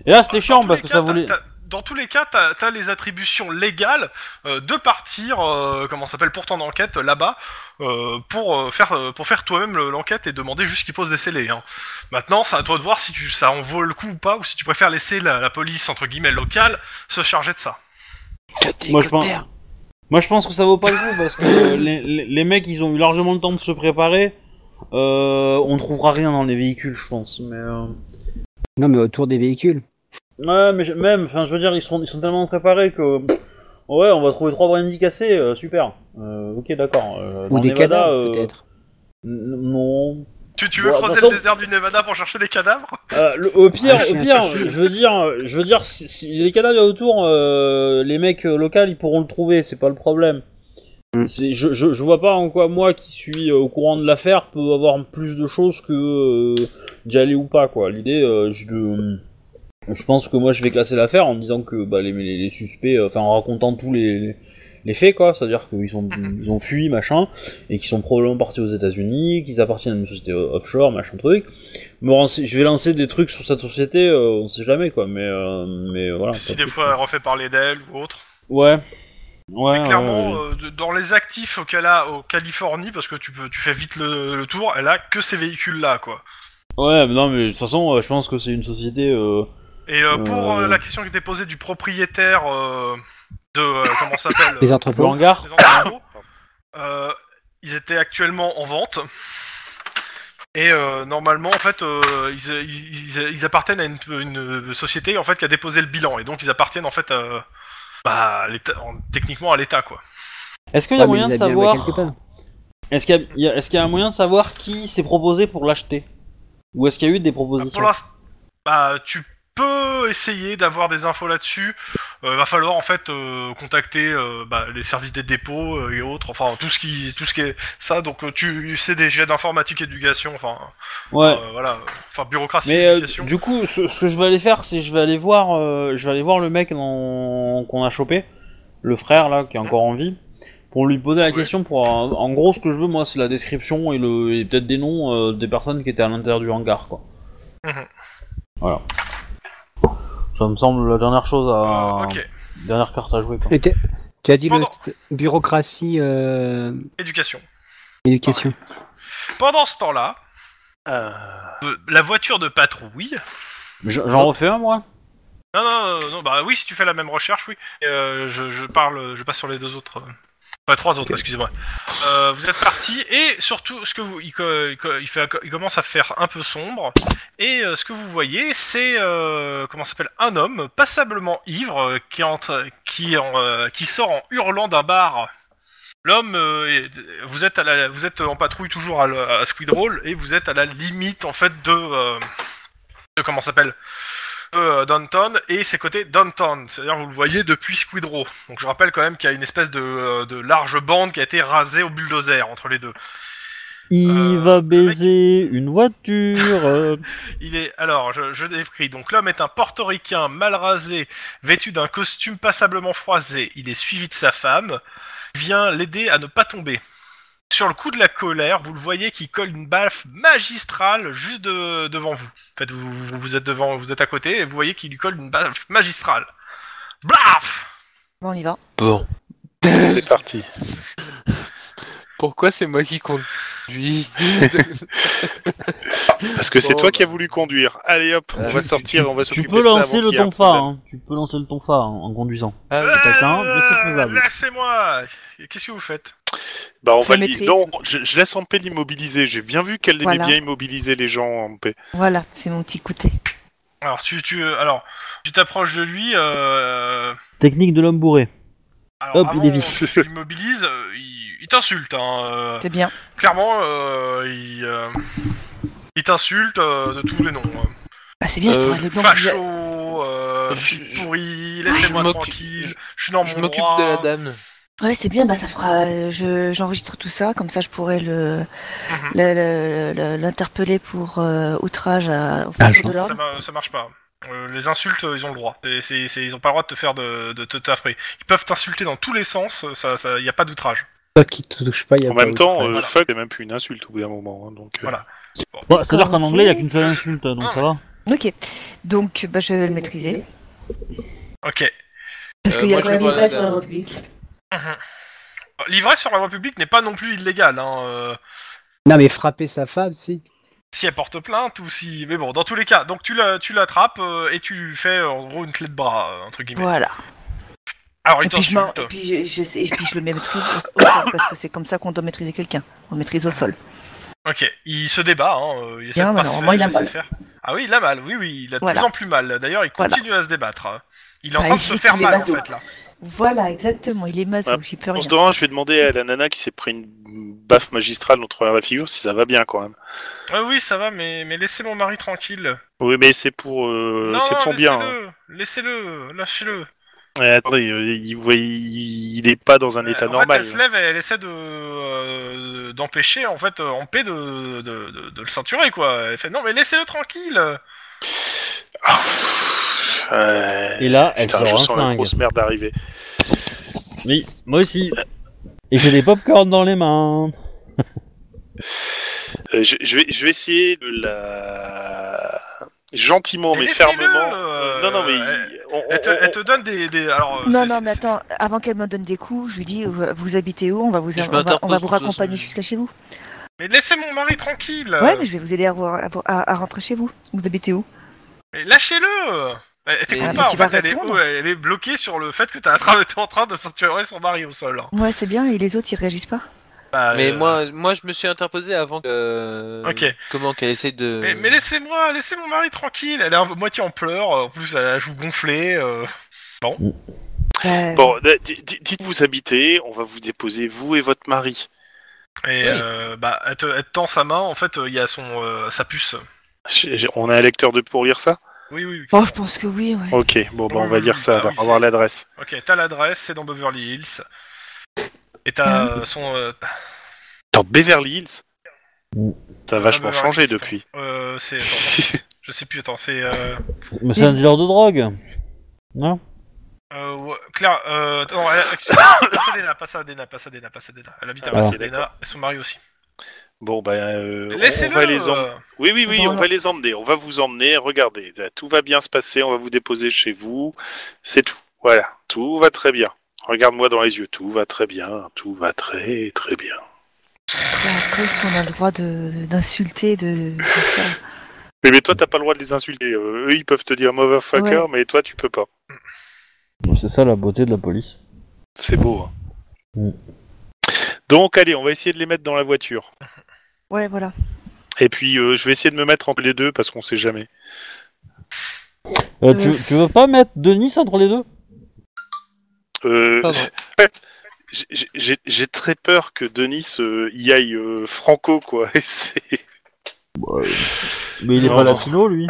Speaker 1: Et là, c'était
Speaker 2: Ah, Dans
Speaker 1: chiant
Speaker 2: tous
Speaker 1: parce que
Speaker 2: les cas,
Speaker 1: ça
Speaker 2: t'as-
Speaker 1: voulait.
Speaker 2: t'as- Dans tous les cas, t'as as les attributions légales euh, de partir, euh, comment ça s'appelle, pour ton enquête euh, là-bas, euh, pour euh, faire euh, pour faire toi-même le- l'enquête et demander juste qu'ils posent des scellés. hein. Maintenant, c'est à toi de voir si tu, ça en vaut le coup ou pas, ou si tu préfères laisser la, la police entre guillemets locale se charger de ça.
Speaker 1: Moi je, pense... Moi je pense que ça vaut pas le coup parce que euh, les, les- les mecs ils ont eu largement le temps de se préparer. Euh, on trouvera rien dans les véhicules, je pense. Mais euh,
Speaker 6: Non, mais autour des véhicules.
Speaker 1: ouais, mais je- même, enfin je veux dire, ils sont, ils sont tellement préparés que pff, ouais, on va trouver trois brandy cassés, euh, super. Euh, ok, d'accord. Euh,
Speaker 6: Ou
Speaker 1: dans
Speaker 6: des
Speaker 1: Nevada,
Speaker 6: cadavres,
Speaker 1: euh,
Speaker 6: peut-être.
Speaker 1: n- Non.
Speaker 2: Tu, tu veux
Speaker 1: Bon,
Speaker 2: creuser
Speaker 1: de toute
Speaker 2: le
Speaker 1: façon-
Speaker 2: désert du Nevada pour chercher des cadavres
Speaker 1: Euh, le- au pire,
Speaker 6: Ah, je suis
Speaker 1: au pire,
Speaker 6: insensible.
Speaker 1: je veux dire, je veux dire, si, si les cadavres qu'il y a autour, euh, les mecs euh, locaux ils pourront le trouver, c'est pas le problème.
Speaker 6: Mm.
Speaker 1: C'est- Je, je, je vois pas en quoi moi qui suis euh, au courant de l'affaire peut avoir plus de choses que euh, d'y aller ou pas quoi. L'idée, euh, je, de- je pense que moi je vais classer l'affaire en disant que bah, les, les, les suspects, euh, enfin en racontant tous les, les faits, quoi. C'est-à-dire qu'ils sont,
Speaker 2: Mhm.
Speaker 1: ils ont fui, machin, et qu'ils sont probablement partis aux États-Unis, qu'ils appartiennent à une société o- offshore, machin truc. Me rense- je vais lancer des trucs sur cette société, euh, on sait jamais, quoi. Mais, euh, mais voilà.
Speaker 2: Si des fois elle refait parler d'elle ou autre.
Speaker 1: Ouais. Ouais,
Speaker 2: Mais clairement,
Speaker 1: ouais, Ah, ouais.
Speaker 2: euh, de- dans les actifs qu'elle a au Californie, parce que tu peux, tu fais vite le, le tour, elle a que ces véhicules-là, quoi.
Speaker 1: Ouais, mais non, mais de toute façon, euh, je pense que c'est une société. euh,
Speaker 2: Et euh, pour
Speaker 1: Euh.
Speaker 2: euh, la question qui était posée du propriétaire euh, de euh, comment ça s'appelle
Speaker 7: Les
Speaker 2: euh,
Speaker 1: Le
Speaker 7: entrepôts.
Speaker 1: hangar
Speaker 2: des entrepôts, euh, ils étaient actuellement en vente. Et euh, normalement, en fait, euh, ils, ils- ils- ils appartiennent à une, une société en fait qui a déposé le bilan, et donc ils appartiennent en fait, euh, bah, à l'État- en- techniquement à l'État, quoi.
Speaker 1: Est-ce qu'il y
Speaker 7: Ah,
Speaker 1: a
Speaker 7: mais
Speaker 1: moyen
Speaker 7: il
Speaker 1: de
Speaker 7: a bien le
Speaker 1: savoir.
Speaker 7: quelque part.
Speaker 1: Est-ce qu'il y a- il y, a- est-ce qu'il y a un moyen de savoir qui s'est proposé pour l'acheter Ou est-ce qu'il y a eu des
Speaker 2: Bah,
Speaker 1: propositions
Speaker 2: pour l'instant, bah, tu peux essayer d'avoir des infos là-dessus. Il va falloir en fait euh, contacter euh, bah, les services des dépôts euh, et autres, enfin tout ce qui, tout ce qui est ça. Donc euh, tu sais des jets d'informatique, éducation, enfin
Speaker 1: Ouais.
Speaker 2: euh, voilà, euh, enfin bureaucratie,
Speaker 1: Mais euh,
Speaker 2: éducation.
Speaker 1: du coup, ce, ce que je vais aller faire, c'est je vais aller voir, euh, je vais aller voir le mec dans- qu'on a chopé, le frère là qui est encore en vie, pour lui poser la
Speaker 2: Hein Ouais.
Speaker 1: question. Pour en- en gros, ce que je veux moi, c'est la description et, le- et peut-être des noms euh, des personnes qui étaient à l'intérieur du hangar, quoi.
Speaker 2: Mhm.
Speaker 1: Voilà. Ça me semble la dernière chose à,
Speaker 2: Euh, ok,
Speaker 1: dernière carte à jouer. Quoi.
Speaker 7: Et t'es- Tu as dit
Speaker 2: Pendant-
Speaker 7: le t- bureaucratie, euh,
Speaker 2: éducation.
Speaker 7: éducation.
Speaker 2: Pendant ce temps-là, euh, la voiture de patrouille.
Speaker 1: J- J'en refais un moi.
Speaker 2: Non, non, non, non, bah oui, si tu fais la même recherche, oui. Et, euh, je, je parle, je passe sur les deux autres. euh, Enfin, trois autres, excusez-moi. Euh, vous êtes partis, et surtout, ce que vous, il, co- il co- il fait, il commence à faire un peu sombre, et euh, ce que vous voyez, c'est, euh, comment ça s'appelle, un homme passablement ivre, euh, qui, entre, qui, en, euh, qui sort en hurlant d'un bar. L'homme, euh, est- vous, êtes à la, vous êtes en patrouille toujours à, la- à Squid Roll, et vous êtes à la limite, en fait, de... euh, de comment ça s'appelle euh, Downtown et ses côtés Downtown, c'est-à-dire vous le voyez depuis Squid Row. Donc je rappelle quand même qu'il y a une espèce de, euh, de large bande qui a été rasée au bulldozer entre les deux.
Speaker 1: Il
Speaker 2: Euh,
Speaker 1: va
Speaker 2: le mec-
Speaker 1: baiser une voiture.
Speaker 2: *laughs*
Speaker 1: euh,
Speaker 2: Il est alors je, je décris. Donc l'homme est un Portoricain mal rasé, vêtu d'un costume passablement froissé. Il est suivi de sa femme, qui vient l'aider à ne pas tomber. Sur le coup de la colère, vous le voyez qui colle une baffe magistrale juste de- devant vous. En fait, vous, vous- vous êtes devant, vous êtes à côté et vous voyez qu'il lui colle une baffe magistrale. Blaf
Speaker 3: Bon, on y va.
Speaker 5: Bon.
Speaker 4: C'est parti.
Speaker 5: Pourquoi c'est moi qui conduis
Speaker 4: Parce que c'est
Speaker 5: Bon,
Speaker 4: toi
Speaker 5: bah.
Speaker 4: qui as voulu conduire. Allez hop, on
Speaker 5: Euh,
Speaker 4: va
Speaker 1: tu-
Speaker 4: sortir,
Speaker 1: tu-
Speaker 4: on va
Speaker 1: Tu
Speaker 4: s'occuper
Speaker 1: peux
Speaker 4: de ça
Speaker 1: lancer
Speaker 4: avant
Speaker 1: le
Speaker 4: qu'il y ait un
Speaker 1: tonfa,
Speaker 4: problème.
Speaker 1: hein. tu peux lancer le tonfa hein, en conduisant.
Speaker 5: Ah,
Speaker 2: Euh,
Speaker 1: C'est pas simple, mais c'est faisable.
Speaker 2: Laissez-moi Qu'est-ce que vous faites
Speaker 4: Bah on va
Speaker 3: la
Speaker 4: li-
Speaker 3: maîtrise.
Speaker 4: Non, je, je laisse en paix l'immobiliser. J'ai bien vu qu'elle aimait
Speaker 3: Voilà.
Speaker 4: bien immobiliser les gens en paix.
Speaker 3: Voilà, c'est mon petit côté.
Speaker 2: Alors tu, tu euh, alors tu t'approches de lui. Euh...
Speaker 1: Technique de l'homme bourré.
Speaker 2: Alors,
Speaker 1: Hop,
Speaker 2: avant
Speaker 1: il est vif.
Speaker 2: que tu l'immobilises, euh, il, il t'insulte. Hein, euh,
Speaker 3: C'est bien.
Speaker 2: Clairement, euh, il, euh, il t'insulte euh, de tous les noms. euh.
Speaker 3: Bah, c'est bien, je
Speaker 5: Euh,
Speaker 3: pourrais le don.
Speaker 2: Facho, euh,
Speaker 5: Je-
Speaker 2: je suis
Speaker 5: je-
Speaker 2: pourri,
Speaker 5: je
Speaker 2: laissez-moi
Speaker 5: m'occupe-
Speaker 2: tranquille, je, je suis dans
Speaker 5: Je
Speaker 2: mon
Speaker 5: m'occupe
Speaker 2: droit.
Speaker 5: de la dame.
Speaker 3: Ouais, c'est bien, bah ça fera. euh, je- J'enregistre tout ça, comme ça je pourrais le
Speaker 2: Mhm.
Speaker 3: le- le- le- l'interpeller pour euh, outrage à, aux forces
Speaker 7: je
Speaker 3: de
Speaker 2: Ça,
Speaker 3: l'ordre.
Speaker 2: ma- ça marche pas. Euh, les insultes, euh, ils ont le droit. C'est- c'est- c'est- ils ont pas le droit de te faire de, de, te taper. Ils peuvent t'insulter dans tous les sens. euh, Ça, ça, y a pas d'outrage.
Speaker 7: Toi qui te touche pas, il y a
Speaker 4: En
Speaker 7: pas
Speaker 4: même
Speaker 7: autre
Speaker 4: temps,
Speaker 7: chose.
Speaker 4: euh,
Speaker 2: Voilà.
Speaker 4: fuck, c'est même plus une insulte au bout d'un moment. hein, donc, euh,
Speaker 2: Voilà.
Speaker 1: Bon, C'est-à-dire qu'en
Speaker 3: Ok.
Speaker 1: anglais, il n'y a qu'une seule insulte, donc
Speaker 2: Ah.
Speaker 1: ça va.
Speaker 3: Ok, donc bah, je vais le maîtriser.
Speaker 2: Ok.
Speaker 3: Parce
Speaker 5: Euh,
Speaker 3: qu'il y a
Speaker 5: moi,
Speaker 3: quand
Speaker 5: je
Speaker 3: même.
Speaker 5: vois la
Speaker 8: L'ivresse sur la
Speaker 5: dame.
Speaker 8: voie publique.
Speaker 2: L'ivresse sur la voie publique n'est pas non plus illégale, hein, euh,
Speaker 7: Non, mais frapper sa femme, si.
Speaker 2: si elle porte plainte ou si. Mais bon, dans tous les cas, donc tu la- tu l'attrapes euh, et tu lui fais euh, en gros une clé de bras, euh, entre guillemets.
Speaker 3: Voilà.
Speaker 2: Alors
Speaker 3: Et
Speaker 2: il
Speaker 3: puis, je m'en-
Speaker 2: t'insulte.
Speaker 3: et puis je, je sais- et puis je le maîtrise au, au sol, parce que c'est comme ça qu'on doit maîtriser quelqu'un. On maîtrise au sol.
Speaker 2: Ok, il se débat, hein, euh, il essaie
Speaker 3: Bien,
Speaker 2: de
Speaker 3: mais
Speaker 2: pas se
Speaker 3: normalement,
Speaker 2: faire-
Speaker 8: il a
Speaker 2: essaie de
Speaker 8: mal.
Speaker 2: faire. Ah oui, il a mal, oui, oui, il a de
Speaker 3: Voilà.
Speaker 2: plus en plus mal. D'ailleurs, il
Speaker 3: Voilà.
Speaker 2: continue à se débattre. hein. Il est en
Speaker 3: Bah,
Speaker 2: train de
Speaker 3: il
Speaker 2: se
Speaker 3: sait
Speaker 2: faire
Speaker 8: qu'il est
Speaker 2: mal en
Speaker 8: maso.
Speaker 2: fait là.
Speaker 3: Voilà, exactement. Il est maso,
Speaker 4: Ouais.
Speaker 3: j'y peux
Speaker 4: En
Speaker 3: rien.
Speaker 4: ce moment, je vais demander à la nana qui s'est pris une baffe magistrale entre la figure si ça va bien hein. quand même.
Speaker 2: Ah oui, ça va, mais, mais laissez mon mari tranquille.
Speaker 4: Oui, mais c'est pour, euh,
Speaker 2: non,
Speaker 4: c'est
Speaker 2: non,
Speaker 4: pour bien. hein.
Speaker 2: laissez-le, laissez-le, lâchez-le.
Speaker 4: Ouais, attendez, euh, il, ouais, il il est pas dans un
Speaker 2: Euh,
Speaker 4: état
Speaker 2: en
Speaker 4: normal.
Speaker 2: Fait, elle se lève et elle essaie de euh, d'empêcher en fait euh, en paix de, de, de, de le ceinturer quoi. Elle fait non mais laissez-le tranquille.
Speaker 4: Ah, pff, ouais.
Speaker 1: Et là, elle
Speaker 4: Putain,
Speaker 1: sort
Speaker 4: je
Speaker 1: un
Speaker 4: sens la
Speaker 1: flingue.
Speaker 4: grosse merde arriver.
Speaker 1: Oui, moi aussi. Et j'ai des popcorn dans les mains.
Speaker 4: Euh, je, je vais, je vais essayer de la. Gentiment,
Speaker 2: Mais
Speaker 4: mais
Speaker 2: laissez-le,
Speaker 4: fermement.
Speaker 2: euh,
Speaker 4: non, non, mais.
Speaker 2: elle-
Speaker 4: on- on-
Speaker 2: Elle te,
Speaker 5: Oh,
Speaker 4: on-
Speaker 2: elle te donne des. des- alors, euh,
Speaker 3: Non,
Speaker 2: c'est-
Speaker 3: non, mais
Speaker 2: c'est-
Speaker 3: attends, avant qu'elle me donne des coups, je lui dis vous, vous habitez où On va vous,
Speaker 5: Je
Speaker 3: on va, on va
Speaker 5: m'interpose,
Speaker 3: vous
Speaker 5: de toute
Speaker 3: raccompagner
Speaker 5: façon.
Speaker 3: jusqu'à chez vous.
Speaker 2: Mais laissez mon mari tranquille
Speaker 5: Euh.
Speaker 3: Ouais, mais je vais vous aider à, vous- à- à- à rentrer chez vous. Vous habitez où
Speaker 2: Mais Lâchez-le Elle elle
Speaker 5: Ah,
Speaker 2: t'écoute
Speaker 5: mais
Speaker 2: pas, en
Speaker 3: tu vas
Speaker 2: fait, elle est,
Speaker 3: répondre.
Speaker 2: où elle est bloquée sur le fait que t'es en train- t'es en train de ceinturer son mari au sol. hein.
Speaker 3: Ouais, c'est bien, et les autres ils réagissent pas
Speaker 2: Bah,
Speaker 5: Mais
Speaker 2: euh,
Speaker 5: moi, moi, je me suis interposé avant que. euh,
Speaker 2: Ok.
Speaker 5: Comment qu'elle essaie de.
Speaker 2: Mais, mais laissez-moi, laissez mon mari tranquille. Elle est à moitié en pleurs, en plus elle a la joue gonflée. euh.
Speaker 3: Bah,
Speaker 4: Bon, d- d- d- dites où vous habitez, on va vous déposer, vous et votre mari.
Speaker 2: et
Speaker 5: Oui.
Speaker 2: euh, bah, elle te, elle te tend sa main, en fait, euh, il y a son, euh, sa puce.
Speaker 4: J'ai- j'ai- on a un lecteur de pour lire ça
Speaker 2: Oui, oui, oui.
Speaker 3: bon, Oh, je pense que oui, ouais.
Speaker 4: Ok, bon, bah, on va lire ça,
Speaker 2: Ah
Speaker 4: alors,
Speaker 2: oui,
Speaker 4: on va voir
Speaker 2: c'est-
Speaker 4: l'adresse.
Speaker 2: Ok, t'as l'adresse, c'est dans Beverly Hills. Et
Speaker 3: Hein
Speaker 2: t'as euh, son. euh,
Speaker 4: Dans Beverly Hills Ça a vachement
Speaker 2: Ah, Beverly
Speaker 4: changé
Speaker 2: Hills,
Speaker 4: depuis.
Speaker 2: euh, c'est.
Speaker 4: *laughs*
Speaker 2: attends, je sais plus, attends, c'est. Euh,
Speaker 1: Mais c'est un dealer de drogue. Non
Speaker 2: euh, ouais, Claire. Euh, non, elle-
Speaker 3: *coughs*
Speaker 2: elle- Pasadena, Pasadena, Pasadena, Pasadena. Elle habite à
Speaker 1: Ah,
Speaker 2: Pasadena, et son mari aussi.
Speaker 4: Bon, ben, euh, on- on,
Speaker 2: Laissez-le
Speaker 4: va les emmener.
Speaker 2: euh,
Speaker 4: Oui, oui, oui,
Speaker 3: Bon,
Speaker 4: on
Speaker 3: alors.
Speaker 4: va les emmener, on va vous emmener, regardez, tout va bien se passer, on va vous déposer chez vous, c'est tout. Voilà, tout va très bien. Regarde-moi dans les yeux, tout va très bien, tout va très très bien.
Speaker 3: Après, après, si on a le droit de- de- d'insulter, de, de faire ça.
Speaker 4: Mais, mais toi, t'as pas le droit de les insulter. Euh, eux, ils peuvent te dire motherfucker,
Speaker 3: Ouais.
Speaker 4: mais toi, tu peux pas.
Speaker 1: Bon, C'est ça la beauté de la police.
Speaker 4: C'est beau. hein.
Speaker 1: Mm.
Speaker 4: Donc, allez, on va essayer de les mettre dans la voiture.
Speaker 3: Ouais, voilà.
Speaker 4: Et puis, euh, je vais essayer de me mettre entre les deux parce qu'on sait jamais.
Speaker 1: Euh, tu, tu veux pas mettre Denis entre les deux
Speaker 4: Euh,
Speaker 5: Pardon.
Speaker 4: j'ai- j'ai- j'ai- J'ai très peur que Denis euh, y aille euh, franco, quoi. *laughs* Et c'est-
Speaker 1: Mais il est
Speaker 4: Non.
Speaker 1: pas latino lui.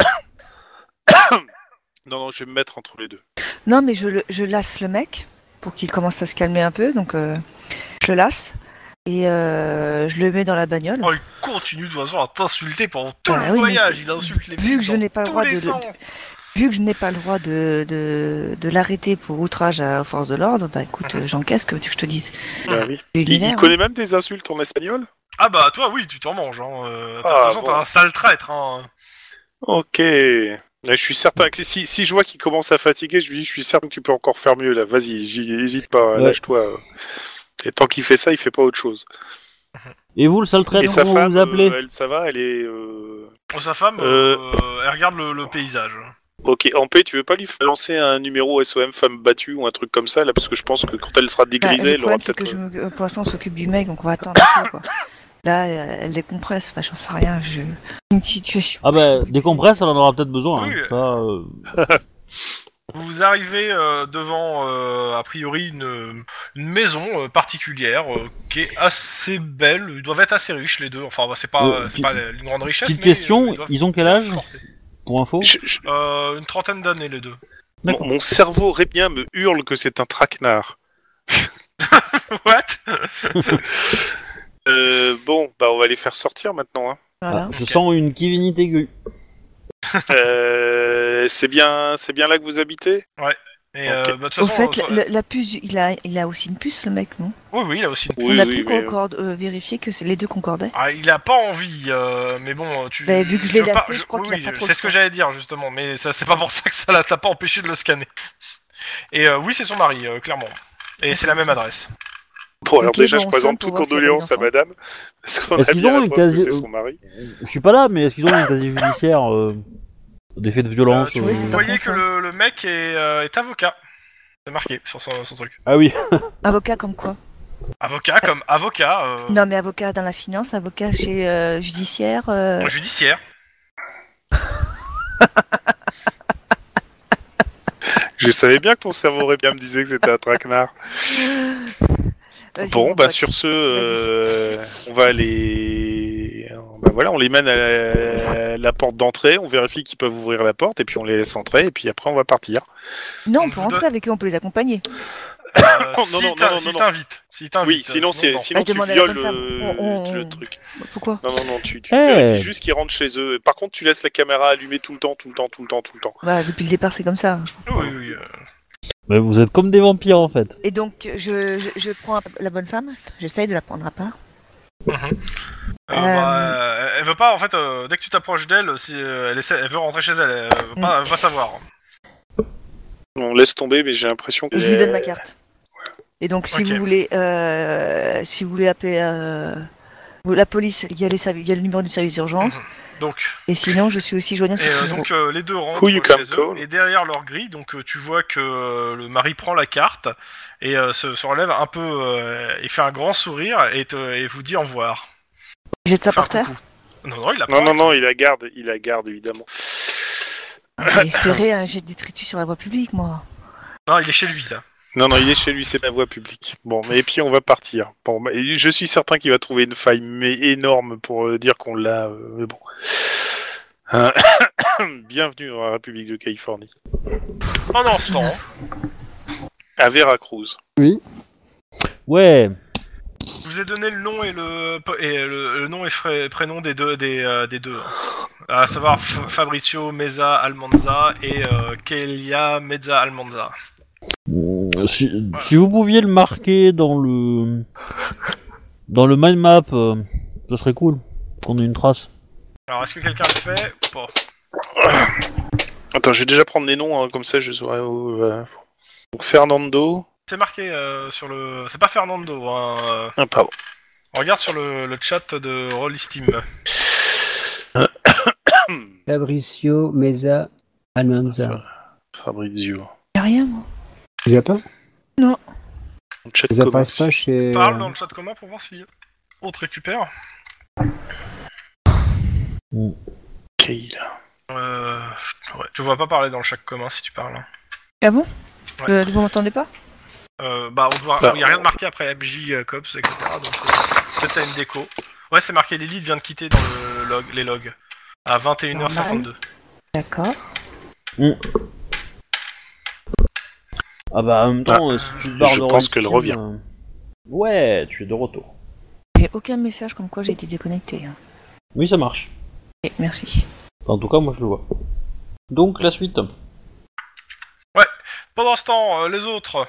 Speaker 4: non, non, je vais me mettre entre les deux.
Speaker 3: Non, mais je, le- je lasse le mec pour qu'il commence à se calmer un peu, donc euh, je le lasse et euh, je le mets dans la bagnole.
Speaker 2: Oh, il continue de toute façon à t'insulter pendant tout
Speaker 3: Ah
Speaker 2: le
Speaker 3: oui, mais
Speaker 2: voyage. Il insulte les
Speaker 3: vu
Speaker 2: filles
Speaker 3: que je
Speaker 2: dans
Speaker 3: n'ai pas le
Speaker 2: tous
Speaker 3: droit
Speaker 2: les
Speaker 3: de-
Speaker 2: sens.
Speaker 3: Vu que je n'ai pas le droit de, de, de l'arrêter pour outrage à aux forces de l'ordre, bah écoute, euh, j'encaisse, que tu que je te dise. hein.
Speaker 4: Bah oui.
Speaker 3: Je
Speaker 4: Il, il
Speaker 3: l'énerve.
Speaker 4: connaît même des insultes en espagnol
Speaker 2: Ah bah toi oui, tu t'en manges. Hein. euh, t'as-
Speaker 4: Ah,
Speaker 2: de toute façon,
Speaker 4: bon.
Speaker 2: t'as un sale traître. Hein.
Speaker 4: Ok. Là, je suis certain que si, si je vois qu'il commence à fatiguer, je lui dis, je suis certain que tu peux encore faire mieux là. Vas-y, j'y- hésite pas,
Speaker 1: Ouais.
Speaker 4: lâche-toi. Et tant qu'il fait ça, il fait pas autre chose.
Speaker 1: Et vous le sale
Speaker 4: Et
Speaker 1: traître,
Speaker 4: sa
Speaker 1: comment vous
Speaker 4: femme,
Speaker 1: vous appelez
Speaker 4: euh, elle, ça va, elle est. euh,
Speaker 2: Pour Sa femme,
Speaker 4: Euh.
Speaker 2: euh, elle regarde le, le paysage.
Speaker 4: Ok, en paix, tu veux pas lui faire lancer un numéro SOM femme battue ou un truc comme ça là, parce que je pense que quand elle sera
Speaker 3: Bah,
Speaker 4: dégrisée,
Speaker 3: le
Speaker 4: elle aura
Speaker 3: problème, c'est
Speaker 4: peut-être.
Speaker 3: que je me- euh, pour l'instant, on s'occupe du mec, donc on va attendre un peu, quoi. Là, euh, elle décompresse, enfin, j'en sais rien, je... Une situation...
Speaker 1: Ah bah, des compresses, elle en aura peut-être besoin. hein.
Speaker 2: Oui.
Speaker 1: Ça, euh,
Speaker 2: Vous arrivez euh, devant, euh, a priori, une, une maison euh, particulière euh, qui est assez belle. Ils doivent être assez riches les deux. Enfin, bah, c'est pas,
Speaker 1: Euh, petite-
Speaker 2: c'est pas une grande richesse.
Speaker 1: petite
Speaker 2: mais,
Speaker 1: question,
Speaker 2: doivent
Speaker 1: ils ont quel
Speaker 2: bien
Speaker 1: âge
Speaker 2: se porter.
Speaker 1: pour info.
Speaker 4: Je- je-
Speaker 2: euh, Une trentaine d'années les deux. *laughs*
Speaker 4: mon, mon cerveau rébien me hurle que c'est un traquenard.
Speaker 2: What
Speaker 4: Euh, bon, bah on va les faire sortir maintenant. Hein.
Speaker 3: Voilà.
Speaker 1: Ah, Je sens une kivinite aiguë.
Speaker 4: Euh, c'est bien, c'est bien là que vous habitez.
Speaker 2: Et,
Speaker 4: Ok.
Speaker 2: euh, bah, de toute
Speaker 3: Au
Speaker 2: façon,
Speaker 3: fait,
Speaker 2: euh,
Speaker 3: la, la- la puce, il a, il a aussi une puce, le mec, non
Speaker 2: oui, oui, il a aussi. Une...
Speaker 4: Oui,
Speaker 3: On a
Speaker 4: oui,
Speaker 3: pu
Speaker 4: mais-
Speaker 3: concorde- euh, vérifier que c'est- les deux concordaient.
Speaker 2: Ah, il a pas envie, euh, mais bon, tu.
Speaker 3: Bah, vu que je l'ai
Speaker 2: par-
Speaker 3: lassé, je crois qu'il a pas trop
Speaker 2: C'est
Speaker 3: le
Speaker 2: ce que
Speaker 3: choix.
Speaker 2: j'allais dire justement, mais ça c'est pas pour ça que ça l'a- t'a pas empêché de le scanner. Et euh, oui, c'est son mari, euh, clairement. Et c'est la même adresse.
Speaker 4: Bon, alors
Speaker 3: Ok,
Speaker 4: déjà,
Speaker 3: bon,
Speaker 4: je
Speaker 3: on
Speaker 4: présente
Speaker 3: sonne pour
Speaker 4: toutes
Speaker 3: voir s'il y a des
Speaker 4: condoléances à
Speaker 3: enfants. Bah,
Speaker 4: madame. *laughs* Parce qu'on
Speaker 1: Est-ce
Speaker 4: a
Speaker 1: qu'ils
Speaker 4: bien
Speaker 1: ont
Speaker 4: la
Speaker 1: une
Speaker 4: preuve que
Speaker 1: case-
Speaker 4: c'est son mari.
Speaker 1: Je suis pas là, mais est-ce qu'ils ont un casier judiciaire euh, des faits de
Speaker 2: Euh,
Speaker 1: violence
Speaker 2: tu
Speaker 1: euh,
Speaker 3: Oui, c'est pas
Speaker 2: voyais
Speaker 3: con,
Speaker 2: que
Speaker 3: ça.
Speaker 2: le, le mec est, euh, est avocat. C'est marqué sur son, son truc.
Speaker 1: Ah oui.
Speaker 3: Avocat comme quoi
Speaker 4: Ah.
Speaker 2: Avocat comme avocat euh,
Speaker 3: Non, mais avocat dans la finance, avocat chez euh, judiciaire... euh,
Speaker 4: *coughs*
Speaker 2: judiciaire.
Speaker 4: Je savais bien que ton cerveau aurait bien me disait que c'était un traquenard.
Speaker 3: vas-y,
Speaker 4: bon,
Speaker 3: mon
Speaker 4: bah
Speaker 3: pote.
Speaker 4: sur ce, euh, on va les... Bah voilà, on les mène à la, la porte d'entrée, on vérifie qu'ils peuvent ouvrir la porte, et puis on les laisse entrer, et puis après on va partir.
Speaker 3: Non,
Speaker 2: on
Speaker 3: on peut
Speaker 2: vous donne-
Speaker 3: rentrer avec eux, on peut les accompagner.
Speaker 2: Euh,
Speaker 4: Non,
Speaker 2: si
Speaker 4: non, non,
Speaker 2: t'in-
Speaker 4: non,
Speaker 2: si
Speaker 4: non, non.
Speaker 2: t'invites. Si t'invites.
Speaker 4: Oui,
Speaker 2: euh,
Speaker 4: sinon, c'est-
Speaker 2: non.
Speaker 4: sinon
Speaker 3: Bah, je
Speaker 4: tu
Speaker 3: demande à la
Speaker 4: violes
Speaker 3: bonne femme.
Speaker 4: euh,
Speaker 3: On- on-
Speaker 4: le truc.
Speaker 3: Pourquoi
Speaker 4: Non, non, non, tu, tu
Speaker 1: Eh.
Speaker 4: vérifies juste qu'ils rentrent chez eux. Par contre, tu laisses la caméra allumée tout le temps, tout le temps, tout le temps, tout le temps.
Speaker 3: Bah, depuis le départ, c'est comme ça.
Speaker 2: Oui, oui, oui, euh,
Speaker 10: Mais vous êtes comme des vampires en fait.
Speaker 3: Et donc, je, je, je prends la bonne femme, j'essaye de la prendre à part.
Speaker 2: Euh, bah, elle veut pas, en fait, euh, dès que tu t'approches d'elle, si, euh, elle, essaie- elle veut rentrer chez elle, elle veut
Speaker 4: Mm.
Speaker 2: pas, elle veut pas savoir.
Speaker 4: On laisse tomber, mais j'ai l'impression que. Eh.
Speaker 3: Je lui donne ma carte. Et donc, si
Speaker 4: Euh, Ok.
Speaker 3: vous voulez, euh, si vous voulez appeler euh, la police, il y, a les servi- il y a le numéro du service d'urgence.
Speaker 4: Mhm.
Speaker 2: Donc.
Speaker 3: Et sinon, je suis aussi joignable
Speaker 2: Et
Speaker 3: sur ce
Speaker 2: euh,
Speaker 3: numéro.
Speaker 2: donc euh, les deux rentrent
Speaker 4: Who you can
Speaker 2: chez eux, et derrière leur grille, donc euh, tu vois que euh, le mari prend la carte et euh, se, se relève un peu, euh, il fait un grand sourire et, te- et vous dit au revoir.
Speaker 3: J'ai de ça par
Speaker 2: Enfin,
Speaker 3: terre.
Speaker 2: Non non, il la prend.
Speaker 4: Non, non, non, il la garde, il la garde évidemment.
Speaker 3: J'ai espéré un jet de détritus sur la voie publique, moi.
Speaker 2: Non, il est chez lui là.
Speaker 4: Non, non, il est chez lui, c'est la voie publique. Bon, mais- et puis on va partir. Bon, bah, et je suis certain qu'il va trouver une faille mais énorme pour euh, dire qu'on l'a. euh, mais bon. Hein. *coughs* Bienvenue dans la République de Californie.
Speaker 2: Pendant ce temps,
Speaker 4: À Veracruz.
Speaker 10: Ouais.
Speaker 2: je vous ai donné le nom et le et le, le nom et fra- prénom des deux des, euh, des deux, hein. à savoir F- Fabrizio Meza Almanza et euh, Kelia Meza Almanza.
Speaker 10: Euh, Si, si vous pouviez le marquer dans le dans le mind map, euh, ce serait cool qu'on ait une trace.
Speaker 2: Alors est-ce que quelqu'un le fait ou pas
Speaker 4: Attends, je vais déjà prendre les noms, hein, comme ça je saurai où. euh, Donc Fernando.
Speaker 2: C'est marqué euh, sur le. C'est pas Fernando. Hein. euh,
Speaker 4: Ah, pardon.
Speaker 2: Regarde sur le, le chat de
Speaker 3: Euh.
Speaker 2: Rollisteam.
Speaker 6: Fabricio Meza Almanza.
Speaker 4: *coughs* Fabrizio.
Speaker 3: Y a rien, moi.
Speaker 6: Tu les pas
Speaker 4: Le chat
Speaker 6: Ils
Speaker 4: commence.
Speaker 6: apparaissent pas chez.
Speaker 2: Parle dans le chat commun pour voir si autre récupère.
Speaker 4: Keila.
Speaker 2: Euh, ouais, je vois pas parler dans le chat commun si tu parles. hein.
Speaker 3: Ah bon
Speaker 2: Ouais.
Speaker 3: Euh, Vous m'entendez pas
Speaker 2: Euh, bah, on voit,
Speaker 4: Bah,
Speaker 2: y a rien de marqué après MJ, euh, Cops, etc. Donc, euh, peut-être t'as une déco. Ouais, c'est marqué Lilith vient de quitter dans le log, les logs. À 21h52.
Speaker 3: D'accord.
Speaker 1: Ah bah en même temps, euh, si tu te barres
Speaker 4: je
Speaker 1: de
Speaker 4: pense qu'elle
Speaker 1: Rolstein,
Speaker 4: revient.
Speaker 1: euh, Ouais, tu es de retour.
Speaker 3: J'ai aucun message comme quoi j'ai été déconnecté. hein.
Speaker 1: Oui, ça marche.
Speaker 3: Ok, merci.
Speaker 1: Enfin, en tout cas, moi je le vois. Donc la suite.
Speaker 2: Pendant ce temps, euh, les autres. euh,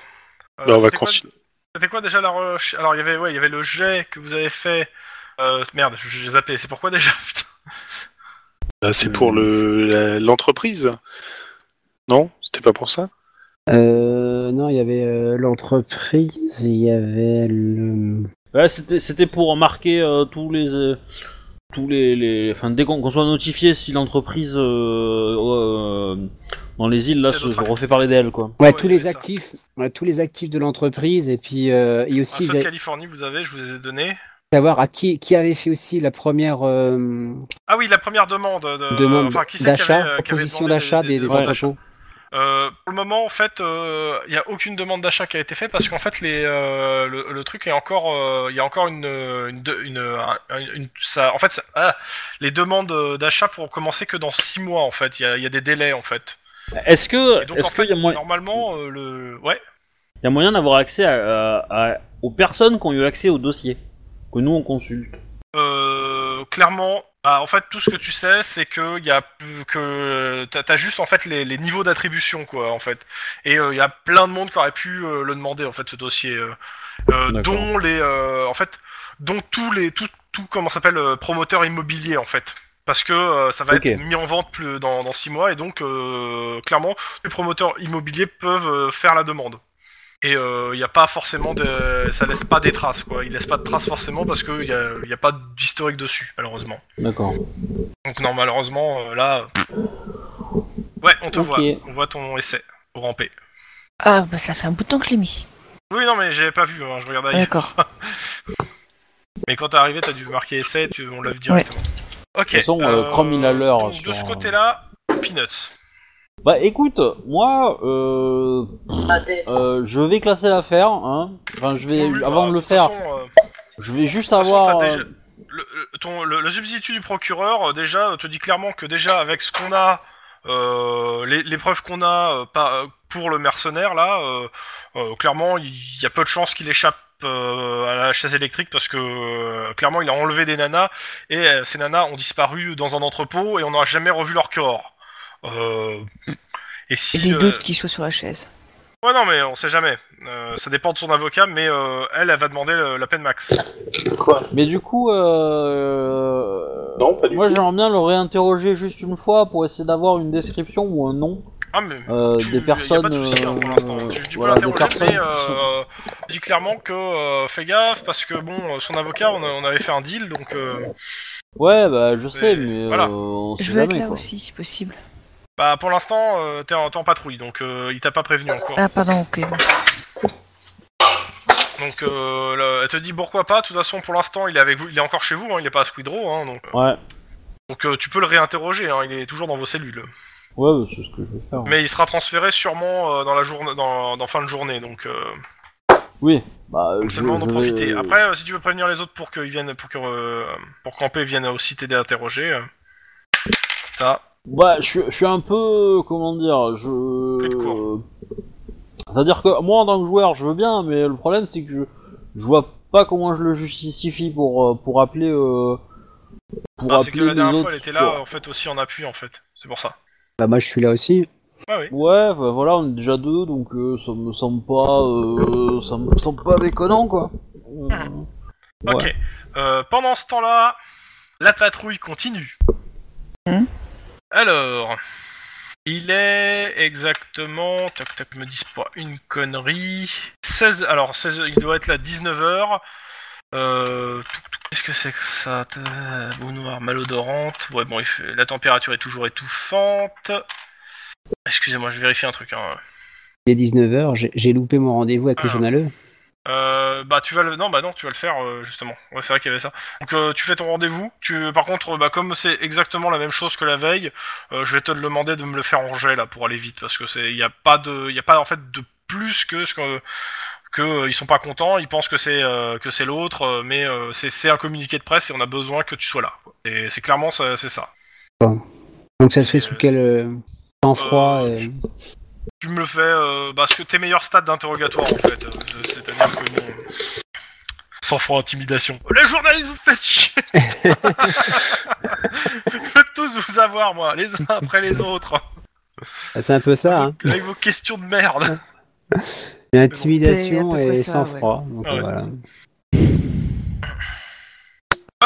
Speaker 4: Bah, on va
Speaker 2: c'était quoi-
Speaker 4: continuer.
Speaker 2: C'était quoi déjà la recherche Alors, il y avait, ouais, il y avait le jet que vous avez fait. Euh, merde, j'ai zappé. C'est pourquoi déjà *laughs* putain
Speaker 4: Ah, c'est pour
Speaker 2: Hmm.
Speaker 4: le la- l'entreprise. Non, c'était pas pour ça.
Speaker 6: Euh, non, il y avait euh, l'entreprise, il y avait
Speaker 2: Ah
Speaker 6: le.
Speaker 1: Ouais, Bah, c'était c'était pour marquer euh, tous les euh, tous les, les enfin dès qu'on qu'on soit notifié si l'entreprise euh, euh, dans les îles là se, se refait parler d'elle quoi.
Speaker 6: Ouais,
Speaker 2: Ouais,
Speaker 6: tous
Speaker 2: il y
Speaker 6: les
Speaker 2: avait ça.
Speaker 6: actifs, ouais, tous les actifs de l'entreprise et puis euh, et
Speaker 2: Un
Speaker 6: aussi il
Speaker 2: ceux de
Speaker 6: y a-
Speaker 2: Californie, vous avez, je vous les ai donnés.
Speaker 6: savoir à qui qui avait fait aussi la première euh,
Speaker 2: Ah oui, la première demande. De...
Speaker 6: demande
Speaker 2: Euh, enfin, qui c'est qui avait,
Speaker 6: d'achat,
Speaker 2: euh, qui avait
Speaker 6: proposition
Speaker 2: demandé
Speaker 6: d'achat des, des
Speaker 2: demandes d'achat
Speaker 6: entrepôts.
Speaker 2: Euh, Pour le moment, en fait, euh, il n'y a aucune demande d'achat qui a été faite parce qu'en fait, les, euh, le, le truc est encore. euh, Il y a encore une. euh, une, de- une, euh, une- une- ça, en fait, ça- ah, les demandes euh, d'achat pourront commencer que dans 6 mois, en fait. Il y a, il y a des délais, en fait.
Speaker 1: Est-ce que
Speaker 2: Et donc, en
Speaker 1: est-ce
Speaker 2: fait,
Speaker 1: qu'il y a moyen
Speaker 2: normalement, euh, le. Ouais.
Speaker 1: y a moyen d'avoir accès à, à- à- aux personnes qui ont eu accès au dossier que nous on consulte.
Speaker 2: Euh, clairement, bah, en fait, tout ce que tu sais, c'est que il y a plus que t'as t'as juste en fait les, les niveaux d'attribution quoi, en fait. Et euh, il y a plein de monde qui aurait pu euh, le demander en fait ce dossier, euh, euh,
Speaker 1: D'accord.
Speaker 2: dont les, euh, en fait, dont tous les tout tout comment ça s'appelle euh, promoteurs immobiliers en fait. Parce que euh, ça va
Speaker 1: Ok.
Speaker 2: être mis en vente plus dans, dans six mois et donc euh, clairement les promoteurs immobiliers peuvent euh, faire la demande. Et il n'y a pas forcément de. Ça laisse pas des traces, quoi. Il laisse pas de traces forcément parce qu'il n'y a, y a pas d'historique dessus, malheureusement.
Speaker 1: D'accord.
Speaker 2: Donc, non, malheureusement, euh, là. Ouais, on te
Speaker 1: Ok.
Speaker 2: voit. On voit ton essai pour ramper.
Speaker 3: Ah, bah ça fait un bout de temps que je l'ai mis.
Speaker 2: Oui, non, mais j'avais pas vu, hein, je regardais. ailleurs.
Speaker 3: D'accord.
Speaker 2: Mais quand t'es arrivé, t'as dû marquer essai, tu, on l'a vu directement. Ok.
Speaker 1: toute façon, euh, Chrome, il a l'heure
Speaker 2: donc, De
Speaker 1: sur,
Speaker 2: ce
Speaker 1: euh,
Speaker 2: côté-là, Peanuts.
Speaker 1: Bah écoute, moi euh,
Speaker 8: Attendez.
Speaker 1: euh, je vais classer l'affaire. Hein. Enfin, je vais
Speaker 2: Oui, oui,
Speaker 1: avant
Speaker 2: bah,
Speaker 1: de le
Speaker 2: toute
Speaker 1: faire,
Speaker 2: façon, euh,
Speaker 1: je vais juste
Speaker 2: toute façon,
Speaker 1: avoir.
Speaker 2: t'as
Speaker 1: euh,
Speaker 2: déjà- le, le- ton- le- le substitut du procureur, euh, déjà, euh, te dit clairement que déjà, avec ce qu'on a, euh, les, les preuves qu'on a euh, pas- euh, pour le mercenaire, là, euh, euh, clairement, il y a peu de chances qu'il échappe euh, à la chaise électrique parce que, euh, clairement, il a enlevé des nanas et euh, ces nanas ont disparu dans un entrepôt et on n'a jamais revu leur corps. Euh, et si...
Speaker 3: J'ai des
Speaker 2: euh,
Speaker 3: doutes qui sont sur la chaise.
Speaker 2: Ouais, non, mais on sait jamais. Euh, ça dépend de son avocat, mais euh, elle, elle va demander le- la peine max.
Speaker 4: Quoi
Speaker 1: Mais du coup, euh...
Speaker 4: Non, pas du
Speaker 1: moi
Speaker 4: tout.
Speaker 1: j'aimerais bien le réinterroger juste une fois pour essayer d'avoir une description ou un nom
Speaker 2: Ah, mais.
Speaker 1: euh,
Speaker 2: tu- y a
Speaker 1: des
Speaker 2: pas de
Speaker 1: personnes.
Speaker 2: souci, hein, pour
Speaker 1: euh,
Speaker 2: l'instant. Tu, tu
Speaker 1: voilà,
Speaker 2: peux
Speaker 1: des
Speaker 2: l'interroger, mais
Speaker 1: personnes qui sont-
Speaker 2: euh, dis clairement que euh, fais gaffe, parce que bon, euh, son avocat, on, a- on avait fait un deal, donc. euh,
Speaker 1: Ouais, bah je sais, mais
Speaker 2: voilà.
Speaker 1: euh, on sait
Speaker 3: Je veux être
Speaker 1: jamais
Speaker 3: là
Speaker 1: quoi.
Speaker 3: aussi, si possible.
Speaker 2: bah, pour l'instant, euh, t'es en, t'es en patrouille, donc euh, il t'a pas prévenu encore.
Speaker 3: Ah, pardon, ok. bon.
Speaker 2: Donc, euh, là, elle te dit pourquoi pas. De toute façon, pour l'instant, il est avec vous, il est encore chez vous, hein, il est pas à Squidrow, hein, donc.
Speaker 1: Ouais,
Speaker 2: Donc, euh, tu peux le réinterroger, hein, il est toujours dans vos cellules.
Speaker 1: ouais, bah, c'est ce que je vais faire.
Speaker 2: Mais il sera transféré sûrement euh, dans la journée, dans, dans fin de journée, donc. euh,
Speaker 1: Oui, bah
Speaker 2: Donc
Speaker 1: je,
Speaker 2: c'est le moment
Speaker 1: je
Speaker 2: d'en
Speaker 1: vais-
Speaker 2: profiter. Après, euh, si tu veux prévenir les autres pour qu'ils viennent, pour que euh, pour camper vienne aussi t'aider à interroger, euh, ça.
Speaker 1: Bah, je, suis- je suis un peu. Comment dire
Speaker 2: Pris de
Speaker 1: Je. C'est-à-dire que moi, en tant que joueur, je veux bien, mais le problème, c'est que je, je vois pas comment je le justifie pour, euh, pour appeler. euh, Pour
Speaker 2: Ah, c'est
Speaker 1: appeler
Speaker 2: que la
Speaker 1: les
Speaker 2: dernière
Speaker 1: autres
Speaker 2: fois, elle était là
Speaker 1: sur-
Speaker 2: en fait aussi en appui en fait. C'est pour ça.
Speaker 6: Bah, moi, je suis là aussi.
Speaker 1: Ouais, bah, voilà, on est déjà deux, donc euh, ça me semble pas. euh, ça me semble pas déconnant, quoi. Ouais.
Speaker 2: Ah. Ok. Euh, pendant ce temps-là, la patrouille continue.
Speaker 3: Hmm.
Speaker 2: Alors, il est exactement. Tac tac, me disent pas une connerie. 16. Alors 16. Il doit être là 19 h Euh, touc, touc, Qu'est-ce que c'est que ça Boue noire malodorante. Ouais, bon, il fait- la température est toujours étouffante. Excusez-moi, je vérifie un truc. Hein.
Speaker 6: Il est 19h, j'ai loupé mon rendez-vous avec le E.
Speaker 2: Ah.
Speaker 6: journaleux.
Speaker 2: Euh, bah tu vas le non bah non tu vas le faire euh, justement ouais c'est vrai qu'il y avait ça donc euh, tu fais ton rendez-vous tu par contre bah comme c'est exactement la même chose que la veille euh, je vais te le demander de me le faire en jet là pour aller vite parce que c'est il y a pas de il y a pas en fait de plus que ce que que euh, ils sont pas contents ils pensent que c'est euh, que c'est l'autre euh, mais euh, c'est c'est un communiqué de presse et on a besoin que tu sois là quoi. et c'est clairement ça- c'est ça
Speaker 6: Donc, ça se
Speaker 2: c'est-
Speaker 6: fait sous quel euh, temps froid
Speaker 2: Euh,
Speaker 6: et-
Speaker 2: je- tu me le fais euh, bah ce que tes meilleurs stats d'interrogatoire en fait Euh, c'est à dire que bon sans froid intimidation les journalistes vous faites chier *laughs* je veux tous vous avoir moi les uns après les autres hein.
Speaker 6: Bah, C'est un peu ça, hein.
Speaker 2: avec vos questions de merde
Speaker 6: Il y a
Speaker 2: bon.
Speaker 6: intimidation
Speaker 3: C'est à peu près
Speaker 6: et
Speaker 3: ça,
Speaker 6: sans
Speaker 3: ouais.
Speaker 6: froid. Donc,
Speaker 2: Ah ouais.
Speaker 6: voilà.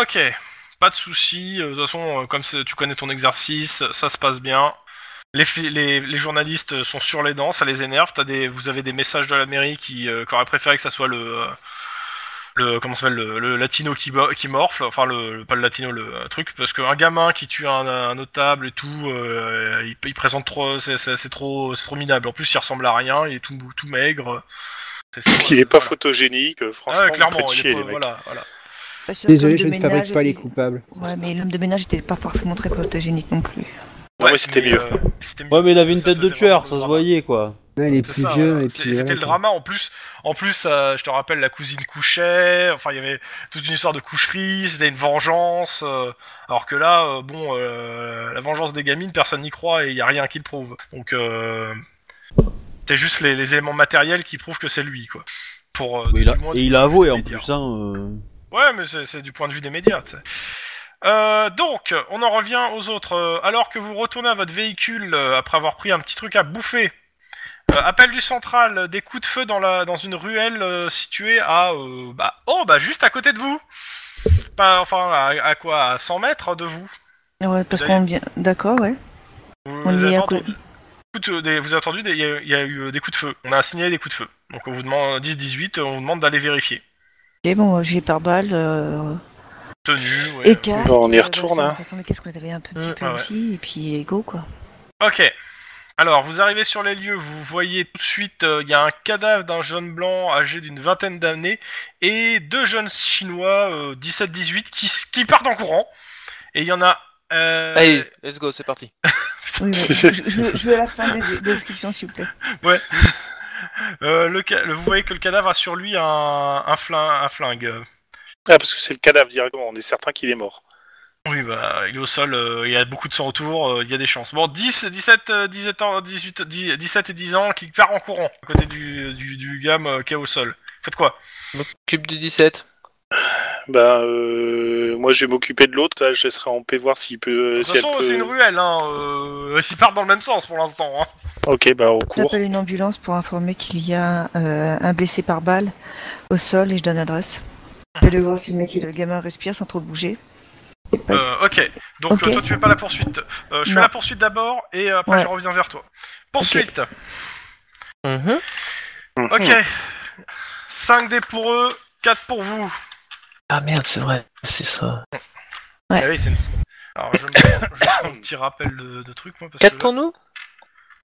Speaker 2: ok pas de soucis euh, de toute façon euh, comme c'est- tu connais ton exercice ça se passe bien les, fi- les, les journalistes sont sur les dents, ça les énerve. T'as des, vous avez des messages de la mairie qui, euh, qui auraient préféré que ça soit le, euh, le comment ça s'appelle le, le latino qui, bo- qui morfle, enfin le, le- pas le latino le euh, truc, parce qu'un gamin qui tue un, un notable et tout, euh, il, il présente trop, c'est, c'est- c'est trop, c'est trop minable. En plus, il ressemble à rien, il est tout, tout maigre. C'est- c'est-
Speaker 4: *laughs* Il est pas
Speaker 2: voilà.
Speaker 4: photogénique,
Speaker 2: Ah
Speaker 4: euh,
Speaker 2: ouais,
Speaker 4: franchement. vous
Speaker 2: clairement,
Speaker 4: faites
Speaker 2: il est
Speaker 4: chier,
Speaker 2: pas-
Speaker 4: les mecs.
Speaker 2: voilà, voilà.
Speaker 3: Pas sûr que
Speaker 6: Désolé,
Speaker 3: l'homme
Speaker 6: je
Speaker 3: de
Speaker 6: ne fabrique
Speaker 3: ménage
Speaker 6: pas les
Speaker 3: était-
Speaker 6: coupables.
Speaker 3: Ouais, mais l'homme de ménage n'était pas forcément très photogénique non plus.
Speaker 4: Ah Ouais, mais c'était mieux.
Speaker 2: euh, c'était mieux.
Speaker 1: Ouais, mais il avait une
Speaker 2: Ça
Speaker 1: tête de
Speaker 2: faisait
Speaker 1: tueur,
Speaker 2: vraiment
Speaker 1: ça se
Speaker 2: drama.
Speaker 1: voyait, quoi.
Speaker 6: Ouais, il est
Speaker 2: C'est
Speaker 6: plus
Speaker 2: ça,
Speaker 6: vieux
Speaker 2: voilà.
Speaker 6: et
Speaker 2: C'est-
Speaker 6: puis.
Speaker 2: C'était
Speaker 6: ouais,
Speaker 2: le drama en plus. En plus, euh, je te rappelle, la cousine couchait. Enfin, il y avait toute une histoire de coucherie. C'était une vengeance. euh, alors que là, euh, bon, euh, la vengeance des gamines, personne n'y croit et il y a rien qui le prouve. Donc, euh, c'est juste les, les éléments matériels qui prouvent que c'est lui, quoi. Pour euh,
Speaker 1: Mais il a-
Speaker 2: du moins,
Speaker 1: et
Speaker 2: du
Speaker 1: il
Speaker 2: point
Speaker 1: a
Speaker 2: de vue
Speaker 1: avoué
Speaker 2: des
Speaker 1: en
Speaker 2: médias.
Speaker 1: plus, hein. euh.
Speaker 2: Ouais, mais c'est c'est du point de vue des médias, tu sais. Euh, donc, on en revient aux autres. Euh, alors que vous retournez à votre véhicule euh, après avoir pris un petit truc à bouffer, euh, appel du central, euh, des coups de feu dans, la, dans une ruelle euh, située à... euh, bah, oh, bah juste à côté de vous Pas, Enfin, à, à quoi À 100 mètres de vous
Speaker 3: Ah Ouais, parce
Speaker 2: D'ailleurs-
Speaker 3: qu'on vient. D'accord, ouais.
Speaker 2: Vous,
Speaker 3: On
Speaker 2: vous
Speaker 3: y est
Speaker 2: avez
Speaker 3: à
Speaker 2: entendu,
Speaker 3: côté.
Speaker 2: écoute, euh, des- vous avez entendu, des- il y, a- il y a eu euh, des coups de feu. On a signalé des coups de feu. Donc on vous demande 10-18, on vous demande d'aller vérifier.
Speaker 3: Ok, bon, j'ai par balle. Euh...
Speaker 2: Tenue, ouais.
Speaker 3: Et casque.
Speaker 4: Bon, on y
Speaker 3: euh, bah,
Speaker 4: retourne,
Speaker 3: De
Speaker 4: hein.
Speaker 3: toute façon, les casques, on les avait un peu, petit
Speaker 5: Mm.
Speaker 3: peu
Speaker 2: Ah ouais.
Speaker 3: aussi. Et puis, go, quoi.
Speaker 2: Ok. Alors, vous arrivez sur les lieux, vous voyez tout de suite, euh, il y a un cadavre d'un jeune blanc âgé d'une vingtaine d'années et deux jeunes chinois euh, 17-18 qui, s- qui partent en courant. Et il y en a. euh,
Speaker 5: Allez, let's go, c'est parti.
Speaker 3: Oui, oui. je, je veux- je veux la fin des des descriptions, s'il vous plaît.
Speaker 2: euh, le, ca- le- vous voyez que le cadavre a sur lui un, un, flin- un flingue.
Speaker 4: Ah, parce que c'est le cadavre directement, on est certain qu'il est mort.
Speaker 2: Oui, bah, il est au sol, euh, il y a beaucoup de sang autour, euh, il y a des chances. Bon, 10, 17, euh, 17 ans, 18, 10, 17 et 10 ans qui part en courant à côté du, du, du gamme euh, qui est au sol. Faites quoi
Speaker 5: Je m'occupe du 17.
Speaker 4: Bah, euh, moi, je vais m'occuper de l'autre. là, Je laisserai en paix voir s'il peut. euh,
Speaker 2: De
Speaker 4: si
Speaker 2: toute
Speaker 4: elle
Speaker 2: façon,
Speaker 4: peut-
Speaker 2: c'est une ruelle, hein. euh, *laughs* ils partent dans le même sens pour l'instant. Hein.
Speaker 4: Ok, bah, on court.
Speaker 3: *laughs* J'appelle une ambulance pour informer qu'il y a euh, un blessé par balle au sol et je donne adresse. Je vais voir si le mec, le gamin respire sans trop bouger.
Speaker 2: Euh, ok, donc
Speaker 3: Ok.
Speaker 2: euh, toi tu fais pas la poursuite. Euh, je fais
Speaker 3: Non.
Speaker 2: la poursuite d'abord et euh, après
Speaker 3: Ouais.
Speaker 2: je reviens vers toi. Poursuite
Speaker 5: Mhm.
Speaker 2: Ok. 5 dés pour eux, 4 pour vous.
Speaker 5: Ah merde, c'est vrai, c'est ça.
Speaker 3: Ouais.
Speaker 2: Ah oui, c'est une- Alors je me prends, je me prends un petit rappel de, de truc moi parce
Speaker 5: 4
Speaker 2: que.
Speaker 5: pour nous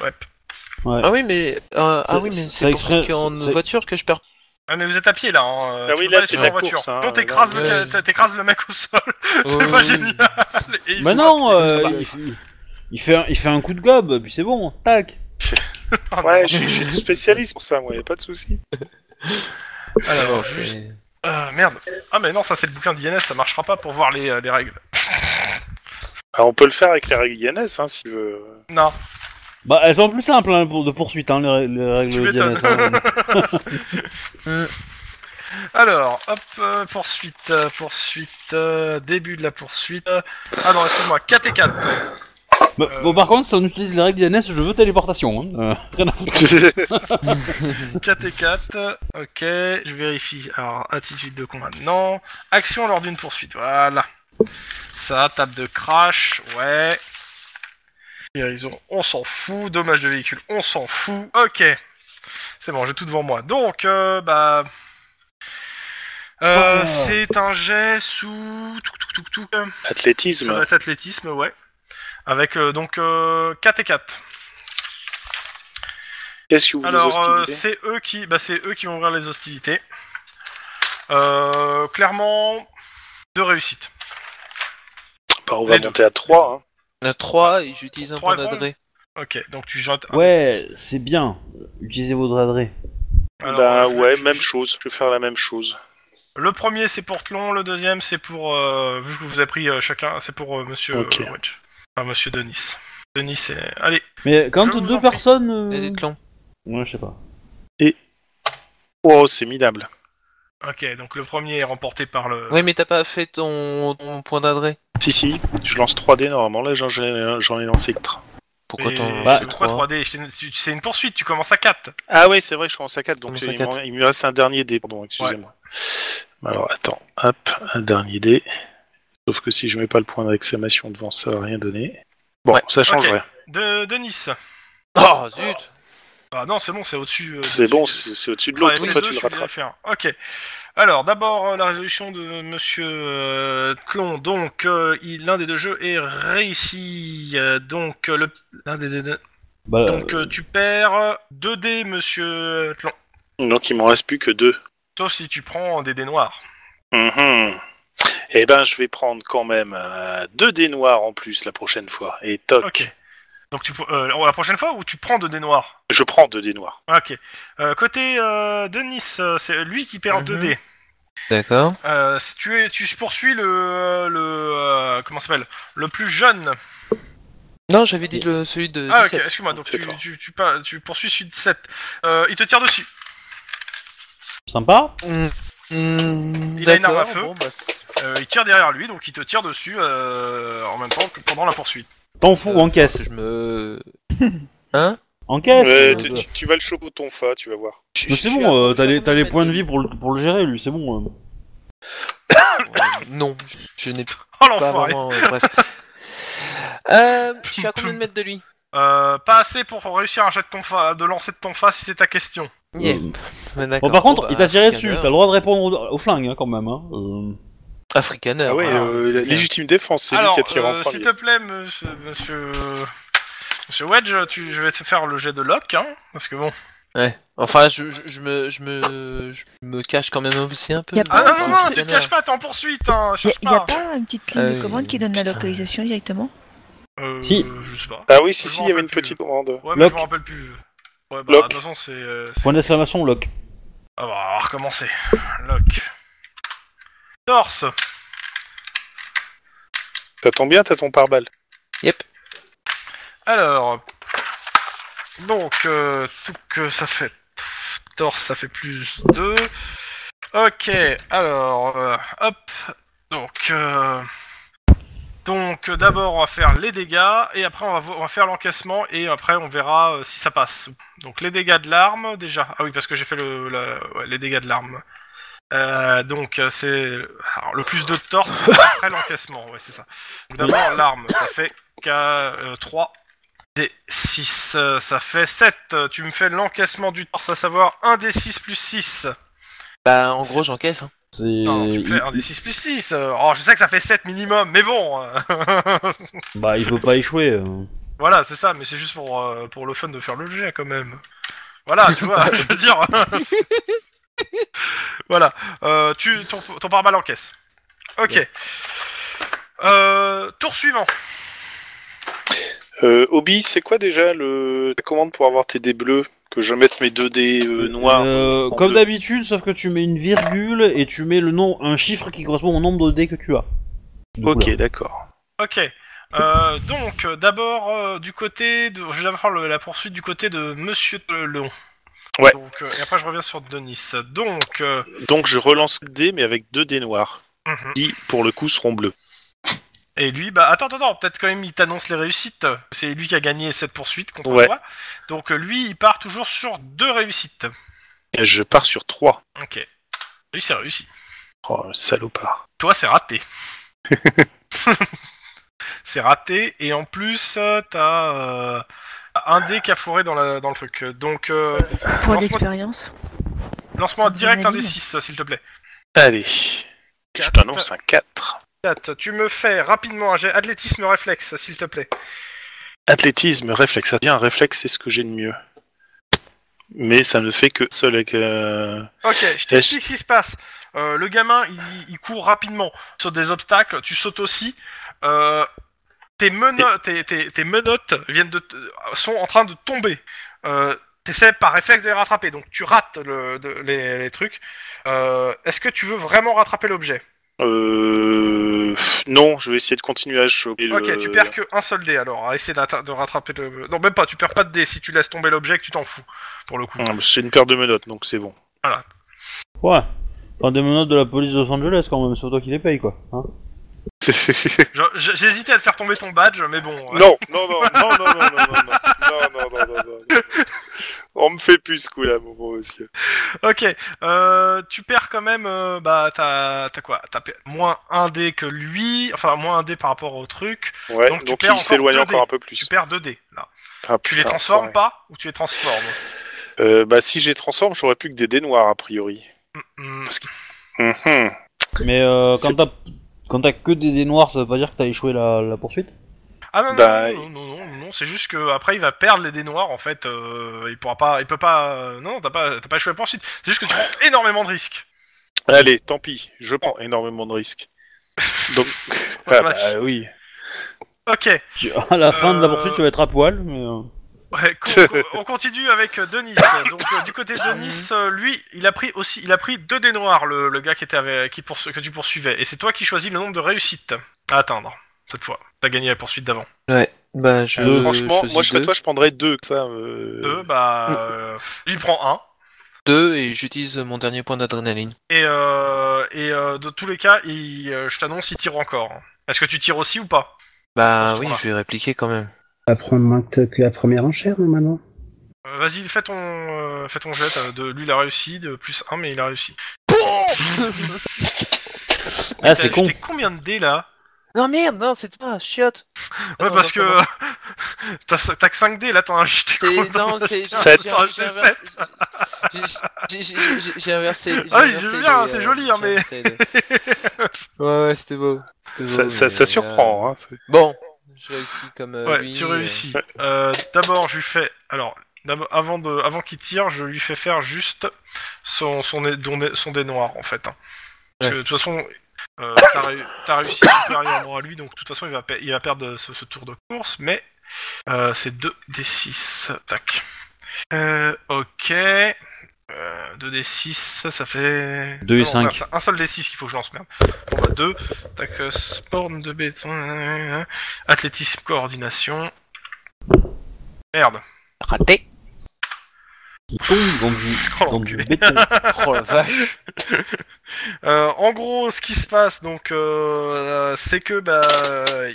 Speaker 2: Ouais.
Speaker 1: Ouais.
Speaker 5: Ah oui, mais, euh,
Speaker 1: C'est-
Speaker 5: ah oui, mais
Speaker 1: c'est-
Speaker 5: c'est pour
Speaker 1: exprès-
Speaker 5: ça qu'en
Speaker 1: c'est- c'est-
Speaker 5: voiture que je perds.
Speaker 2: Ah mais vous êtes à pied là. Hein. euh,
Speaker 4: Ah
Speaker 2: tu
Speaker 4: oui,
Speaker 2: peux
Speaker 4: là,
Speaker 2: pas
Speaker 4: c'est
Speaker 2: laisser
Speaker 4: la
Speaker 2: ta voiture.
Speaker 4: course, hein,
Speaker 2: Toi t'écrases
Speaker 5: là,
Speaker 2: le,
Speaker 5: ouais.
Speaker 2: ca- t'écrases le mec au sol. *laughs* *laughs* c'est
Speaker 5: Ouais,
Speaker 2: pas
Speaker 5: ouais,
Speaker 2: génial. Et ils
Speaker 1: Mais
Speaker 2: sont
Speaker 1: non,
Speaker 2: à pied.
Speaker 1: euh, il, il- il fait un, il fait un coup de gobe, puis c'est bon, tac.
Speaker 2: Ah, non.
Speaker 4: Ouais, je suis- je suis spécialiste pour ça, moi, y a pas de souci.
Speaker 2: Alors, juste- Euh, merde. Ah mais non, ça c'est le bouquin d'INS, ça marchera pas pour voir les, euh, les règles.
Speaker 4: Alors, Bah, on peut le faire avec les règles INS, hein, si tu *laughs* veux.
Speaker 2: Non.
Speaker 1: Bah, elles sont plus simples hein, pour, de poursuite, hein, les, rè- les règles
Speaker 2: Tu
Speaker 1: de
Speaker 2: m'étonnes.
Speaker 1: DNS, hein.
Speaker 2: *laughs* Alors, hop, euh, poursuite, euh, poursuite, euh, début de la poursuite. Ah non, excuse-moi, 4 et 4.
Speaker 1: Bah,
Speaker 2: Euh.
Speaker 1: Bon, par contre, si on utilise les règles DNS, je veux téléportation. Hein. Euh, *laughs* rien à foutre.
Speaker 2: 4 et 4, ok, je vérifie. Alors, attitude de combat, non. Action lors d'une poursuite, voilà. Ça, table de crash, ouais. Guérison, on s'en fout. Dommage de véhicule, on s'en fout. Ok, c'est bon, j'ai tout devant moi. Donc, euh, bah. euh,
Speaker 1: Oh.
Speaker 2: C'est un jet sous. touc, touc, touc, touc. Ça doit
Speaker 4: Athlétisme.
Speaker 2: être athlétisme, ouais. Avec euh, donc euh, 4 et 4.
Speaker 4: Qu'est-ce que vous voulez
Speaker 2: Alors, euh,
Speaker 4: hostiliser
Speaker 2: c'est eux qui, bah, c'est eux qui vont ouvrir les hostilités. Euh, clairement, deux réussites.
Speaker 4: Bah, On va
Speaker 2: les deux.
Speaker 4: monter à 3. Hein.
Speaker 5: Il y en a 3 euh, et j'utilise un
Speaker 2: Trois
Speaker 5: point
Speaker 2: et trois
Speaker 5: d'adresse.
Speaker 2: Ok, donc tu jettes. un.
Speaker 1: Ouais, c'est bien. Utilisez vos adresse.
Speaker 2: Alors,
Speaker 4: bah,
Speaker 2: euh, je-
Speaker 4: ouais,
Speaker 2: je-
Speaker 4: même
Speaker 2: je-
Speaker 4: chose. Je vais faire la même chose.
Speaker 2: Le premier c'est pour Tlon, le deuxième c'est pour euh, vu que vous avez pris euh, chacun, c'est pour euh, Monsieur
Speaker 4: Ok.
Speaker 2: euh, Wedge. Enfin, Monsieur Denis. Denis, c'est. Allez,
Speaker 1: Mais quand
Speaker 2: Je vous en
Speaker 1: deux
Speaker 2: prie.
Speaker 1: personnes. euh,
Speaker 5: Vas-y, Tlon.
Speaker 1: Ouais, je sais pas.
Speaker 4: Oh, c'est minable.
Speaker 2: ok, donc le premier est remporté par le.
Speaker 5: Oui, mais t'as pas fait ton, ton point d'adresse.
Speaker 4: Si, si, je lance 3D normalement. Là, j'en j'en- j'en ai lancé que 3.
Speaker 5: Pourquoi
Speaker 2: Et-
Speaker 5: t'en.
Speaker 1: Bah,
Speaker 5: fais
Speaker 2: pourquoi
Speaker 5: trois
Speaker 2: 3D C'est une- C'est une poursuite, tu commences à 4.
Speaker 4: Ah ouais, c'est vrai, je commence à 4, donc
Speaker 5: Commence
Speaker 4: euh,
Speaker 5: à
Speaker 4: il,
Speaker 5: quatre.
Speaker 4: m'en- il me reste un dernier dé, pardon, excusez-moi. Alors attends, hop, un dernier dé. Sauf que si je mets pas le point d'exclamation devant, ça va rien donner. Bon,
Speaker 5: Ouais.
Speaker 4: ça change
Speaker 2: Ok.
Speaker 4: rien.
Speaker 2: De Denis.
Speaker 5: Oh zut
Speaker 2: Ah non, c'est bon, c'est au-dessus. euh,
Speaker 4: C'est
Speaker 2: au-dessus
Speaker 4: bon,
Speaker 2: de-
Speaker 4: c'est c'est au-dessus de
Speaker 2: Ouais,
Speaker 4: l'autre,
Speaker 2: les
Speaker 4: toi
Speaker 2: deux,
Speaker 4: tu le
Speaker 2: je suis obligé de
Speaker 4: rattrapes.
Speaker 2: faire. Ok. Alors, d'abord, euh, la résolution de Monsieur euh, Tlon. Donc, euh, il- l'un des deux jeux est réussi. Euh, donc, euh, le, l'un des deux-
Speaker 1: Bah,
Speaker 2: donc euh, tu perds 2 dés, Monsieur euh, Tlon.
Speaker 4: Donc il m'en reste plus que deux.
Speaker 2: Sauf si tu prends des dés noirs.
Speaker 4: Mhm. Eh ben, je vais prendre quand même euh, deux dés noirs en plus la prochaine fois. Et toc,
Speaker 2: Ok. Donc, tu, pr- euh, la prochaine fois, ou tu prends 2 dés noirs
Speaker 4: je prends deux dés noirs.
Speaker 2: Ok. Euh, côté euh, Denis, euh, c'est lui qui perd
Speaker 5: Mhm.
Speaker 2: 2 dés.
Speaker 5: D'accord.
Speaker 2: Euh, si tu, es, tu poursuis le. euh, le euh, comment ça s'appelle Le plus jeune.
Speaker 5: Non, j'avais dit le, celui de.
Speaker 2: Ah ok,
Speaker 5: 17.
Speaker 2: excuse-moi, donc tu,
Speaker 4: 17, hein.
Speaker 2: tu, tu, pas- tu poursuis celui de 7. Euh, il te tire dessus. euh,
Speaker 1: Sympa.
Speaker 5: Mm, mm,
Speaker 2: Il a une arme à
Speaker 5: d'accord,
Speaker 2: feu.
Speaker 5: bon, bah, c'est-
Speaker 2: Euh, il tire derrière lui, donc il te tire dessus euh, en même temps que pendant la poursuite.
Speaker 1: T'en fous,
Speaker 5: euh,
Speaker 1: encaisse.
Speaker 5: Je me. *laughs* Hein
Speaker 1: Encaisse.
Speaker 4: Ouais,
Speaker 1: euh,
Speaker 4: tu, tu- tu vas le choper ton fa, tu vas voir.
Speaker 1: Mais c'est bon, euh, t'as les, t'as les points de vie pour le, pour le gérer, lui, c'est bon. euh.
Speaker 4: Ah
Speaker 5: Euh, Non, je- je n'ai
Speaker 2: Oh
Speaker 5: pas
Speaker 2: l'enfoiré
Speaker 5: vraiment.
Speaker 4: *laughs*
Speaker 5: euh, bref. Euh, je suis à combien de mètres de lui
Speaker 2: euh, Pas assez pour réussir un jet de ton fa- de lancer de ton face si c'est ta question.
Speaker 5: Yeah.
Speaker 1: Euh,
Speaker 5: Ouais, d'accord.
Speaker 1: Bon, par contre,
Speaker 5: bah,
Speaker 1: il t'a tiré
Speaker 5: Afrikaner.
Speaker 1: dessus, t'as le droit de répondre au, au flingue hein, quand même. Hein. Euh,
Speaker 5: Afrikaner.
Speaker 4: Ah ouais,
Speaker 5: voilà,
Speaker 4: euh,
Speaker 5: c'est clair.
Speaker 4: légitime défense, c'est lui
Speaker 2: Alors,
Speaker 4: qui a tiré en
Speaker 2: euh,
Speaker 4: premier.
Speaker 2: s'il te plaît, monsieur, monsieur, monsieur Wedge, tu, je vais te faire le jet de lock, hein, parce que bon.
Speaker 5: Ouais. Enfin, je, je, je me, je, me, je me cache quand même aussi un peu.
Speaker 3: Y a
Speaker 2: Ah non, non, non,
Speaker 5: Afrikaner.
Speaker 2: tu te caches pas, t'es en poursuite, hein,
Speaker 3: Il
Speaker 2: cherche
Speaker 3: n'y a,
Speaker 2: pas.
Speaker 3: pas une petite ligne
Speaker 5: Euh,
Speaker 3: de commande qui donne la
Speaker 5: putain.
Speaker 3: localisation directement
Speaker 2: Euh,
Speaker 1: Si.
Speaker 2: Je sais pas.
Speaker 4: Ah oui, si,
Speaker 2: Je
Speaker 4: si,
Speaker 2: m'en
Speaker 4: il y avait une
Speaker 2: rappelle
Speaker 4: petite commande.
Speaker 2: Ouais, mais je
Speaker 1: Lock.
Speaker 2: me rappelle plus. Ouais, bah, de
Speaker 4: Lock.
Speaker 2: toute façon, c'est. euh,
Speaker 1: Point d'exclamation, lock.
Speaker 2: Ah bah, on va recommencer. Lock. Torse.
Speaker 4: Ça tombe bien, t'as ton pare-balles.
Speaker 2: Alors. Donc, euh, tout que ça fait. Torse, ça fait plus 2. Ok, alors, euh, hop. Donc, euh, donc euh, d'abord, on va faire les dégâts, et après, on va, vo- on va faire l'encaissement, et après, on verra euh, si ça passe. Donc, les dégâts de l'arme, déjà. Ah oui, parce que j'ai fait le, la- ouais, les dégâts de l'arme. Euh, donc, euh, c'est alors, le plus de torse après l'encaissement, ouais, c'est ça. Donc, d'abord, l'arme, ça fait euh, qu'à 3 des 6, euh, ça fait 7. Tu me fais l'encaissement du torse, à savoir 1 des 6 plus 6.
Speaker 5: Bah, en gros, j'encaisse. Hein.
Speaker 10: C'est.
Speaker 2: Non, tu me fais un des 6 plus 6. Oh, je sais que ça fait 7 minimum, mais bon. *laughs* euh,
Speaker 10: Bah, il peut pas échouer. euh.
Speaker 2: voilà, c'est ça, mais c'est juste pour, euh, pour le fun de faire le jet quand même. Voilà, tu vois, je veux dire. *laughs* voilà, euh, tu, ton, ton pare-balles encaisse. Ok. Euh, tour suivant.
Speaker 4: Euh, Obi, c'est quoi déjà le... ta commande pour avoir tes dés bleus Que je mette mes deux dés euh, noirs
Speaker 10: Euh,
Speaker 4: en
Speaker 10: comme
Speaker 4: deux.
Speaker 10: d'habitude, sauf que tu mets une virgule et tu mets le nom, un chiffre qui correspond au nombre de dés que tu as. De
Speaker 4: Ok,
Speaker 10: couleur.
Speaker 4: d'accord.
Speaker 2: Ok. Euh, donc, euh, d'abord, euh, du côté de. Je vais avoir le- la poursuite du côté de Monsieur euh, Léon.
Speaker 4: Ouais.
Speaker 2: Donc, euh, et après, je reviens sur Denis. Donc. euh,
Speaker 4: Donc je relance le dé, mais avec deux dés noirs,
Speaker 2: mhm.
Speaker 4: qui pour le coup seront bleus.
Speaker 2: Et lui, bah attends, attends, attends, peut-être quand même il t'annonce les réussites. C'est lui qui a gagné cette poursuite contre
Speaker 4: Ouais.
Speaker 2: toi. Donc euh, lui, il part toujours sur deux réussites.
Speaker 4: Et je pars sur trois.
Speaker 2: Ok. Lui, c'est réussi.
Speaker 4: Oh, le salopard.
Speaker 2: Toi, c'est
Speaker 4: *laughs*
Speaker 2: raté. c'est raté. Et en plus, euh, t'as euh, un dé qui a fourré dans, la, dans le truc. Donc, euh,
Speaker 3: Point
Speaker 2: Lance-moi-
Speaker 3: d'expérience.
Speaker 2: euh, lance-moi direct un des
Speaker 3: Adrénaline.
Speaker 2: 6, s'il te plaît.
Speaker 4: Allez, je
Speaker 2: Quatre.
Speaker 4: t'annonce un 4.
Speaker 2: Tat, Tu me fais rapidement un jet athlétisme réflexe, s'il te plaît.
Speaker 4: Athlétisme, réflexe. Ça bien, réflexe, c'est ce que j'ai de mieux. Mais ça ne fait que seul avec... euh,
Speaker 2: Ok, je t'explique ce qui se passe. Euh, le gamin, il, il court rapidement sur des obstacles, tu sautes aussi. Euh, tes, meno- tes, tes- tes menottes viennent de t- sont en train de tomber. Euh, T'essaies par réflexe de les rattraper, donc tu rates le- de- les, les trucs. Euh, Est-ce que tu veux vraiment rattraper l'objet
Speaker 4: euh, pff, Non, je vais essayer de continuer à choper le...
Speaker 2: Ok, tu perds que un seul dé alors, à essayer d'atta- de rattraper le... Non, même pas, tu perds pas de dé, si tu laisses tomber l'objet, que tu t'en fous, pour le coup.
Speaker 4: Hum, C'est une paire de menottes, donc c'est bon.
Speaker 10: Ouais. Enfin, des menottes de la police de Los Angeles quand même, c'est pas toi qui les paye quoi. hein.
Speaker 2: Je- je- J'hésitais à te faire tomber ton badge, mais bon... euh,
Speaker 4: *laughs* Non, non, non, non, non, non, non, non, non, non, non, non, non, non, non, On me fait plus ce coup-là, mon bon monsieur.
Speaker 2: Ok, euh, tu perds quand même, euh, bah t'as t'as quoi T'as pe- moins un dé que lui, enfin moins un dé par rapport au truc,
Speaker 4: Ouais,
Speaker 2: Donc tu
Speaker 4: donc,
Speaker 2: perds
Speaker 4: il
Speaker 2: encore
Speaker 4: s'éloigne
Speaker 2: deux
Speaker 4: encore
Speaker 2: dés.
Speaker 4: un peu
Speaker 2: tu
Speaker 4: plus.
Speaker 2: perds deux dés là.
Speaker 4: Ah,
Speaker 2: Tu les
Speaker 4: putain,
Speaker 2: transformes
Speaker 4: enfoiré.
Speaker 2: pas ou tu les transformes
Speaker 4: euh, Bah si je les transforme, j'aurais plus que des dés noirs, a priori.
Speaker 2: Mm, mm.
Speaker 4: Mhm.
Speaker 10: Mais euh,
Speaker 4: C'est-
Speaker 10: quand t'as quand t'as que des dés noirs, ça veut pas dire que t'as échoué la, la poursuite
Speaker 2: Ah non non,
Speaker 4: Bah,
Speaker 2: non, non, non, non, non, non, c'est juste que après il va perdre les dés noirs en fait, euh, il pourra pas, il peut pas, euh, non t'as pas, t'as pas échoué la poursuite, c'est juste que tu prends énormément de risques.
Speaker 4: Allez, tant pis, je prends énormément de risques. Donc, *laughs*
Speaker 2: Ouais, ouais.
Speaker 4: ah, bah, oui.
Speaker 2: Ok,
Speaker 10: Tu- À la fin de la
Speaker 2: Euh.
Speaker 10: poursuite, tu vas être à poil, mais. euh,
Speaker 2: Ouais, co- co- on continue avec euh, Denis. Donc euh, du côté de Denis, euh, lui, il a pris aussi, il a pris deux dés noirs, le, le gars qui était avec, qui poursu- que tu poursuivais, et c'est toi qui choisis le nombre de réussites à atteindre cette fois. T'as gagné la poursuite d'avant.
Speaker 5: Ouais. Bah, je.
Speaker 4: Euh, franchement,
Speaker 5: choisis
Speaker 4: moi, je serais
Speaker 5: deux.
Speaker 4: toi, je prendrais deux. Ça, euh,
Speaker 2: Deux, bah, euh, il prend un.
Speaker 5: deux et j'utilise mon dernier point d'adrénaline.
Speaker 2: Et euh, et euh, de tous les cas, il, euh, je t'annonce, il tire encore. Est-ce que tu tires aussi ou pas
Speaker 5: Bah
Speaker 2: Dans ce
Speaker 5: oui,
Speaker 2: tour-là.
Speaker 5: je vais répliquer quand même.
Speaker 6: On va prendre moins que, que la première enchère, normalement.
Speaker 2: Euh, Vas-y, fais ton, euh, fais ton jet. t'as- De lui, il a réussi, de plus un, mais il a réussi.
Speaker 10: Ah, c'est
Speaker 2: T'as
Speaker 10: con.
Speaker 2: jeté combien de dés là
Speaker 5: Non merde, non, c'est toi, chiotte.
Speaker 10: Ah,
Speaker 2: Ouais,
Speaker 5: Attends,
Speaker 2: parce que
Speaker 5: attends,
Speaker 2: *laughs* t'as t'as que 5 dés là, t'en as jeté combien *laughs*
Speaker 5: C'est- Non, c'est.
Speaker 4: Sept.
Speaker 5: j'ai-
Speaker 2: Attends,
Speaker 5: j'ai
Speaker 2: j'ai
Speaker 5: inversé- j'ai- j'ai- j'ai- j'ai- J'ai inversé.
Speaker 2: Ah oui,
Speaker 5: inversé
Speaker 2: je veux bien,
Speaker 5: les,
Speaker 2: c'est
Speaker 5: euh,
Speaker 2: joli, hein,
Speaker 5: j'ai
Speaker 2: mais-
Speaker 5: inversé les- Ouais, ouais, c'était beau. c'était
Speaker 4: ça,
Speaker 5: beau,
Speaker 4: ça-
Speaker 5: mais euh,
Speaker 4: ça
Speaker 5: là-
Speaker 4: surprend. hein, c'est-
Speaker 5: Bon, je réussis comme. euh,
Speaker 2: *laughs* Ouais,
Speaker 5: lui,
Speaker 2: tu
Speaker 5: euh,
Speaker 2: réussis. Euh, d'abord, je lui fais. Alors, d'abord- avant, de... avant qu'il tire, je lui fais faire juste son, son, nez- don- son, dé noir, en fait. hein. Parce que, de toute façon, euh, t'as, réu- t'as réussi supérieurement à lui, donc de toute façon, il va, pe- il va perdre ce, ce tour de course, mais euh, c'est 2 des 6. Tac. Euh, ok. Euh, 2 des 6, ça fait.
Speaker 10: Deux et
Speaker 2: Ah non,
Speaker 10: cinq.
Speaker 2: merde, c'est un seul des 6 qu'il faut que je lance, merde. Bon bah 2. Tac, euh, sporne de béton. euh, Athlétisme, coordination. Merde.
Speaker 5: Raté.
Speaker 10: qui tombe dans
Speaker 5: *laughs*
Speaker 10: du,
Speaker 2: Oh,
Speaker 10: dans du béton.
Speaker 5: Oh la vache.
Speaker 2: Euh, en gros, ce qui se passe, donc, euh, c'est que bah,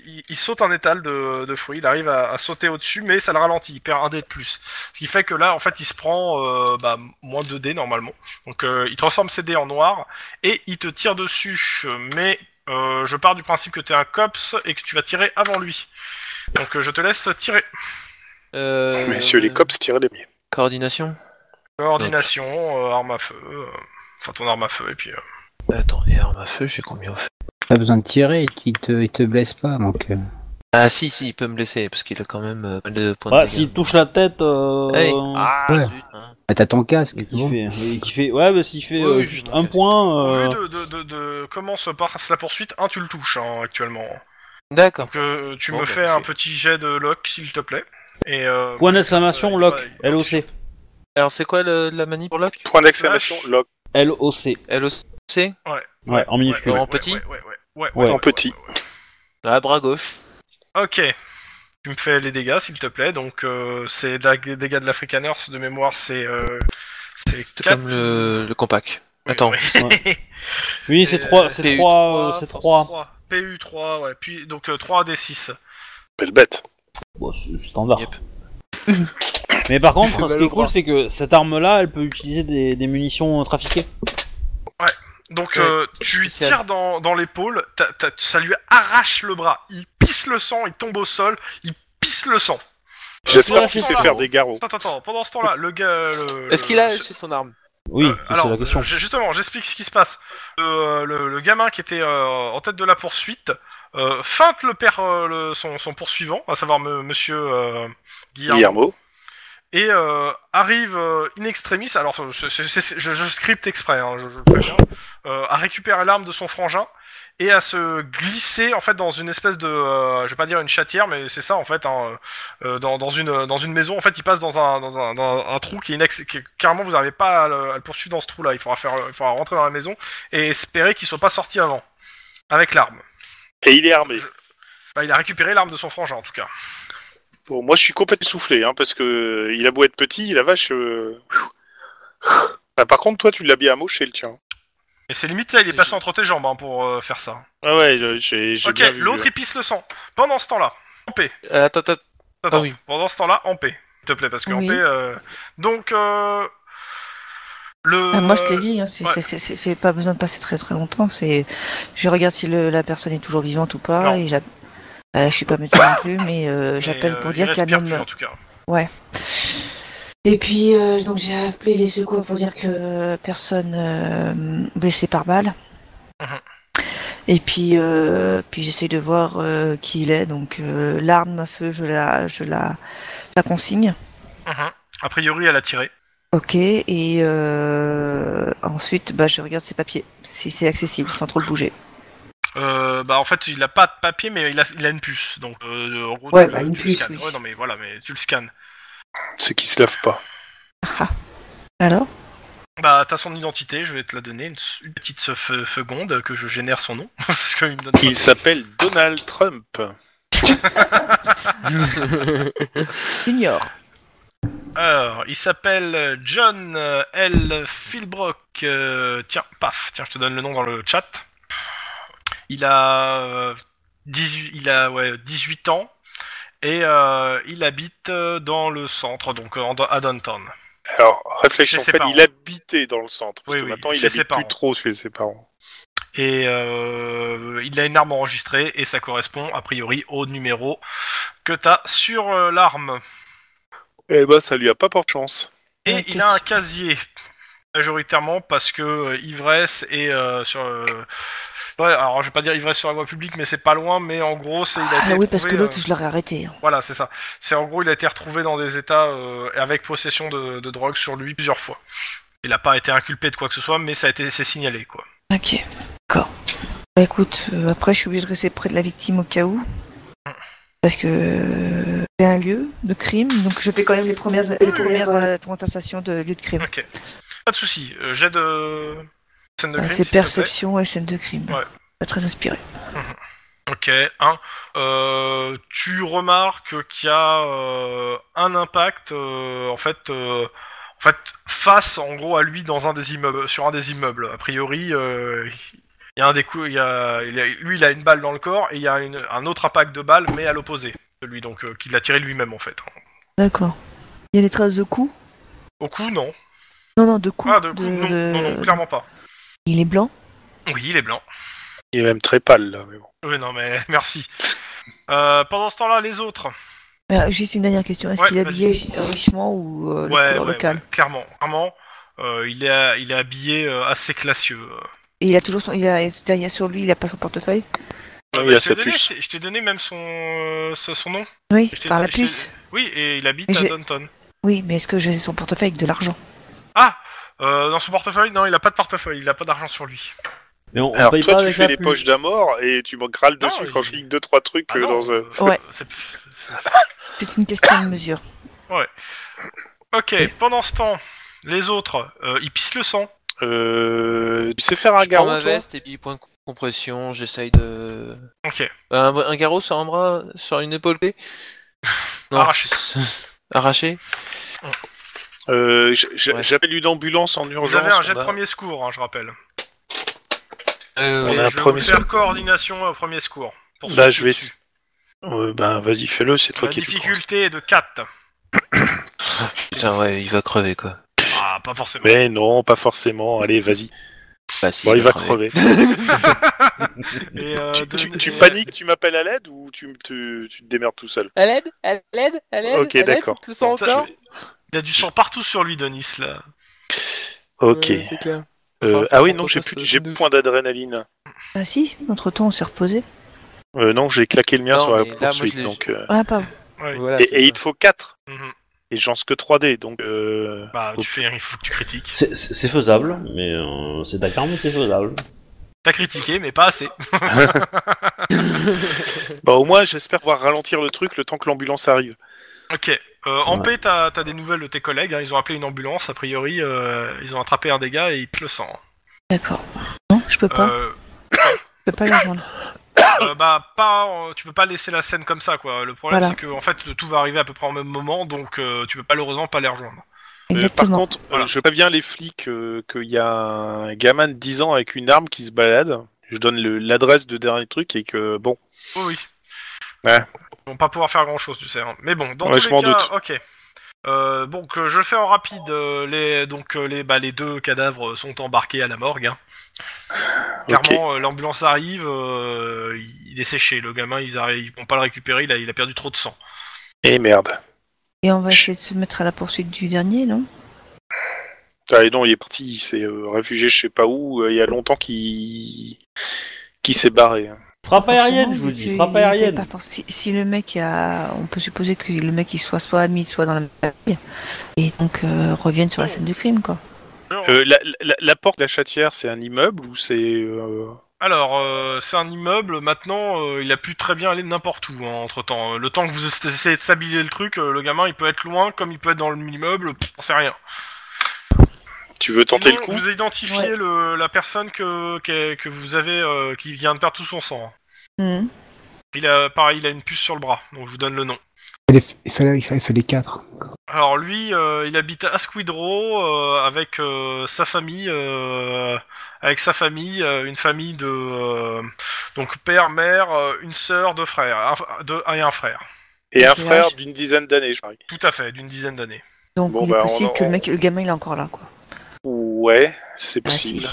Speaker 2: il, il saute un étal de, de fruits. Il arrive à, à sauter au-dessus, mais ça le ralentit. Il perd un dé de plus. Ce qui fait que là, en fait, il se prend euh, bah, moins de dés normalement. Donc, euh, il transforme ses dés en noir et il te tire dessus. Mais euh, je pars du principe que t'es un cops et que tu vas tirer avant lui. Donc, euh, je te laisse tirer.
Speaker 5: Euh,
Speaker 4: Messieurs les cops tirent les miens.
Speaker 5: Coordination.
Speaker 2: Coordination, euh, arme à feu. euh, Enfin, ton arme à feu et puis. euh,
Speaker 5: Attends, et arme à feu, j'ai combien au feu
Speaker 6: Pas besoin de tirer, il te, il te blesse pas, donc. euh,
Speaker 5: Ah si, si, il peut me blesser parce qu'il a quand même euh, pas de points
Speaker 1: Ouais,
Speaker 5: de dégâts.
Speaker 1: s'il touche la tête. Ah, Euh...
Speaker 5: Hey. Ah
Speaker 6: Ouais.
Speaker 5: zut, hein.
Speaker 6: bah, T'as ton casque,
Speaker 1: Et
Speaker 6: c'est
Speaker 1: qui
Speaker 6: bon.
Speaker 1: fait, et qui fait, ouais, bah, s'il fait
Speaker 5: Oui,
Speaker 1: euh,
Speaker 5: oui,
Speaker 1: juste
Speaker 5: je
Speaker 1: un
Speaker 5: m'en
Speaker 1: point,
Speaker 2: Au
Speaker 1: euh,
Speaker 2: vu de, de, de, de comment se passe la poursuite, un tu le touches hein, actuellement.
Speaker 5: D'accord.
Speaker 2: Donc euh, tu
Speaker 5: Bon,
Speaker 2: me
Speaker 5: bah,
Speaker 2: fais un
Speaker 5: c'est-
Speaker 2: petit jet de lock s'il te plaît. Et, euh,
Speaker 1: point d'exclamation,
Speaker 2: euh,
Speaker 1: lock,
Speaker 2: il-
Speaker 1: LOC,
Speaker 5: Alors c'est quoi le- la manip pour Locke
Speaker 4: Point d'exclamation, lock
Speaker 1: LOC,
Speaker 5: LOC
Speaker 1: ouais, en minuscule.
Speaker 5: en petit
Speaker 2: ouais, ouais, ouais, ouais,
Speaker 1: Ouais.
Speaker 2: ouais,
Speaker 4: en petit.
Speaker 2: ouais,
Speaker 5: Ah, bras gauche.
Speaker 2: ouais. Ok. Tu me fais les dégâts s'il te plaît. Donc euh, c'est la- les dégâts de l'Africaners de mémoire, c'est euh, c'est
Speaker 5: C'est
Speaker 2: 4.
Speaker 5: comme le, le compact. Attends. *laughs*
Speaker 1: Oui, c'est
Speaker 2: Et,
Speaker 1: 3,
Speaker 2: euh,
Speaker 1: c'est
Speaker 5: PU
Speaker 1: 3, c'est 3.
Speaker 2: PU3, ouais. Puis donc 3 des 6.
Speaker 4: Belle bête.
Speaker 1: Bon, c'est c'est standard.
Speaker 5: Yep.
Speaker 1: *laughs* Mais par
Speaker 5: Il fait
Speaker 1: contre, ce
Speaker 5: mal
Speaker 1: qui est
Speaker 5: au bras.
Speaker 1: cool, c'est que cette arme-là, elle peut utiliser des, des munitions euh, trafiquées.
Speaker 2: Donc
Speaker 5: Ouais.
Speaker 2: euh, tu lui
Speaker 5: Spécial.
Speaker 2: tires dans, dans l'épaule, t'as- t'as- ça lui arrache le bras, il pisse le sang, il tombe au sol, il pisse le sang.
Speaker 4: J'espère
Speaker 1: lâcher
Speaker 4: qu'il sait
Speaker 2: ça,
Speaker 4: faire
Speaker 2: non
Speaker 4: des garrots.
Speaker 2: Attends, attends, attends, pendant ce temps-là, le gars... le-
Speaker 5: Est-ce qu'il a
Speaker 2: le-
Speaker 5: chez son arme
Speaker 1: Oui,
Speaker 2: euh,
Speaker 1: c'est
Speaker 2: alors,
Speaker 1: la question.
Speaker 2: euh, j- justement, j'explique ce qui se passe. Euh, le, le gamin qui était euh, en tête de la poursuite euh, feinte le père, euh, le- son, son poursuivant, à savoir me- monsieur euh, Guillermo,
Speaker 4: Guillermo.
Speaker 2: et euh, arrive euh, in extremis, alors je, je- je- je- je scripte exprès, hein, je, je le préviens, euh, à récupérer l'arme de son frangin et à se glisser en fait dans une espèce de, euh, je vais pas dire une chatière, mais c'est ça en fait, hein, euh, dans, dans une dans une maison, en fait, il passe dans un dans un, dans un trou qui est inex- qui est- carrément vous n'arrivez pas à le, à le poursuivre dans ce trou là, il faudra faire, il faudra rentrer dans la maison et espérer qu'il soit pas sorti avant avec l'arme.
Speaker 4: Et il est armé.
Speaker 2: Bah, il a récupéré l'arme de son frangin en tout cas.
Speaker 4: Bon, moi, je suis complètement soufflé, hein, parce que euh, il a beau être petit, la vache. euh, Ah, par contre, toi, tu l'as bien amoché le tien.
Speaker 2: Et c'est limite là, il est passé entre tes jambes hein, pour euh, faire ça.
Speaker 4: Ah ouais, je- j'ai j'ai
Speaker 2: Ok,
Speaker 4: bien vu.
Speaker 2: l'autre il pisse le sang. Pendant ce temps-là, en paix.
Speaker 5: Euh, Attends, attends.
Speaker 2: Attends,
Speaker 5: Ah oui.
Speaker 2: pendant ce temps-là, en paix, s'il te plaît, parce qu'en
Speaker 3: Oui.
Speaker 2: paix. euh, Donc, euh, le.
Speaker 3: Ah, moi, je t'ai dit, hein, c'est
Speaker 2: ouais.
Speaker 3: c'est- c'est- c'est pas besoin de passer très très longtemps. C'est, je regarde si le- la personne est toujours vivante ou pas.
Speaker 2: Non.
Speaker 3: Et j'app- Euh, je suis pas médecin non plus, mais euh,
Speaker 2: mais,
Speaker 3: j'appelle
Speaker 2: euh,
Speaker 3: pour
Speaker 2: il
Speaker 3: dire qu'il y a
Speaker 2: respire
Speaker 3: un
Speaker 2: plus, en
Speaker 3: homme.
Speaker 2: tout cas.
Speaker 3: Et puis, euh, donc j'ai appelé les secours pour dire que euh, personne euh, blessée par balle.
Speaker 2: Mhm.
Speaker 3: Et puis, euh, puis j'essaie de voir euh, qui il est. Donc, euh, l'arme à feu, je la, je la, je la consigne.
Speaker 2: Mhm. A priori, elle a tiré.
Speaker 3: Ok. Et euh, ensuite, bah, je regarde ses papiers, si c'est accessible, sans trop le bouger.
Speaker 2: Euh, bah, en fait, il a pas de papier, mais il a, il a une puce. Donc, euh, en gros,
Speaker 3: Ouais,
Speaker 2: tu,
Speaker 3: bah,
Speaker 2: le-
Speaker 3: une
Speaker 2: tu
Speaker 3: puce,
Speaker 2: le scannes.
Speaker 3: oui.
Speaker 2: Ouais, non, mais voilà, mais tu le scannes.
Speaker 4: C'est qu'il se lave pas.
Speaker 3: Ah, Alors
Speaker 2: Bah, t'as son identité, je vais te la donner, une, s- une petite se- fe- seconde que je génère son nom. *laughs* parce qu'il me donne
Speaker 4: Il s'appelle Donald Trump.
Speaker 3: Junior.
Speaker 2: Alors, il s'appelle euh, John euh, L. Philbrock. euh, tiens, paf, tiens, je te donne le nom dans le chat. Il a, euh, 18, il a ouais, 18 ans et euh, il habite euh, dans le centre, donc euh, en do- à Downtown.
Speaker 4: Alors, réflexion
Speaker 2: Chez ses
Speaker 4: faite,
Speaker 2: parents.
Speaker 4: il habitait dans le centre. Parce
Speaker 2: Oui,
Speaker 4: que
Speaker 2: oui,
Speaker 4: maintenant, il
Speaker 2: chez ses
Speaker 4: habite
Speaker 2: parents.
Speaker 4: plus trop chez ses parents.
Speaker 2: Et euh, il a une arme enregistrée et ça correspond a priori au numéro que t'as sur euh, l'arme.
Speaker 4: Eh ben, ça lui a pas porté chance.
Speaker 2: Et
Speaker 3: Ouais,
Speaker 2: il a un
Speaker 3: Euh, qu'est-ce
Speaker 2: casier, majoritairement parce que euh, ivresse et euh, sur. euh, ouais, alors je vais pas dire ivresse sur la voie publique, mais c'est pas loin. Mais en gros, c'est il a
Speaker 3: Ah
Speaker 2: été
Speaker 3: oui, parce que
Speaker 2: retrouvé,
Speaker 3: l'autre,
Speaker 2: euh,
Speaker 3: je l'aurais arrêté. hein.
Speaker 2: voilà, c'est ça. C'est en gros, il a été retrouvé dans des états euh, avec possession de, de drogue sur lui plusieurs fois. Il a pas été inculpé de quoi que ce soit, mais ça a été c'est signalé quoi.
Speaker 3: Ok, d'accord. Bah écoute, euh, après je suis obligée de rester près de la victime au cas où. Parce que euh, c'est un lieu de crime, donc je fais quand même les premières, les premières euh, tentations de lieu de crime.
Speaker 2: Ok. Pas de souci. Euh, J'ai de scène de
Speaker 3: Euh,
Speaker 2: crime. s'il
Speaker 3: c'est
Speaker 2: te plaît.
Speaker 3: perception et scène de crime.
Speaker 2: Ouais.
Speaker 3: Pas très inspiré.
Speaker 2: Ok, un. Euh, tu remarques qu'il y a euh, un impact, euh, en fait, euh, en fait, face en gros à lui dans un des immeubles, sur un des immeubles. A priori, euh, il y a un des coups, il y a, il y a- lui il a une balle dans le corps et il y a une- un autre impact de balle mais à l'opposé, celui donc euh, qu'il a tiré lui-même en fait.
Speaker 3: D'accord. Il y a des traces de coups
Speaker 2: Au coup, non.
Speaker 3: Non, non, de coups.
Speaker 2: Ah, de coup,
Speaker 3: de-
Speaker 2: non,
Speaker 3: de-
Speaker 2: non, non, clairement pas.
Speaker 3: Il est blanc
Speaker 2: Oui, il est blanc.
Speaker 4: Il est même très pâle là, mais bon.
Speaker 2: Oui, non, mais *laughs* merci. Euh, pendant ce temps-là, les autres.
Speaker 3: Euh, Juste une dernière question. Est-ce
Speaker 2: Ouais,
Speaker 3: qu'il est habillé
Speaker 2: vas-y.
Speaker 3: chi- richement ou euh, le couleur local
Speaker 2: ouais, clairement. Clairement, euh, il, est, il est habillé euh, assez classieux.
Speaker 3: Et il a toujours son. Il a... Derrière sur lui, il a pas son portefeuille
Speaker 4: Ah
Speaker 2: Euh,
Speaker 4: oui, à
Speaker 2: je
Speaker 4: sa
Speaker 2: t'ai donné,
Speaker 4: puce.
Speaker 2: je je t'ai donné même son, euh, ce- son nom.
Speaker 3: Oui,
Speaker 2: Je t'ai-
Speaker 3: par la
Speaker 2: je t'ai-
Speaker 3: puce.
Speaker 2: Oui, et il habite
Speaker 3: Mais
Speaker 2: à
Speaker 3: j'ai-
Speaker 2: Downton.
Speaker 3: Oui, mais est-ce que j'ai son portefeuille avec de l'argent
Speaker 2: Ah euh, Dans son portefeuille Non, il a pas de portefeuille, il a pas d'argent sur lui.
Speaker 1: Mais on, on
Speaker 4: Alors
Speaker 1: paye
Speaker 4: toi,
Speaker 1: pas
Speaker 4: tu
Speaker 1: avec
Speaker 4: fais
Speaker 1: la
Speaker 4: les
Speaker 1: puce.
Speaker 4: poches d'un mort et tu me râles
Speaker 2: Non,
Speaker 4: dessus
Speaker 2: il-
Speaker 4: quand je ligue deux trois trucs
Speaker 2: Ah
Speaker 4: euh,
Speaker 2: non,
Speaker 4: dans un.
Speaker 2: euh,
Speaker 3: Ouais.
Speaker 2: *laughs* c'est- c'est-
Speaker 3: C'est une question de mesure.
Speaker 2: Ok, pendant ce temps, les autres, euh, ils pissent le sang.
Speaker 4: Euh, tu sais faire un
Speaker 5: Je prends
Speaker 4: garrot
Speaker 5: ma
Speaker 4: toi
Speaker 5: veste et puis point de compression, j'essaye de... Euh,
Speaker 2: Ok.
Speaker 5: Un, un garrot sur un bras, sur une
Speaker 2: *laughs*
Speaker 5: épaule clé Non. *laughs*
Speaker 2: Arraché.
Speaker 5: Arraché
Speaker 4: Euh, j- j-
Speaker 5: Ouais.
Speaker 4: J'appelle une ambulance en urgence. bah.
Speaker 2: Vous avez un jet
Speaker 4: on
Speaker 2: de
Speaker 4: a-
Speaker 2: premier secours, hein, je rappelle.
Speaker 5: Euh,
Speaker 4: On
Speaker 2: Et
Speaker 5: ouais.
Speaker 4: a un
Speaker 2: je vais
Speaker 4: premier
Speaker 2: vous faire
Speaker 4: secours.
Speaker 2: coordination au premier secours. pour ceux
Speaker 4: Bah,
Speaker 2: qui
Speaker 4: je vais.
Speaker 2: tuent.
Speaker 4: Euh, ben, vas-y, fais-le, c'est toi
Speaker 2: La
Speaker 4: qui es plus proche.
Speaker 2: difficulté est de 4.
Speaker 5: Putain, ouais, il va crever, quoi.
Speaker 2: Ah, pas forcément.
Speaker 4: Mais non, pas forcément. Allez, vas-y.
Speaker 5: Bah, si,
Speaker 4: Bon, il
Speaker 2: *laughs*
Speaker 4: va crever.
Speaker 2: Et, euh,
Speaker 4: tu, tu-
Speaker 2: donne-
Speaker 4: tu
Speaker 2: et-
Speaker 4: paniques, tu m'appelles à l'aide ou tu, tu, tu te démerdes tout seul
Speaker 5: À l'aide À l'aide À l'aide
Speaker 4: Ok,
Speaker 5: À l'aide
Speaker 4: d'accord.
Speaker 5: Tu le sens
Speaker 2: Ça,
Speaker 5: encore
Speaker 2: je- Il y a du sang partout sur lui, Denis, là.
Speaker 4: Ok.
Speaker 5: Ouais, c'est clair.
Speaker 4: Euh,
Speaker 5: Enfin,
Speaker 4: ah oui,
Speaker 5: on
Speaker 4: non, j'ai
Speaker 5: repasse
Speaker 4: plus,
Speaker 5: le
Speaker 4: j'ai
Speaker 5: sandwich.
Speaker 4: point d'adrénaline.
Speaker 3: Ah si, entre temps on s'est reposé.
Speaker 4: Euh, non, j'ai claqué le mien
Speaker 5: Non,
Speaker 4: sur la
Speaker 5: mais là, moi,
Speaker 4: poursuite.
Speaker 5: je l'ai-
Speaker 4: donc, euh,
Speaker 3: Ah pas.
Speaker 2: Ouais.
Speaker 5: Voilà,
Speaker 4: et
Speaker 5: c'est
Speaker 4: et il
Speaker 5: ça.
Speaker 4: te faut 4
Speaker 2: Mhm.
Speaker 4: et j'en que 3D, donc euh,
Speaker 2: Bah, tu fais, il faut que tu critiques.
Speaker 10: C'est- C'est c'est faisable, mais euh, c'est à 40, c'est faisable.
Speaker 2: T'as critiqué, mais pas assez.
Speaker 4: bah, au moins j'espère pouvoir ralentir le truc le temps que l'ambulance arrive.
Speaker 2: Ok. Euh, en paix, t'as t'as des nouvelles de tes collègues. hein. Ils ont appelé une ambulance. A priori, euh, ils ont attrapé un dégât et ils te le sentent.
Speaker 3: D'accord. Non, je peux pas.
Speaker 2: Euh,
Speaker 3: Je peux pas la joindre.
Speaker 2: euh, bah, pas, en- tu peux pas laisser la scène comme ça, quoi. Le problème,
Speaker 3: Voilà.
Speaker 2: c'est que en fait, tout va arriver à peu près au même moment, donc euh, tu peux malheureusement pas les rejoindre.
Speaker 4: Euh, par
Speaker 3: Exactement.
Speaker 4: contre, euh,
Speaker 2: Voilà.
Speaker 4: je préviens les flics euh, qu'il y a un gamin de 10 ans avec une arme qui se balade. Je donne le- l'adresse de dernier truc et que bon.
Speaker 2: Oh oui.
Speaker 4: Ouais.
Speaker 2: Ils vont pas pouvoir faire grand chose, tu sais. hein. Mais bon, dans
Speaker 4: Ouais,
Speaker 2: tous
Speaker 4: je
Speaker 2: les
Speaker 4: m'en
Speaker 2: cas,
Speaker 4: doute.
Speaker 2: ok. Euh, donc euh, je le fais en rapide. euh, les donc euh, les bah, les deux cadavres sont embarqués à la morgue. hein. Clairement, euh, l'ambulance arrive. euh, il est séché. Le gamin, ils arrivent, ils vont pas le récupérer. Il a, il a perdu trop de sang.
Speaker 4: Et merde.
Speaker 3: Et on va essayer de se mettre à la poursuite du dernier, non
Speaker 4: Ah, et non, il est parti, il s'est euh, réfugié je sais pas où. euh, il y a longtemps qu'il qu'il s'est barré. hein.
Speaker 10: Frappe
Speaker 3: Forcément,
Speaker 10: aérienne, je vous
Speaker 3: vu que
Speaker 10: dis, frappe
Speaker 3: il- il sait
Speaker 10: aérienne.
Speaker 3: pas forc- si, si le mec a, on peut supposer que le mec il soit soit ami, soit dans la même famille, et donc euh, reviennent sur la scène du crime, quoi.
Speaker 4: Euh, la, la- la porte de la chatière, c'est un immeuble ou c'est euh,
Speaker 2: Alors, euh, c'est un immeuble. Maintenant, euh, il a pu très bien aller n'importe où. entre temps, le temps que vous essayez de stabiliser le truc, euh, le gamin, il peut être loin, comme il peut être dans l'immeuble. pff, J'en sais rien.
Speaker 4: Tu veux tenter
Speaker 2: Sinon,
Speaker 4: le coup
Speaker 2: Vous identifiez le, la personne que, que, que vous avez euh, qui vient de perdre tout son sang.
Speaker 3: Mhm.
Speaker 2: Il a pareil, il a une puce sur le bras, donc je vous donne le nom.
Speaker 6: Il fallait- il fallait, il fallait- il fallait quatre.
Speaker 2: Alors lui, euh, il habite à Squidrow euh, avec euh, sa famille, euh, avec sa famille, euh, une famille de euh, donc père, mère, euh, une sœur, deux frères, un, f- deux, un et un frère.
Speaker 4: Et un
Speaker 3: Quel
Speaker 4: frère
Speaker 3: âge
Speaker 4: d'une dizaine d'années, je parie.
Speaker 2: Tout à fait, d'une dizaine d'années.
Speaker 3: Donc
Speaker 4: Bon,
Speaker 3: il est
Speaker 4: bah, on-
Speaker 3: possible que le
Speaker 4: on-
Speaker 3: mec, le gamin, il est encore là, quoi.
Speaker 4: Ouais, c'est
Speaker 6: Bah,
Speaker 3: Ah, si.
Speaker 4: possible.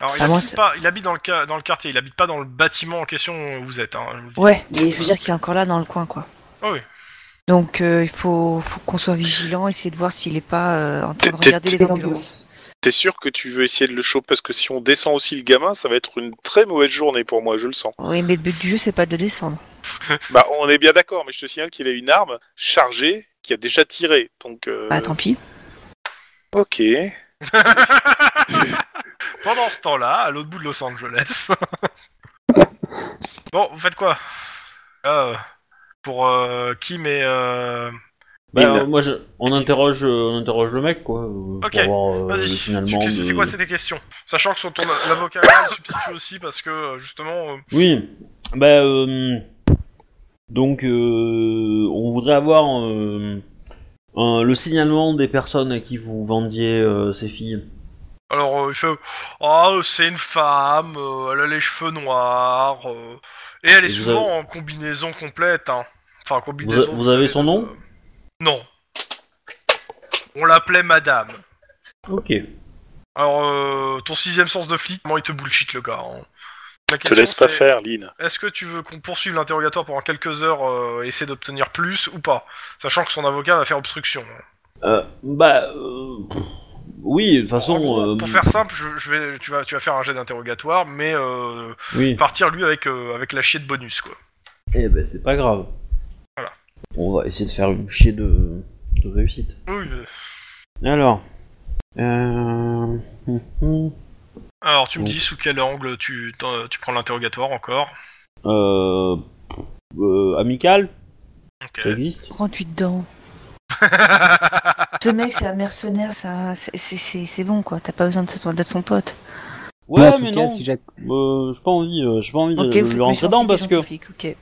Speaker 2: Alors il,
Speaker 3: Ah, moi,
Speaker 2: habite
Speaker 3: c'est-
Speaker 2: pas, il habite dans le, ca- dans le quartier, il habite pas dans le bâtiment en question où vous êtes. Hein, je vous le dis.
Speaker 3: Ouais, mais je veux dire qu'il est encore là dans le coin, quoi.
Speaker 2: Ah oui.
Speaker 3: Donc euh, il faut, faut qu'on soit vigilant, essayer de voir s'il est pas euh, en train de
Speaker 4: T'es- t'es-
Speaker 3: regarder les ambulances.
Speaker 4: T'es sûr que tu veux essayer de le choper Parce que si on descend aussi le gamin, ça va être une très mauvaise journée pour moi, je le sens.
Speaker 3: Oui, mais le but du jeu c'est pas de descendre.
Speaker 4: Bah, on est bien d'accord, mais je te signale qu'il a une arme chargée qui a déjà tiré. Donc, euh,
Speaker 3: Bah tant pis.
Speaker 4: ok.
Speaker 2: Pendant ce temps-là, à l'autre bout de Los Angeles. bon, vous faites quoi Euh, Pour euh, Kim et. euh,
Speaker 10: Bah,
Speaker 4: Il-
Speaker 10: euh, moi, je- on, interroge, euh, on interroge le mec, quoi, euh,
Speaker 2: Ok,
Speaker 10: pour voir euh,
Speaker 2: Vas-y,
Speaker 10: le
Speaker 2: tu-
Speaker 10: signalement.
Speaker 2: qu'est-ce que c'est
Speaker 10: de-
Speaker 2: quoi c'était questions Sachant que sur ton l'avocat là, il substitue aussi parce que euh, justement. euh,
Speaker 10: Oui, bah, euh, donc, euh, on voudrait avoir euh,
Speaker 1: euh, le signalement des personnes à qui vous vendiez euh, ces filles.
Speaker 2: Alors, euh, il fait Oh, c'est une femme, euh, elle a les cheveux noirs. euh, et elle est
Speaker 1: Et vous
Speaker 2: souvent en combinaison complète. Hein.
Speaker 1: Vous,
Speaker 2: Enfin,
Speaker 1: a-
Speaker 2: combinaison.
Speaker 1: vous avez son nom
Speaker 2: Non. On l'appelait Madame.
Speaker 1: Ok.
Speaker 2: Alors, euh, ton sixième sens de flic, comment il te bullshit le gars hein. Ma
Speaker 4: Te
Speaker 2: question,
Speaker 4: laisse pas
Speaker 2: c'est,
Speaker 4: faire, Lynn.
Speaker 2: Est-ce que tu veux qu'on poursuive l'interrogatoire pendant quelques heures euh, et essayer d'obtenir plus ou pas Sachant que son avocat va faire obstruction.
Speaker 1: Euh, bah. euh, pff, oui, de toute
Speaker 2: En
Speaker 1: façon.
Speaker 2: gros,
Speaker 1: euh,
Speaker 2: Pour faire simple, je, je vais, tu, vas, tu vas faire un jet d'interrogatoire, mais euh,
Speaker 1: Oui,
Speaker 2: partir lui avec, euh, avec la chier de bonus quoi.
Speaker 1: eh ben c'est pas grave.
Speaker 2: Voilà.
Speaker 1: On va essayer de faire une chier de, de réussite.
Speaker 2: Oui, mais-
Speaker 1: Alors. Euh... hum, hum.
Speaker 2: Alors tu me
Speaker 1: Donc.
Speaker 2: dis sous quel angle tu, t'en- tu prends l'interrogatoire encore.
Speaker 1: Euh, euh, amical,
Speaker 2: Ok. *laughs*
Speaker 1: ça existe
Speaker 3: Rentre-lui dedans. Ce mec, c'est un mercenaire, c'est un- c'est- c'est c'est- c'est bon quoi, t'as pas besoin de se- d'être son pote.
Speaker 1: Ouais,
Speaker 6: Moi, en tout
Speaker 1: mais
Speaker 6: cas,
Speaker 1: non.
Speaker 6: si Jacques-
Speaker 1: Euh, j'ai pas envie, euh, j'ai pas envie
Speaker 3: Ok,
Speaker 1: de
Speaker 3: vous
Speaker 1: lui
Speaker 3: faites
Speaker 1: rentrer
Speaker 3: méchant
Speaker 1: dedans
Speaker 3: flic,
Speaker 1: parce que
Speaker 3: gentil flic, ok.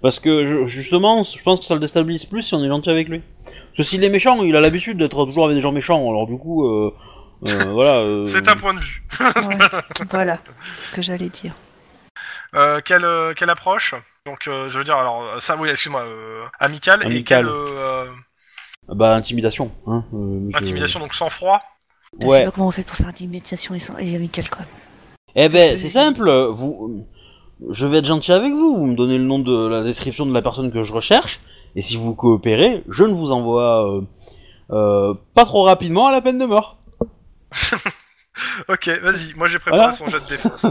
Speaker 1: parce que je- justement, je pense que ça le déstabilise plus si on est gentil avec lui. Parce que s'il est méchant, il a l'habitude d'être toujours avec des gens méchants. Alors du coup, euh, euh,
Speaker 3: *laughs*
Speaker 1: voilà. euh,
Speaker 2: C'est un point de vue.
Speaker 3: Ouais, voilà, c'est ce que j'allais dire.
Speaker 2: Euh, quelle, euh, quelle approche Donc euh, je veux dire alors euh, ça oui excuse-moi euh, amical, et
Speaker 1: Amical.
Speaker 2: quelle euh, euh,
Speaker 1: Bah intimidation. Hein, euh, monsieur-
Speaker 2: intimidation donc sang froid.
Speaker 3: Je sais
Speaker 1: Ouais.
Speaker 3: pas comment on fait pour faire intimidation et, sans- et amicale quoi.
Speaker 1: Eh ben
Speaker 3: Monsieur-
Speaker 1: c'est simple. Vous, je vais être gentil avec vous. Vous me donnez le nom de la description de la personne que je recherche. Et si vous coopérez, je ne vous envoie euh, euh, pas trop rapidement à la peine de mort.
Speaker 2: Ok vas-y moi j'ai préparé
Speaker 1: Voilà.
Speaker 2: son jet de
Speaker 1: *laughs*
Speaker 2: défense.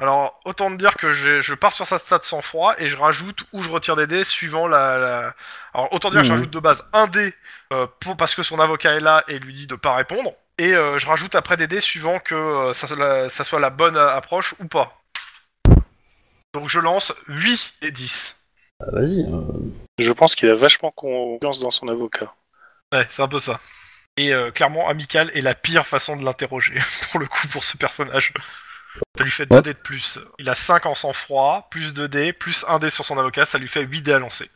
Speaker 2: alors autant te dire que j'ai- je pars sur sa stat sang froid et je rajoute ou je retire des dés suivant la. la- Alors autant dire que je
Speaker 1: Mhm.
Speaker 2: rajoute de base un dé euh, pour, parce que son avocat est là et lui dit de pas répondre. Et euh, je rajoute après des dés suivant que euh, ça, la- ça soit la bonne euh, approche ou pas. Donc je lance 8 et 10.
Speaker 1: Ah, Vas-y. euh,
Speaker 4: Je pense qu'il a vachement confiance dans son avocat.
Speaker 2: Ouais, c'est un peu ça. Et euh, clairement, Amical est la pire façon de l'interroger, *laughs* pour le coup, pour ce personnage. Ça lui fait 2
Speaker 10: Ouais.
Speaker 2: dés de plus. Il a 5 en sang-froid, plus 2 dés, plus 1 dé sur son avocat, ça lui fait 8 dés à lancer.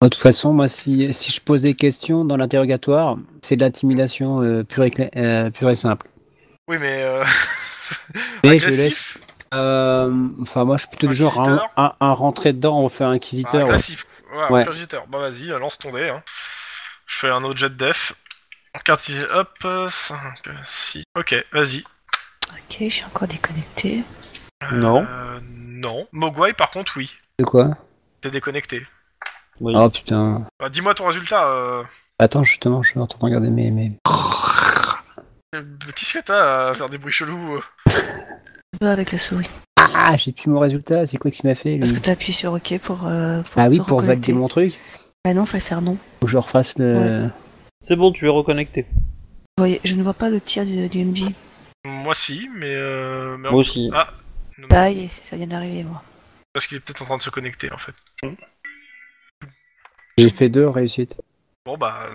Speaker 6: De toute façon, moi, si, si je pose des questions dans l'interrogatoire, c'est de l'intimidation euh, pure, et cla- euh, pure et simple.
Speaker 2: Oui, mais... Euh...
Speaker 6: *laughs* Mais je laisse.
Speaker 2: agressif
Speaker 6: euh, enfin, moi, je suis plutôt du genre à,
Speaker 2: Inquisiteur
Speaker 6: à- à rentrer dedans, on fait un
Speaker 2: Ah,
Speaker 6: inquisiteur. ouais.
Speaker 2: Agressif. Ouais,
Speaker 6: Ouais.
Speaker 2: inquisiteur. Bah vas-y, euh, lance ton dé. hein. Je fais un autre jet de def. En quartier, hop, 5, 6... Ok, vas-y.
Speaker 3: Ok, je suis encore déconnectée.
Speaker 1: Non.
Speaker 2: Euh, non. Mogwai, par contre, oui.
Speaker 6: De quoi
Speaker 2: T'es déconnecté.
Speaker 1: oui.
Speaker 6: Oh putain.
Speaker 2: Bah, Dis-moi ton résultat. Euh...
Speaker 6: Attends, justement, je suis en train de regarder mes. mes...
Speaker 2: Euh, Qu'est-ce que t'as à faire des bruits chelous euh
Speaker 3: Pas avec la souris.
Speaker 1: Mm.
Speaker 6: Ah, j'ai plus mon résultat, c'est quoi qui m'a fait lui
Speaker 3: Parce que t'as appuyé sur OK pour. euh, pour
Speaker 6: Ah oui,
Speaker 3: te
Speaker 6: pour
Speaker 3: reconnecter.
Speaker 6: valider mon truc
Speaker 3: Ah non, fallait faire non.
Speaker 6: Faut que je refasse le.
Speaker 1: C'est bon, tu es reconnecté.
Speaker 3: Vous voyez, je ne vois pas le tir du, du MJ.
Speaker 2: Moi si, mais, euh, mais
Speaker 1: Moi aussi.
Speaker 2: Ah.
Speaker 3: Bah, y est, ça vient d'arriver, moi.
Speaker 2: parce qu'il est peut-être en train de se connecter en fait.
Speaker 6: J'ai fait deux réussites.
Speaker 2: Bon bah, euh,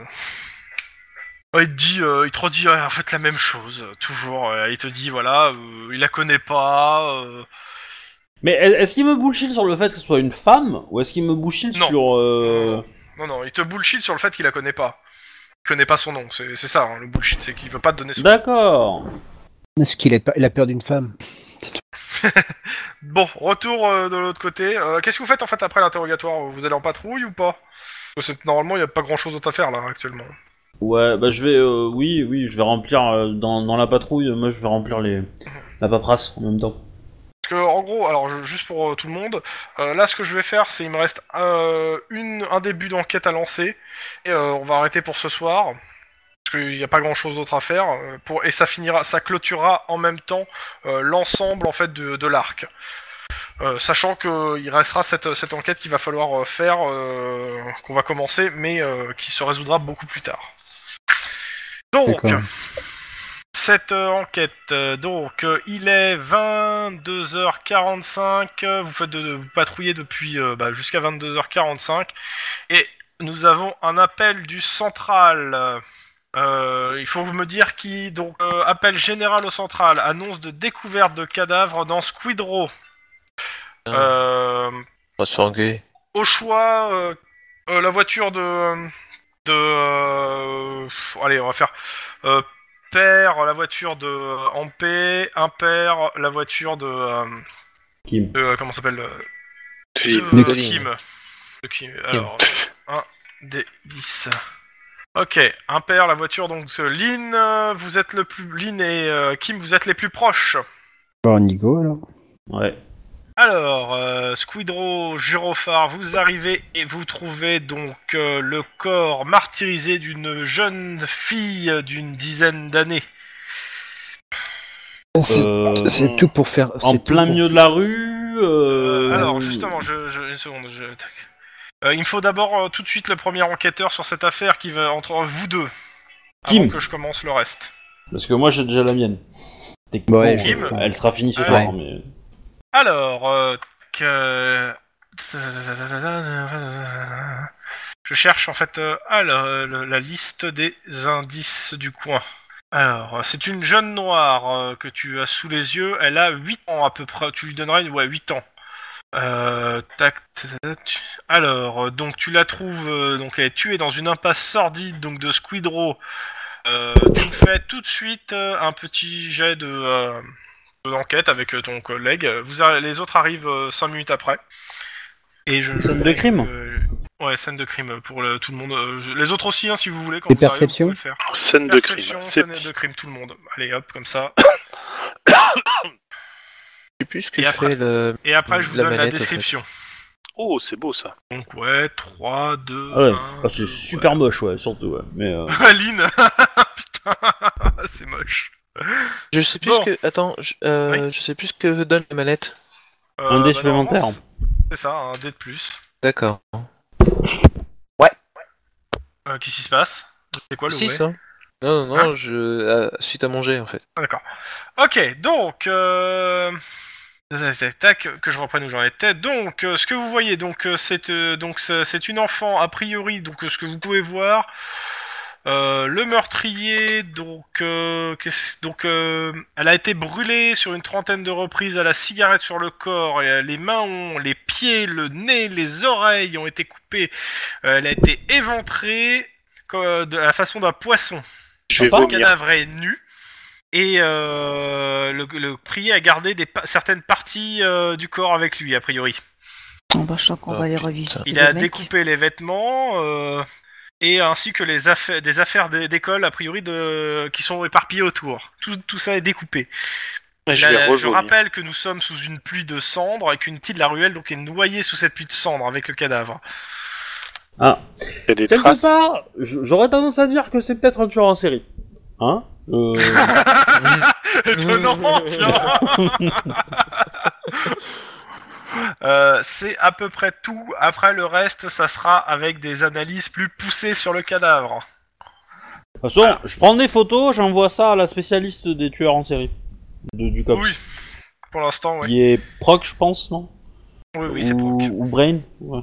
Speaker 2: ouais, il te dit, euh, il te redit euh, en fait la même chose euh, toujours. euh, il te dit voilà, euh, il la connaît pas. euh,
Speaker 1: Mais est- est-ce qu'il me bullshit sur le fait que ce soit une femme ou est-ce qu'il me bullshit
Speaker 2: Non.
Speaker 1: sur euh...
Speaker 2: Non non, il te bullshit sur le fait qu'il la connaît pas. Il connaît pas son nom, c'est c'est ça hein, le bullshit, c'est qu'il veut pas te donner son
Speaker 1: Bah.
Speaker 2: nom.
Speaker 1: D'accord.
Speaker 6: Est-ce qu'il a, pe- il a peur d'une femme
Speaker 1: Oh,
Speaker 2: Bon, retour euh, de l'autre côté. Euh, Qu'est-ce que vous faites en fait après l'interrogatoire Vous allez en patrouille ou pas Parce que c'est- Normalement, il y a pas grand chose d'autre à faire là actuellement.
Speaker 1: Ouais, bah je vais, euh, oui, oui, je vais remplir euh, dans, dans la patrouille. euh, Moi, je vais remplir les la paperasse en même temps.
Speaker 2: Parce que, en gros, alors je- juste pour euh, tout le monde, euh, là ce que je vais faire, c'est il me reste euh, une, un début d'enquête à lancer, et euh, on va arrêter pour ce soir, parce qu'il n'y a pas grand chose d'autre à faire, euh, pour, et ça finira, ça clôturera en même temps euh, l'ensemble en fait de, de l'arc. Euh, sachant qu'il restera cette, euh, cette enquête qu'il va falloir euh, faire, euh, qu'on va commencer, mais euh, qui se résoudra beaucoup plus tard. Donc,
Speaker 6: D'accord.
Speaker 2: cette euh, enquête, euh, donc, euh, il est 22h45. euh, vous faites de, de- vous patrouillez depuis euh, bah, jusqu'à 22h45 et nous avons un appel du central. Euh, il faut me dire qui donc euh, appel général au central, annonce de découverte de cadavres dans Squidrow. Euh,
Speaker 5: On va s'engueuler.
Speaker 2: au choix, euh, euh, la voiture de euh, de. euh, pff, allez, on va faire. Euh, père, la voiture de euh, Ampé, impair, la voiture de. euh,
Speaker 1: Kim.
Speaker 2: de, euh, comment ça s'appelle euh,
Speaker 4: Philippe. *laughs*
Speaker 2: de,
Speaker 5: De Kim.
Speaker 2: Kim. De Kim. Alors, 1 des 10. Ok, impair, la voiture donc de Lynn, euh, vous êtes le plus. Lynn et euh, Kim, vous êtes les plus proches.
Speaker 6: Bon, Nigo, alors.
Speaker 1: Ouais.
Speaker 2: Alors, euh, Squidro, Jurophare, vous arrivez et vous trouvez donc euh, le corps martyrisé d'une jeune fille d'une dizaine d'années.
Speaker 6: C'est
Speaker 1: Euh,
Speaker 6: c'est
Speaker 1: en-
Speaker 6: tout pour faire.
Speaker 1: En
Speaker 6: c'est tout
Speaker 1: plein
Speaker 6: pour-
Speaker 1: milieu de la rue. euh,
Speaker 2: Alors, justement, je, je- une seconde, je... tac. Euh, il me faut d'abord euh, tout de suite le premier enquêteur sur cette affaire qui va entre vous deux. Avant
Speaker 1: Kim.
Speaker 2: que je commence le reste.
Speaker 1: Parce que moi j'ai déjà la mienne. Techniquement,
Speaker 6: Bah Ouais,
Speaker 1: euh,
Speaker 2: Kim.
Speaker 1: elle sera finie ce
Speaker 2: Ouais.
Speaker 1: soir. Mais...
Speaker 2: Alors, euh, que... Je cherche en fait euh, ah, le- le- la liste des indices du coin. Alors, euh, c'est une jeune noire euh, que tu as sous les yeux. Elle a 8 ans à peu près. Tu lui donnerais ouais, 8 ans. Euh, tac, tu- Alors, euh, donc tu la trouves, euh, donc elle est tuée dans une impasse sordide donc de Squidro. Euh, tu me fais tout de suite euh, un petit jet de... euh, de l'enquête avec euh, ton collègue. Euh, Vous arri- les autres arrivent 5 minutes après. Et je,
Speaker 1: Scène de crime.
Speaker 2: euh, ouais, scène de crime pour le- tout le monde. Euh, je- les autres aussi, hein, si vous voulez. Quand
Speaker 6: Et
Speaker 2: vous arrivez, vous
Speaker 6: perception
Speaker 2: pouvez le faire.
Speaker 4: Scène de crime.
Speaker 2: Perception,
Speaker 4: C'est
Speaker 2: scène de crime, tout le monde. Allez, hop, comme ça.
Speaker 5: Je sais plus ce que
Speaker 2: Et
Speaker 5: fait
Speaker 2: après-
Speaker 5: le.
Speaker 2: Et après, je vous
Speaker 5: La
Speaker 2: donne la
Speaker 5: manette,
Speaker 2: description.
Speaker 4: Oh, c'est beau ça.
Speaker 2: Donc, ouais, 3, 2,
Speaker 1: Ah ouais,
Speaker 2: 1.
Speaker 1: Ah, c'est super moche, ouais, surtout. Ouais. Mais euh,
Speaker 2: *laughs* Aline *laughs* Putain, *laughs* c'est moche.
Speaker 5: Je sais plus
Speaker 2: Bon.
Speaker 5: ce que. Attends, je, euh, je sais plus ce que donne la manette.
Speaker 2: Euh,
Speaker 1: un
Speaker 2: bah,
Speaker 1: dé supplémentaire.
Speaker 2: normalement, C'est ça, un dé de plus.
Speaker 5: D'accord.
Speaker 2: Euh, Qu'est-ce qui se passe C'est quoi le ouais
Speaker 5: 6 hein Non, non, non, je. euh, suite à manger en fait.
Speaker 2: *laughs* Ah, D'accord. Ok, donc. Euh... tac, tac, Tac, que je reprenne où j'en étais. Donc, euh, ce que vous voyez, donc euh, c'est euh, donc c'est c'est une enfant a priori. Donc, euh, ce que vous pouvez voir, euh, le meurtrier. Donc, euh, qu'est-ce- donc, euh, elle a été brûlée sur une trentaine de reprises. Elle a cigarette sur le corps. et, euh, les mains, ont, les pieds, le nez, les oreilles ont été coupées. Euh, elle a été éventrée comme, de la façon d'un poisson.
Speaker 4: Je vais
Speaker 2: Le
Speaker 4: vomir.
Speaker 2: cadavre est nu. Et euh, le, le prier a gardé des pa- certaines parties euh, du corps avec lui, a priori.
Speaker 3: Bon, bah, je sens qu'on
Speaker 5: Ah,
Speaker 3: va les revisiter.
Speaker 2: Il
Speaker 3: les
Speaker 2: a
Speaker 3: mecs.
Speaker 2: découpé les vêtements, euh, et ainsi que les affaires, des affaires d'é- d'école, a priori, de, qui sont éparpillées autour. Tout, tout ça est découpé.
Speaker 4: Je vais
Speaker 2: Là, je
Speaker 4: revomir.
Speaker 2: rappelle que nous sommes sous une pluie de cendres, et qu'une petite de la ruelle donc, est noyée sous cette pluie de cendres avec le cadavre.
Speaker 4: Il y a des
Speaker 1: Quelque
Speaker 4: traces.
Speaker 1: part, j- j'aurais tendance à dire que c'est peut-être un tueur en série. Hein Euh,
Speaker 5: Mmh.
Speaker 2: Étonnant, tiens Euh, c'est à peu près tout. Après le reste, ça sera avec des analyses plus poussées sur le cadavre.
Speaker 1: De toute façon, je prends des photos, j'envoie ça à la spécialiste des tueurs en série. De, du COPS.
Speaker 2: Oui. Pour l'instant, oui.
Speaker 1: Qui est proc, je pense, non
Speaker 2: Oui, oui, c'est
Speaker 1: ou,
Speaker 2: proc.
Speaker 1: ou Brain ouais.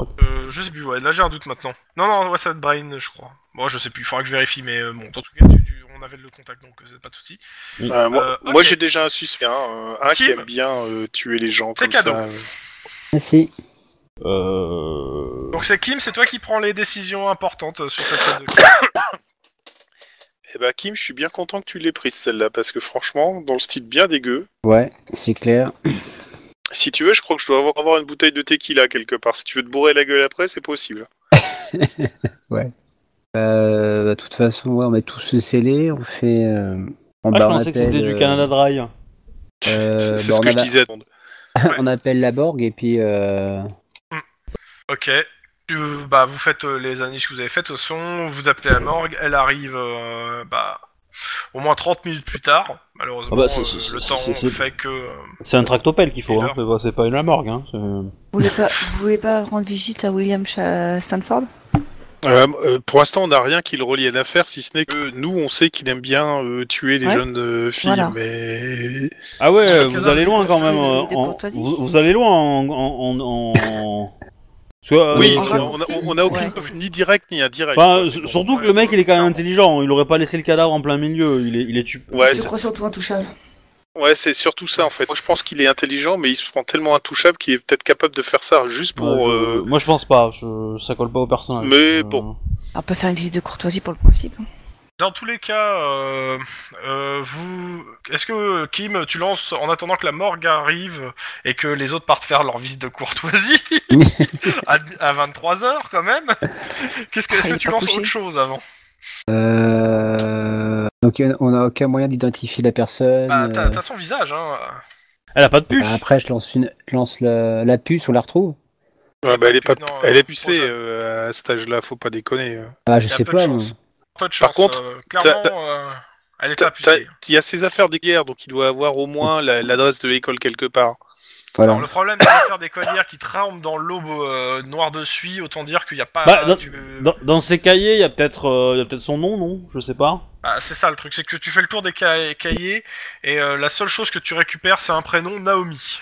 Speaker 2: Euh, je sais plus, ouais, là j'ai un doute maintenant. Non, non, ouais, ça va être Brain, je crois. Bon, je sais plus, il faudra que je vérifie, mais euh, bon, en tout cas, tu- tu- on avait le contact, donc euh, c'est pas de souci.
Speaker 4: Ouais, moi,
Speaker 2: Euh, ok.
Speaker 4: moi, j'ai déjà un suspect, hein, euh, un qui
Speaker 2: Kim.
Speaker 4: aime bien euh, tuer les gens
Speaker 2: C'est
Speaker 4: comme
Speaker 2: cadeau.
Speaker 4: ça. euh.
Speaker 6: Merci.
Speaker 1: Euh...
Speaker 2: Donc c'est Kim, c'est toi qui prends les décisions importantes euh, sur cette scène de
Speaker 4: Eh ben Kim, je suis bien content que tu l'aies prise celle-là parce que franchement, dans le style bien dégueu.
Speaker 6: Ouais, c'est clair.
Speaker 4: Si tu veux, je crois que je dois avoir- avoir une bouteille de tequila quelque part. Si tu veux te bourrer la gueule après, c'est possible.
Speaker 6: Euh, de toute façon, ouais, on met tous se scellés, on fait. euh, on
Speaker 1: Ah, je
Speaker 6: bah, on
Speaker 1: pensais que c'était
Speaker 6: appelle,
Speaker 1: du
Speaker 6: euh,
Speaker 1: Canada Dry. *laughs*
Speaker 6: euh,
Speaker 4: C'est- c'est
Speaker 6: bah,
Speaker 4: ce
Speaker 6: on
Speaker 4: que
Speaker 6: a
Speaker 4: je
Speaker 6: la-
Speaker 4: disais.
Speaker 6: On appelle la Borg et puis. euh,
Speaker 2: Ok. Tu- bah, vous faites euh, les analyses que vous avez faites, au son, vous appelez la morgue, elle arrive euh, bah, au moins 30 minutes plus tard. Malheureusement,
Speaker 1: Ah bah, c'est-
Speaker 2: euh,
Speaker 1: c'est-
Speaker 2: le
Speaker 1: c'est-
Speaker 2: temps
Speaker 1: c'est- c'est-
Speaker 2: fait que. euh,
Speaker 1: C'est un tractopelle qu'il faut,
Speaker 2: Et
Speaker 1: hein.
Speaker 2: leur-
Speaker 1: c'est pas- c'est pas une morgue. Hein. c'est-
Speaker 3: Vous voulez pas, vous voulez pas rendre visite à William Cha- Stanford
Speaker 4: Euh, euh, pour l'instant, on n'a rien qui le relie à l'affaire, si ce n'est que nous, on sait qu'il aime bien euh, tuer les
Speaker 3: Ouais.
Speaker 4: jeunes euh, filles,
Speaker 3: Voilà.
Speaker 4: mais
Speaker 1: Ah ouais,
Speaker 2: Ah,
Speaker 1: euh, vous
Speaker 2: Canada
Speaker 1: allez
Speaker 2: Dry,
Speaker 1: loin quand
Speaker 3: c'est
Speaker 1: même.
Speaker 3: des
Speaker 1: euh,
Speaker 3: idées
Speaker 1: en-
Speaker 3: courtoisies.
Speaker 1: vous, vous allez loin en. en, en, en- Parce que, euh,
Speaker 4: oui,
Speaker 3: en
Speaker 4: on a- on a-
Speaker 3: raccourci.
Speaker 4: on n'a aucune
Speaker 3: Ouais.
Speaker 4: preuve, ni directe ni indirecte.
Speaker 1: enfin,
Speaker 4: Ouais,
Speaker 1: s-
Speaker 4: mais bon.
Speaker 1: surtout que le mec il est quand même intelligent, il aurait pas laissé le cadavre en plein milieu, il est, il est tu-
Speaker 4: Ouais,
Speaker 11: je
Speaker 4: c'est-
Speaker 11: crois surtout intouchable.
Speaker 4: Ouais, c'est surtout ça en fait. Moi, je pense qu'il est intelligent, mais il se prend tellement intouchable qu'il est peut-être capable de faire ça juste pour.
Speaker 1: Ouais, Bah, je-
Speaker 4: euh,
Speaker 1: Moi je pense pas, je- ça colle pas au personnage.
Speaker 4: Mais
Speaker 1: Euh,
Speaker 4: bon.
Speaker 3: On peut faire une visite de courtoisie pour le principe. hein.
Speaker 2: Dans tous les cas, euh, euh, vous, est-ce que Kim, tu lances en attendant que la morgue arrive et que les autres partent faire leur visite de
Speaker 1: *laughs*
Speaker 2: courtoisie à, 23h quand même Qu'est-ce que, est-ce
Speaker 3: Ah,
Speaker 2: que
Speaker 3: il est
Speaker 2: tu
Speaker 3: pas
Speaker 2: lances
Speaker 3: couché.
Speaker 2: autre chose avant
Speaker 6: Euh... Donc euh, on n'a aucun moyen d'identifier la personne.
Speaker 2: Bah, t'as,
Speaker 6: euh,
Speaker 2: t'as son visage, hein.
Speaker 1: Elle a pas de puce
Speaker 6: bah, Après, je lance, une... je lance la... la puce, on la retrouve
Speaker 4: ouais, bah, elle est pas,
Speaker 2: Non,
Speaker 4: elle
Speaker 2: euh,
Speaker 4: est pucée
Speaker 2: prochain.
Speaker 4: euh, à cet âge-là, faut pas déconner. euh.
Speaker 6: Ah, je
Speaker 2: Il a
Speaker 6: sais
Speaker 2: peu de
Speaker 6: pas. moi.
Speaker 2: chance. Pas de chance.
Speaker 4: Par contre,
Speaker 2: euh,
Speaker 4: t'as-
Speaker 2: clairement, euh, elle est
Speaker 4: T'as-
Speaker 2: pas
Speaker 4: t'as-
Speaker 2: pucée.
Speaker 4: Il y a ses affaires de guerre, donc il doit avoir au moins la- l'adresse de l'école quelque part.
Speaker 6: Voilà.
Speaker 2: Alors le problème c'est de faire des cognères qui tremblent dans l'aube euh, noire de suie, autant dire qu'il n'y a pas.
Speaker 1: Bah, non-
Speaker 2: tu-
Speaker 1: Dans, dans ses cahiers, il y a peut-être euh, il y a peut-être son nom, non Je sais pas.
Speaker 2: Ah, c'est ça le truc, c'est que tu fais le tour des ca- cahiers et euh, la seule chose que tu récupères c'est un prénom
Speaker 6: *laughs*
Speaker 2: Naomi.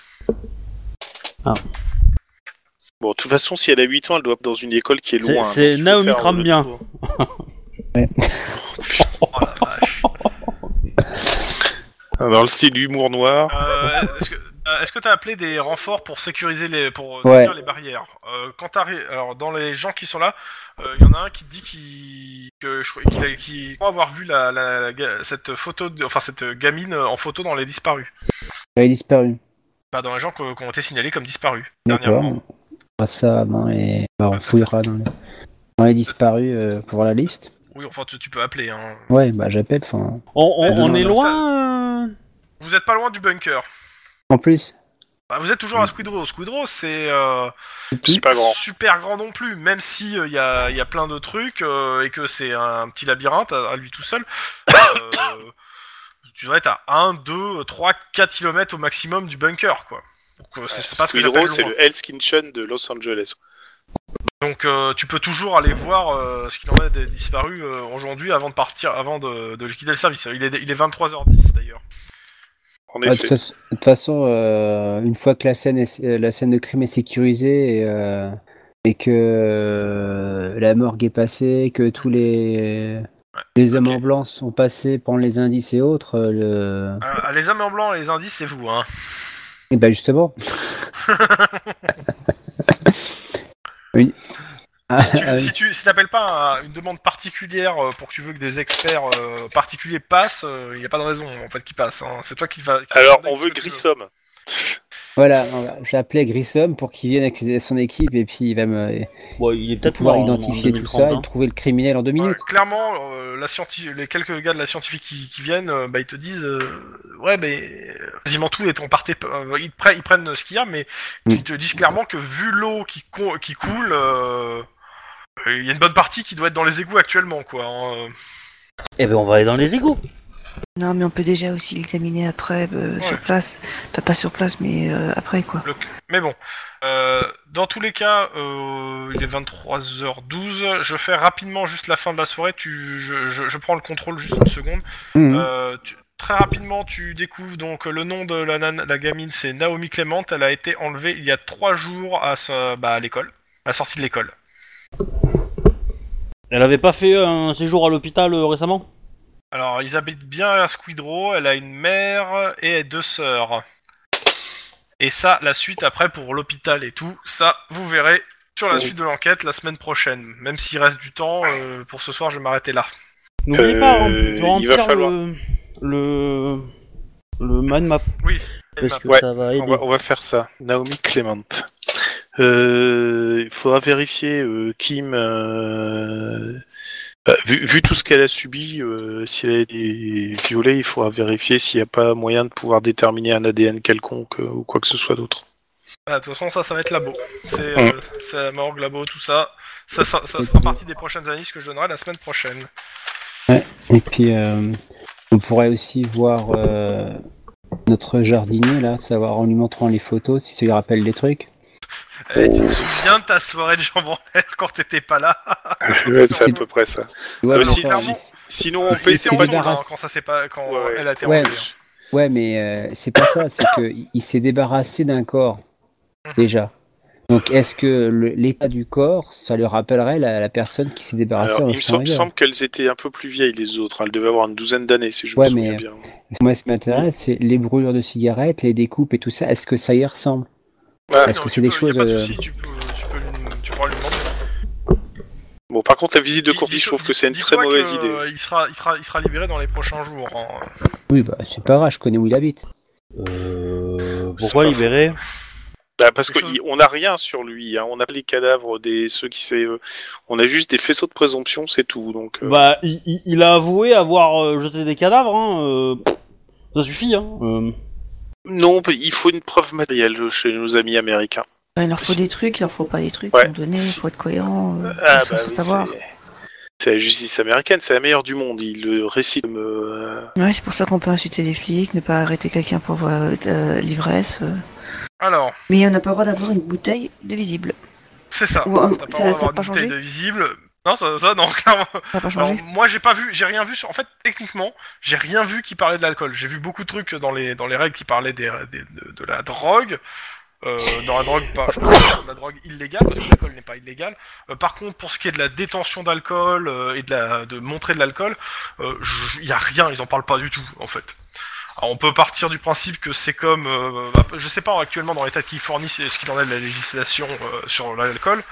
Speaker 4: Bon, de toute façon, si elle a 8 ans, elle doit être dans une école qui est
Speaker 1: C'est-
Speaker 4: loin.
Speaker 1: c'est
Speaker 4: donc il faut
Speaker 1: Naomi
Speaker 4: faire le
Speaker 1: Crambien.
Speaker 4: tour.
Speaker 2: Oh la vache.
Speaker 4: Ah, Dans le style humour noir.
Speaker 2: Euh, est-ce que euh, est-ce que t'as appelé des renforts pour sécuriser les pour euh,
Speaker 6: Ouais.
Speaker 2: tenir les barrières euh, Quand t'arrives, alors dans les gens qui sont là, euh, il y en a un qui te dit qu'il que je- qu'il a- qu'il croit avoir vu la, la- la ga- cette photo, de, enfin cette gamine en photo dans les disparus.
Speaker 6: Elle est disparue.
Speaker 2: Bah dans les gens qui ont été signalés comme disparus
Speaker 6: D'accord.
Speaker 2: dernièrement.
Speaker 6: On fera ça dans les... bah, on fouillera dans les, dans les disparus euh, pour la liste.
Speaker 2: Oui, enfin tu, tu peux appeler. Hein.
Speaker 6: Ouais, bah j'appelle. enfin,
Speaker 1: On, on-
Speaker 6: Elle
Speaker 1: on
Speaker 6: doit-
Speaker 1: est loin. euh,
Speaker 2: Vous êtes pas loin du bunker.
Speaker 6: En plus,
Speaker 2: Bah, vous êtes toujours à Squidrow. Squidrow, c'est euh,
Speaker 4: C'est pas grand.
Speaker 2: super grand non plus, même si euh, il y, a, il y a plein de trucs euh, et que c'est un petit labyrinthe à, à lui tout seul. *coughs* Euh, tu devrais être à 1, 2, 3, 4 km au maximum du bunker, quoi. Donc, euh, c'est c'est pas ce que
Speaker 4: Squid Row,
Speaker 2: j'appelle
Speaker 4: c'est
Speaker 2: loin.
Speaker 4: le Hell's Kitchen de Los Angeles.
Speaker 2: Donc euh, tu peux toujours aller voir euh, ce qu'il en est des disparus euh, aujourd'hui avant de partir, avant de, de liquider le service. Il est, il est 23h10 d'ailleurs. Ah,
Speaker 4: En
Speaker 6: bah, de
Speaker 4: effet.
Speaker 6: toute façon- de toute façon, euh, une fois que la scène, est- euh, la scène de crime est sécurisée et, euh, et que euh, la morgue est passée, que tous les, les hommes
Speaker 2: ok.
Speaker 6: en blanc sont passés, prendre les indices et autres, euh, le...
Speaker 2: Euh, les hommes en blanc et les indices, c'est vous, hein.
Speaker 6: Et bah justement. oui. Ah,
Speaker 2: Si tu-
Speaker 6: ah oui.
Speaker 2: si tu si t'appelles pas à une demande particulière euh, pour que tu veux que des experts euh, particuliers passent, euh, il n'y a pas de raison en fait qu'ils passent. hein. C'est toi qui va. qui va
Speaker 4: Alors,
Speaker 2: demander
Speaker 4: on
Speaker 2: ce
Speaker 4: veut
Speaker 2: que tu
Speaker 4: Grissom.
Speaker 6: Voilà, voilà. j'ai appelé Grissom pour qu'il vienne avec ses- son équipe et puis il va me
Speaker 1: Bon, il est peut-être
Speaker 6: pouvoir
Speaker 1: mort en- en
Speaker 6: identifier tout
Speaker 1: 2030,
Speaker 6: ça
Speaker 1: hein.
Speaker 6: et trouver le criminel en deux
Speaker 2: Ouais,
Speaker 6: minutes.
Speaker 2: clairement, euh, la scienti- les quelques gars de la scientifique qui, qui viennent, euh, bah, ils te disent, euh, ouais, mais euh, quasiment tout est en partie. euh, ils, pre- ils prennent ce qu'il y a, mais
Speaker 6: Mm.
Speaker 2: ils te disent clairement que vu l'eau qui, co- qui coule, euh, euh, il y a une bonne partie qui doit être dans les égouts actuellement, quoi. hein.
Speaker 1: Eh ben on va aller dans les égouts.
Speaker 3: Non, mais on peut déjà aussi l'examiner après euh, sur place. Enfin, pas sur place, mais euh, après quoi.
Speaker 2: Mais bon, euh, dans tous les cas, euh, il est 23h12. Je fais rapidement juste la fin de la soirée. Tu, je, je- je prends le contrôle juste une seconde.
Speaker 6: Mhm.
Speaker 2: Euh, tu- très rapidement, tu découvres donc le nom de la, nan- la gamine, c'est Naomi Clément. Elle a été enlevée il y a trois jours à, sa- bah, à l'école, à la sortie de l'école.
Speaker 1: Elle avait pas fait euh, un séjour à l'hôpital euh, récemment
Speaker 2: Alors, ils habitent bien à Squidrow. Elle a une mère et deux sœurs. Et ça, la suite après pour l'hôpital et tout, ça, vous verrez sur la
Speaker 4: Oui.
Speaker 2: suite de l'enquête la semaine prochaine. Même s'il reste du temps, euh, pour ce soir, je vais m'arrêter là.
Speaker 1: N'oublie
Speaker 4: Euh,
Speaker 1: pas hein, de
Speaker 4: il
Speaker 1: remplir
Speaker 4: va falloir.
Speaker 1: le le le mind map
Speaker 2: bah,
Speaker 1: parce que
Speaker 4: Ouais,
Speaker 1: ça va aider.
Speaker 4: On va, on va faire ça. Naomi Clement. Euh, Il faudra vérifier euh, Kim. euh, bah, vu, vu tout ce qu'elle a subi, euh, si elle a été violée, il faudra vérifier s'il n'y a pas moyen de pouvoir déterminer un ADN quelconque euh, ou quoi que ce soit d'autre.
Speaker 2: Ah, de toute façon, ça, ça va être labo. C'est euh, c'est la morgue, labo, tout ça. Ça, ça, ça fera partie des prochaines analyses que je donnerai la semaine prochaine.
Speaker 6: Et puis euh, on pourrait aussi voir euh, notre jardinier là, savoir en lui montrant les photos si ça lui rappelle des trucs.
Speaker 2: Eh, tu te souviens de ta soirée de jambon l'air quand t'étais pas là
Speaker 4: c'est à peu près ça.
Speaker 6: Ouais,
Speaker 4: Euh,
Speaker 6: mais
Speaker 4: si-
Speaker 6: enfin,
Speaker 4: si- sinon, on
Speaker 6: C'est-
Speaker 4: peut
Speaker 2: T'étais
Speaker 6: c'est
Speaker 2: en
Speaker 4: essayer.
Speaker 2: bateau,
Speaker 6: débarrasse-
Speaker 2: hein, quand ça s'est pas, quand
Speaker 4: Ouais, ouais.
Speaker 2: elle a été
Speaker 6: Ouais.
Speaker 2: enlevée.
Speaker 6: Ouais, mais euh, c'est pas ça, c'est que il- il s'est débarrassé d'un corps déjà. Donc est-ce que le- l'état du corps, ça lui rappellerait la, la personne qui s'est débarrassée
Speaker 4: Alors,
Speaker 6: en
Speaker 4: il me
Speaker 6: jetant
Speaker 4: semble,
Speaker 6: ailleurs
Speaker 4: semble qu'elles étaient un peu plus vieilles les autres. hein. Elles devaient avoir une douzaine d'années, si je
Speaker 6: Ouais,
Speaker 4: me souviens
Speaker 6: mais- euh,
Speaker 4: bien.
Speaker 6: Moi, ce qui m'intéresse, c'est les brûlures de cigarettes, les découpes et tout ça. Est-ce que ça y ressemble
Speaker 4: Ouais,
Speaker 6: Est-ce
Speaker 2: non,
Speaker 6: que
Speaker 2: tu
Speaker 6: c'est des
Speaker 2: peux- y a
Speaker 6: choses
Speaker 2: pas de
Speaker 6: euh,
Speaker 2: souci, tu, peux, tu, peux lui- tu pourras lui demander.
Speaker 4: Bon, par contre, la visite de
Speaker 2: Dis-
Speaker 4: Courtis,
Speaker 2: dis-
Speaker 4: je trouve que c'est une
Speaker 2: dis-toi
Speaker 4: très mauvaise
Speaker 2: que,
Speaker 4: idée.
Speaker 2: euh, Il sera, il, sera, il sera libéré dans les prochains jours. hein.
Speaker 6: Oui, bah, c'est pas grave. Je connais où il habite.
Speaker 1: Euh,
Speaker 4: C'est
Speaker 1: pourquoi
Speaker 4: pas
Speaker 1: libérer
Speaker 4: Bah, parce
Speaker 2: quelque chose-
Speaker 4: qu'on n'a rien sur lui. hein. On a les cadavres des ceux qui s'est. euh, On a juste des faisceaux de présomption, c'est tout. Donc, euh,
Speaker 1: Bah, il, il- il a avoué avoir euh, jeté des cadavres, hein. euh, ça suffit, hein. euh.
Speaker 4: non, bah, il faut une preuve matérielle chez nos amis américains.
Speaker 3: Il leur faut des trucs, il leur faut pas des trucs.
Speaker 4: Ouais.
Speaker 3: À un moment donné, il faut être cohérent. euh,
Speaker 4: Ah,
Speaker 3: ça,
Speaker 4: bah
Speaker 3: faut
Speaker 4: oui,
Speaker 3: savoir.
Speaker 4: c'est- C'est la justice américaine, c'est la meilleure du monde. Il le récite comme, euh,
Speaker 3: Ouais, c'est pour ça qu'on peut insulter les flics, ne pas arrêter quelqu'un pour euh, euh, l'ivresse. euh.
Speaker 2: Alors,
Speaker 3: Mais on n'a pas le droit d'avoir une bouteille de visible.
Speaker 2: c'est ça.
Speaker 3: Ou, euh,
Speaker 2: T'as Ah, pas
Speaker 3: ça-
Speaker 2: le
Speaker 3: ça a
Speaker 2: droit
Speaker 3: pas
Speaker 2: d'avoir une bouteille
Speaker 3: changé
Speaker 2: de visible. Non, ça, ça non, *laughs* clairement.
Speaker 3: Ça n'a pas changé.
Speaker 2: Alors, moi, j'ai pas vu, j'ai rien vu sur. En fait, techniquement, j'ai rien vu qui parlait de l'alcool. J'ai vu beaucoup de trucs dans les dans les règles qui parlaient des, des- de, de la drogue, euh, dans la drogue pas, je pense que de la drogue illégale parce que l'alcool n'est pas illégal. Euh, par contre, pour ce qui est de la détention d'alcool euh, et de la de montrer de l'alcool, il y a rien. Ils en parlent pas du tout, en fait. Alors, on peut partir du principe que c'est comme, euh, bah, je sais pas actuellement dans l'État de Californie c'est ce qu'il en est de la législation euh, sur l'alcool.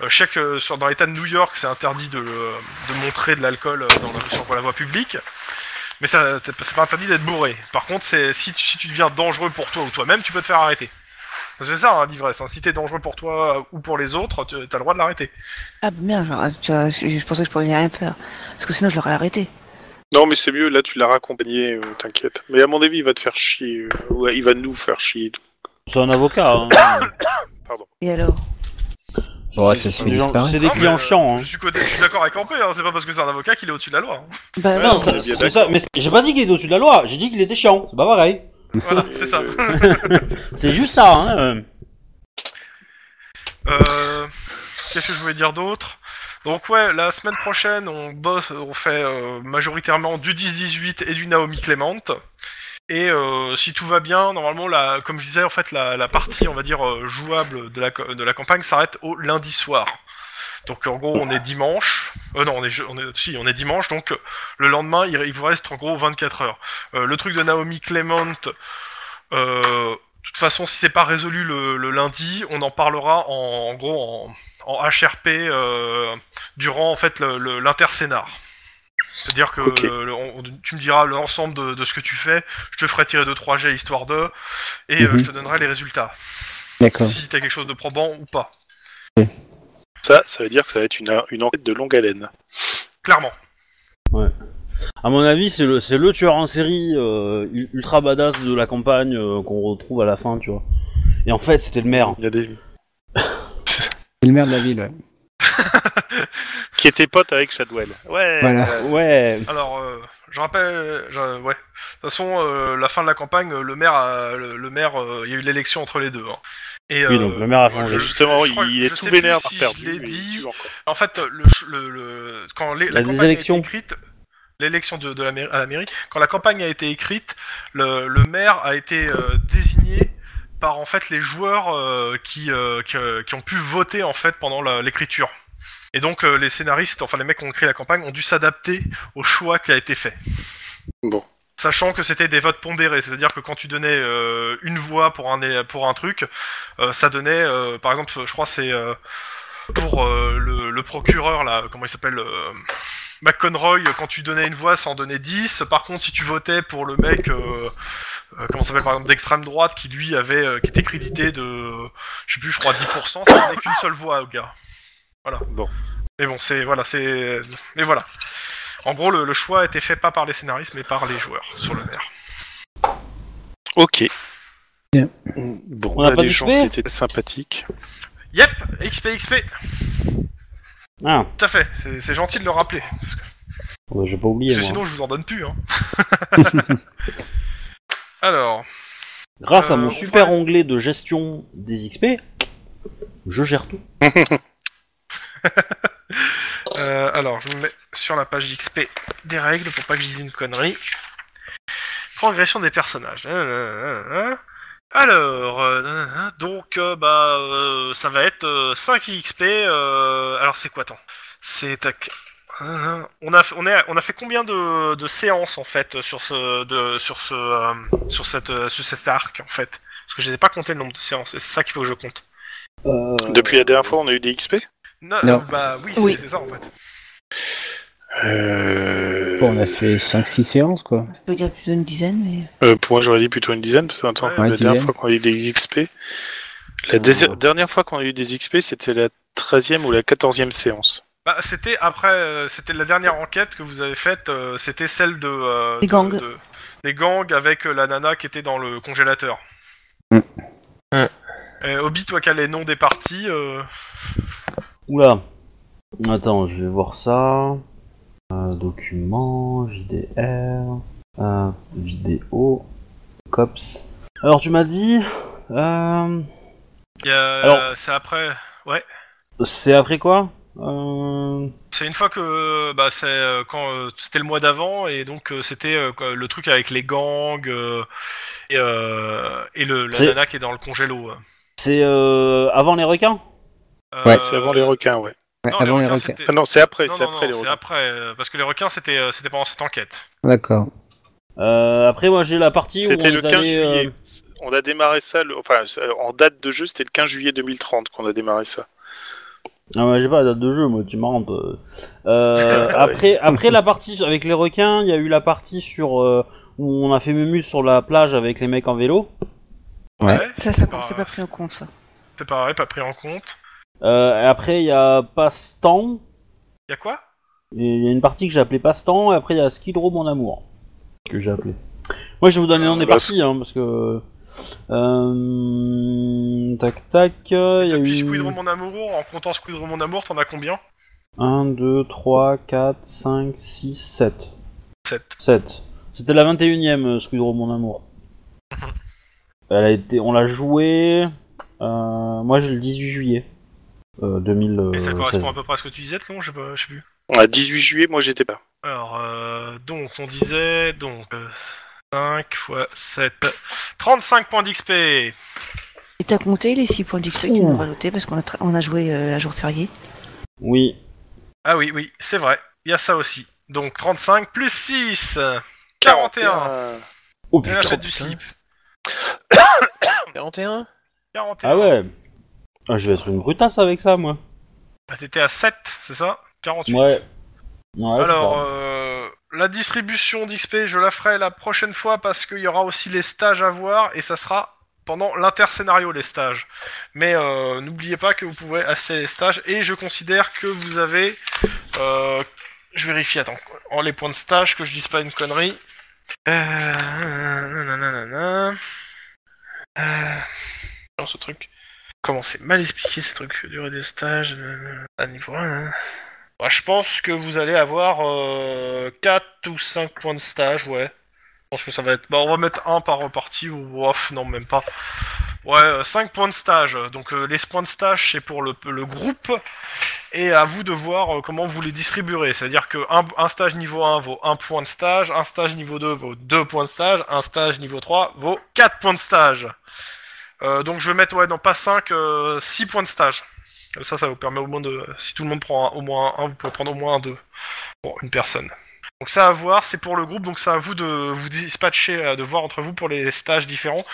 Speaker 2: Euh, je sais que euh, sur, dans l'État de New York, c'est interdit de, euh, de montrer de l'alcool euh, dans la, sur la voie publique, mais ça c'est pas c'est pas interdit d'être bourré. Par contre, c'est si tu, si tu deviens dangereux pour toi ou toi-même, tu peux te faire arrêter. Parce que C'est ça, hein, l'ivresse. hein. Si t'es dangereux pour toi euh, ou pour les autres, tu- t'as le droit de l'arrêter.
Speaker 3: Ah bah merde, genre, ah, tu vois, je, je pensais que je pourrais rien faire. Parce que sinon, je l'aurais arrêté.
Speaker 4: Non, mais c'est mieux, là tu l'as raccompagné, euh, t'inquiète. Mais à mon avis, il va te faire chier. euh, ouais, il va nous faire chier. et tout.
Speaker 1: C'est un avocat, *coughs* hein.
Speaker 3: Et alors
Speaker 10: Ça aurait
Speaker 1: C'est-
Speaker 10: été
Speaker 1: c'est
Speaker 10: fini,
Speaker 1: des, gens-
Speaker 10: c'est pareil.
Speaker 1: c'est des
Speaker 2: Non, mais,
Speaker 1: clients
Speaker 2: euh,
Speaker 1: chiants, hein.
Speaker 2: Je suis, côté- je suis d'accord avec Ampé, hein, c'est pas parce que c'est un avocat qu'il est au-dessus de la
Speaker 1: *laughs*
Speaker 2: loi. hein.
Speaker 3: Bah
Speaker 4: Ouais,
Speaker 3: non.
Speaker 1: Non,
Speaker 4: on est
Speaker 1: ça-
Speaker 4: bien
Speaker 1: c'est ça, mais c'est- j'ai pas dit qu'il était au-dessus de la loi, j'ai dit qu'il était chiant, c'est pas pareil.
Speaker 2: Voilà, c'est ça.
Speaker 1: C'est juste ça, hein. euh.
Speaker 2: Euh, Qu'est-ce que je voulais dire d'autre Donc ouais, la semaine prochaine, on bosse, on fait euh, majoritairement du 10-18 et du Naomi Clément. Et euh, si tout va bien, normalement, la, comme je disais, en fait, la, la partie, on va dire, euh, jouable de la, co- de la campagne s'arrête au lundi soir. Donc en gros, on est dimanche. Euh, non, on est, je- on est, si, on est dimanche. Donc euh, le lendemain, il, il vous reste en gros 24 heures. Euh, le truc de Naomi Clément, euh, de toute façon, si c'est pas résolu le, le lundi, on en parlera en, en gros en, en HRP euh, durant en fait le- le- l'intercénar. C'est-à-dire que
Speaker 4: Ok.
Speaker 2: euh, le- on- tu me diras l'ensemble de, de ce que tu fais, je te ferai tirer 2-3 jets histoire de, et euh,
Speaker 6: Mhm.
Speaker 2: je te donnerai les résultats,
Speaker 6: D'accord.
Speaker 2: si t'as quelque chose de probant ou pas,
Speaker 4: Ça, ça veut dire que ça va être une, une enquête de longue haleine.
Speaker 2: clairement.
Speaker 1: À mon avis, c'est le, c'est le tueur en série euh, u- ultra badass de la campagne euh, qu'on retrouve à la fin, tu vois. Et en fait, c'était le maire.
Speaker 4: Il y a des...
Speaker 6: C'est le maire de la ville. Ouais.
Speaker 4: Qui était pote avec Shadwell. Ouais.
Speaker 6: Voilà.
Speaker 4: euh,
Speaker 1: Ouais,
Speaker 2: Alors, euh, je rappelle, je- ouais. De toute façon, euh, la fin de la campagne, euh, le maire, a- le, le maire, euh, il y a eu l'élection entre les deux. hein. Et,
Speaker 1: Oui,
Speaker 2: euh,
Speaker 1: donc le maire a
Speaker 2: moi,
Speaker 1: changé.
Speaker 2: je-
Speaker 4: Justement,
Speaker 2: je crois-
Speaker 4: il est
Speaker 2: je
Speaker 4: tout
Speaker 2: sais plus
Speaker 4: vénère
Speaker 2: si
Speaker 4: par
Speaker 2: je
Speaker 4: perdu.
Speaker 2: l'ai
Speaker 4: mais il
Speaker 2: dit,
Speaker 4: tue encore.
Speaker 2: En fait, le, ch- le, le- quand l'é-
Speaker 1: Il y
Speaker 2: la
Speaker 1: a des
Speaker 2: campagne a été
Speaker 1: élections.
Speaker 2: écrite, l'élection de, de la mairie, à la mairie, quand la campagne a été écrite, le, le maire a été euh, désigné par en fait les joueurs euh, qui, euh, qui, euh, qui ont pu voter en fait pendant la- l'écriture. Et donc euh, les scénaristes, enfin les mecs qui ont créé la campagne, ont dû s'adapter au choix qui a été fait.
Speaker 4: Bon.
Speaker 2: Sachant que c'était des votes pondérés, c'est-à-dire que quand tu donnais euh, une voix pour un pour un truc, euh, ça donnait, euh, par exemple, je crois c'est euh, pour euh, le, le procureur là, comment il s'appelle euh, McConroy, quand tu donnais une voix, ça en donnait 10. Par contre, si tu votais pour le mec, euh, euh, comment ça s'appelle par exemple, d'extrême droite, qui lui avait, euh, qui était crédité de, je sais plus, je crois 10%, ça donnait qu'une seule voix au gars. Voilà.
Speaker 4: Bon.
Speaker 2: Mais bon, c'est voilà, c'est, mais voilà. En gros, le, le choix a été fait pas par les scénaristes, mais par les joueurs sur le maire.
Speaker 4: Ok.
Speaker 6: Bien.
Speaker 4: Bon,
Speaker 1: On a
Speaker 4: bah,
Speaker 1: pas
Speaker 4: les
Speaker 1: d'XP?
Speaker 4: gens, c'était sympathique.
Speaker 2: Yep, XP, XP,
Speaker 1: Ah,
Speaker 2: tout à fait. C'est c'est gentil de le rappeler, parce que,
Speaker 1: ouais, j'ai pas oublié,
Speaker 2: parce que
Speaker 1: moi.
Speaker 2: sinon je vous en donne plus. Hein. *laughs* Alors,
Speaker 1: Grâce à
Speaker 2: Euh, on
Speaker 1: mon super
Speaker 2: parle-
Speaker 1: onglet de gestion des XP, je gère tout.
Speaker 2: euh, alors, je me mets sur la page XP des règles pour pas que je dise une connerie. Progression des personnages. Euh, euh, euh, euh. Alors, euh, nanana, donc, euh, bah, euh, ça va être euh, 5 XP. euh, alors, c'est quoi, attends C'est tac. Nanana. On a, fait- on, est à- on a fait combien de, de séances en fait sur ce, de, sur ce, euh, sur cette, euh, sur cet arc en fait Parce que je n'ai pas compté le nombre de séances. Et c'est ça qu'il faut que je compte. Euh,
Speaker 4: Depuis la dernière fois, on a eu des XP
Speaker 2: Non,
Speaker 6: Non.
Speaker 2: Bah oui, c'est
Speaker 3: Oui.
Speaker 2: c'est ça en fait.
Speaker 4: euh...
Speaker 6: Bon, on a fait 5-6 séances, quoi.
Speaker 3: Je peux dire plus d'une dizaine, mais.
Speaker 4: Euh, pour moi, j'aurais dit plutôt une dizaine, parce que attends,
Speaker 2: Ouais,
Speaker 4: la
Speaker 6: une
Speaker 4: dernière
Speaker 6: dizaine.
Speaker 4: fois qu'on a eu des XP, la dési- dernière fois qu'on a eu des XP, c'était la 13e ou la 14e séance.
Speaker 2: Bah, c'était après, euh, c'était la dernière enquête que vous avez faite. euh, c'était celle de, euh,
Speaker 3: Des
Speaker 2: de-
Speaker 3: gangs.
Speaker 2: de- des gangs avec euh, la nana qui était dans le congélateur.
Speaker 6: Mm.
Speaker 5: Mm.
Speaker 2: Euh, Obi, toi qui as les noms des parties. euh,
Speaker 1: Oula. Attends, je vais voir ça. Euh, documents, JDR, euh, vidéo, cops. Alors tu m'as dit, euh,
Speaker 2: y a-
Speaker 1: Alors-
Speaker 2: c'est après.
Speaker 1: c'est après quoi Euh,
Speaker 2: C'est une fois que euh, bah c'est euh, quand euh, c'était le mois d'avant et donc euh, c'était euh, quoi, le truc avec les gangs euh, et, euh, et le la
Speaker 1: C'est-
Speaker 2: nana qui est dans le congélo. hein.
Speaker 1: C'est euh, avant les requins
Speaker 2: Euh,
Speaker 6: Ouais,
Speaker 4: C'est avant les requins, ouais.
Speaker 6: Ouais,
Speaker 2: non,
Speaker 6: avant les
Speaker 2: requins,
Speaker 6: requins.
Speaker 2: c'était-
Speaker 4: Ah non, c'est après,
Speaker 2: Non,
Speaker 4: c'est
Speaker 2: non,
Speaker 4: après
Speaker 2: non,
Speaker 4: les
Speaker 2: c'est
Speaker 4: requins.
Speaker 2: après, euh, parce que les requins c'était euh, c'était pendant cette enquête.
Speaker 6: D'accord.
Speaker 1: Euh, Après moi j'ai la partie où on
Speaker 4: C'était le
Speaker 1: est
Speaker 4: 15
Speaker 1: allé, euh,
Speaker 4: juillet. On a démarré ça, le- enfin, ça- en date de jeu, c'était le 15 juillet 2030 qu'on a démarré ça.
Speaker 1: Ah ouais, j'ai pas la date de jeu, moi, tu m'en Euh,
Speaker 4: *laughs*
Speaker 1: euh,
Speaker 4: Ah Ouais.
Speaker 1: après, après la partie avec les requins, il y a eu la partie sur euh, où on a fait mémuse sur la plage avec les mecs en vélo.
Speaker 6: Ouais.
Speaker 3: Ça, ça,
Speaker 2: c'est pas,
Speaker 3: c'est pas pris en compte, ça.
Speaker 2: c'est pas vrai, pas pris en compte.
Speaker 1: Euh, et après, il y a Passe-Temps.
Speaker 2: Y a quoi
Speaker 1: Et Il y a une partie que j'ai appelée Passe-Temps, et après, il y a Skid Row, mon amour. Que j'ai appelé. Moi, je vais vous donner le nom des
Speaker 2: Euh,
Speaker 4: Bah,
Speaker 1: parties, hein, parce que. Euh... Tac tac. euh, Il y a
Speaker 2: Depuis
Speaker 1: eu.
Speaker 2: Squidro mon amour, en comptant Squidro mon amour, t'en as combien
Speaker 1: 1, 2, 3, 4, 5, 6, 7.
Speaker 2: 7.
Speaker 1: 7. C'était la 21ème, euh, Squid Row, mon
Speaker 2: *laughs*
Speaker 1: amour. Elle a été, on l'a joué. euh, moi, j'ai le 18 juillet euh, 2000, euh,
Speaker 2: Et ça correspond à
Speaker 1: 16.
Speaker 2: peu près à ce que tu disais, Tlon, je sais pas, je sais plus.
Speaker 4: À 18 juillet, moi, j'étais pas.
Speaker 2: Alors, euh, donc, on disait, donc, 5 fois 7, 35 points d'XP
Speaker 3: Et t'as compté les 6 points d'XP que tu
Speaker 6: Ouh.
Speaker 3: nous rajoutais parce qu'on a, tra- on a joué euh, à jour férié.
Speaker 1: Oui.
Speaker 2: Ah oui, oui, c'est vrai, il y a ça aussi. Donc, 35 plus 6 41
Speaker 1: Oh
Speaker 2: Et
Speaker 1: putain.
Speaker 2: la fête du
Speaker 5: *coughs*
Speaker 2: slip
Speaker 5: 41
Speaker 2: 41
Speaker 1: Ah ouais. Ah, je vais être une brutasse avec ça, moi.
Speaker 2: Bah, T'étais à 7, c'est ça 48
Speaker 1: Ouais. Ouais, c'est
Speaker 2: Alors,
Speaker 1: ça.
Speaker 2: euh, la distribution d'XP, je la ferai la prochaine fois parce qu'il y aura aussi les stages à voir et ça sera pendant l'interscénario, les stages. Mais euh, n'oubliez pas que vous pouvez assez les stages et je considère que vous avez. euh, je vérifie, attends, en les points de stage, que je dise pas une connerie. Euh, nananana. Euh, genre ce truc. Comment c'est mal expliqué ces trucs, durée des stages, euh, à niveau 1. hein. Bah, je pense que vous allez avoir 4 ou 5 points de stage, ouais. Je pense que ça va être. Bah, on va mettre un par partie ou ouf, non, même pas. Ouais, 5 points de stage. Donc, euh, les points de stage, c'est pour le, le groupe. Et à vous de voir euh, comment vous les distribuerez. C'est-à-dire que un, un stage niveau 1 vaut 1 point de stage, un stage niveau 2 vaut 2 points de stage, un stage niveau 3 vaut 4 points de stage. Euh, donc, je vais mettre, ouais, non, pas 5, 6 points de stage. Comme ça, ça vous permet au moins de. Si tout le monde prend un- au moins un, vous pouvez prendre au moins un deux pour une personne. Donc ça à voir, c'est pour le groupe, donc c'est à vous de vous dispatcher, euh, de voir entre vous pour les stages différents.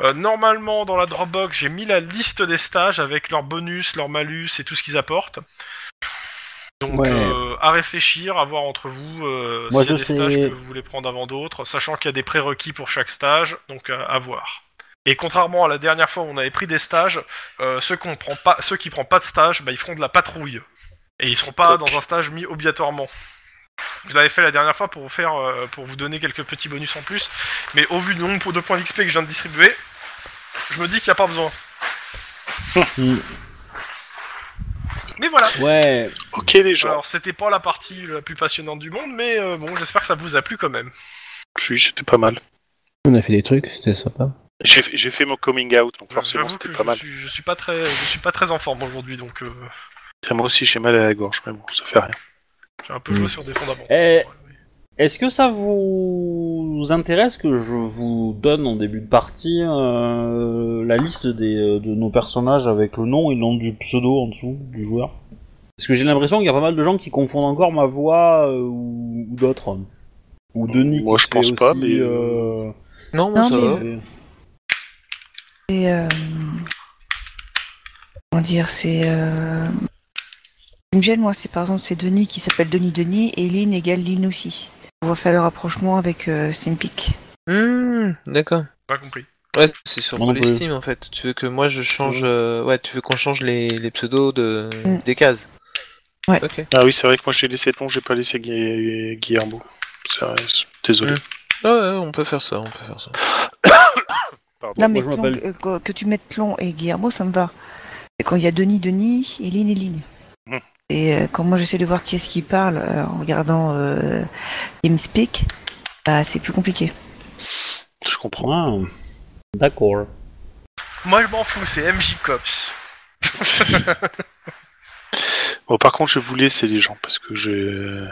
Speaker 2: Euh, normalement, dans la Dropbox, j'ai mis la liste des stages avec leurs bonus, leurs malus et tout ce qu'ils apportent. Donc
Speaker 1: Ouais.
Speaker 2: euh, à réfléchir, à voir entre vous euh,
Speaker 1: Moi,
Speaker 2: s'il y a
Speaker 1: je
Speaker 2: des
Speaker 1: sais-
Speaker 2: stages que vous voulez prendre avant d'autres, sachant qu'il y a des prérequis pour chaque stage, donc euh, à voir. Et contrairement à la dernière fois où on avait pris des stages, euh, ceux, qu'on prend pas, ceux qui prennent pas de stage, bah, ils feront de la patrouille. Et ils seront pas
Speaker 4: Toc.
Speaker 2: dans un stage mis obligatoirement. Je l'avais fait la dernière fois pour vous, faire, euh, pour vous donner quelques petits bonus en plus, mais au vu du nombre de points d'XP que je viens de distribuer, je me dis qu'il n'y a
Speaker 1: *laughs*
Speaker 2: pas besoin.
Speaker 1: Hmm.
Speaker 2: Mais voilà
Speaker 1: Ouais.
Speaker 4: Ok, les gens.
Speaker 2: Alors c'était pas la partie la plus passionnante du monde, mais euh, bon, j'espère que ça vous a plu quand même. Euh,
Speaker 4: Oui, c'était pas mal.
Speaker 6: On a fait des trucs, c'était sympa.
Speaker 4: J'ai j'ai fait mon coming out, donc forcément,
Speaker 2: J'avoue que
Speaker 4: c'était
Speaker 2: je
Speaker 4: pas mal.
Speaker 2: suis, je suis pas très, je suis pas très en forme aujourd'hui, donc euh,
Speaker 4: Moi aussi, j'ai mal à la gorge, mais bon, ça fait rien.
Speaker 2: j'ai un peu joué sur des fondamentaux.
Speaker 1: Eh. Est-ce que ça vous intéresse que je vous donne en début de partie euh, la liste des, euh, de nos personnages avec le nom et le nom du pseudo en dessous du joueur Parce que j'ai l'impression qu'il y a pas mal de gens qui confondent encore ma voix euh, ou, ou d'autres. Ou Denis.
Speaker 4: Moi,
Speaker 1: qui
Speaker 4: je pense
Speaker 1: fait
Speaker 4: pas,
Speaker 1: aussi,
Speaker 4: mais,
Speaker 1: euh,
Speaker 5: Non,
Speaker 3: Non,
Speaker 5: moi, ça
Speaker 3: mais-
Speaker 5: va.
Speaker 1: fait-
Speaker 3: C'est. euh, Comment dire C'est. Euh... ce qui me gêne, moi, c'est par exemple, c'est Denis qui s'appelle Denis Denis et Lynn égale Lynn aussi. On va faire le rapprochement avec euh, Simpic.
Speaker 5: Hmm, d'accord.
Speaker 2: Pas compris.
Speaker 5: Ouais, c'est sur
Speaker 1: Moi non plus.
Speaker 5: l'estime en fait. Tu veux que moi je change. euh, Ouais, tu veux qu'on change les, les pseudos de...
Speaker 3: Mm.
Speaker 5: des cases
Speaker 3: Ouais.
Speaker 5: Ok.
Speaker 4: Ah oui, c'est vrai que moi j'ai laissé Tlon, j'ai pas laissé Gui- Guillermo. Ça reste- Désolé.
Speaker 5: Mm. Ouais, ouais, on peut faire ça, on peut faire ça.
Speaker 3: Non,
Speaker 1: moi,
Speaker 3: mais
Speaker 1: je
Speaker 3: Tlon,
Speaker 1: m'appelle-
Speaker 3: euh, que, que tu mettes Tlon et Guillermo, ça me va. Et quand il y a Denis Denis et Lynn et Lynn.
Speaker 1: Hum.
Speaker 4: Mhm.
Speaker 3: Et euh, quand moi j'essaie de voir qui est-ce qui parle euh, en regardant euh, Teamspeak, bah, c'est plus compliqué.
Speaker 4: Je comprends.
Speaker 1: Ah, D'accord.
Speaker 2: Moi, je m'en fous, c'est MJ Cops.
Speaker 4: Bon, par contre, je vous laisse les gens parce que je,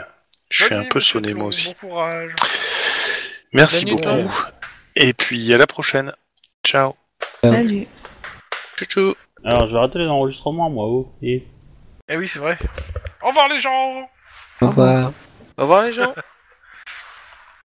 Speaker 4: je suis
Speaker 2: Bonne
Speaker 4: un
Speaker 2: nuit,
Speaker 4: peu
Speaker 2: monsieur
Speaker 4: sonné moi
Speaker 2: Tlon,
Speaker 4: aussi.
Speaker 2: Bon courage.
Speaker 4: Merci
Speaker 5: Bonne nuit,
Speaker 4: beaucoup.
Speaker 5: Tlon.
Speaker 4: Et puis à la prochaine. Ciao.
Speaker 3: Salut.
Speaker 5: Tchou-tchou.
Speaker 1: Alors, je vais arrêter les enregistrements, moi. Oh. Et...
Speaker 2: Eh oui, c'est vrai. Au revoir les gens
Speaker 6: Au revoir.
Speaker 5: Au revoir les gens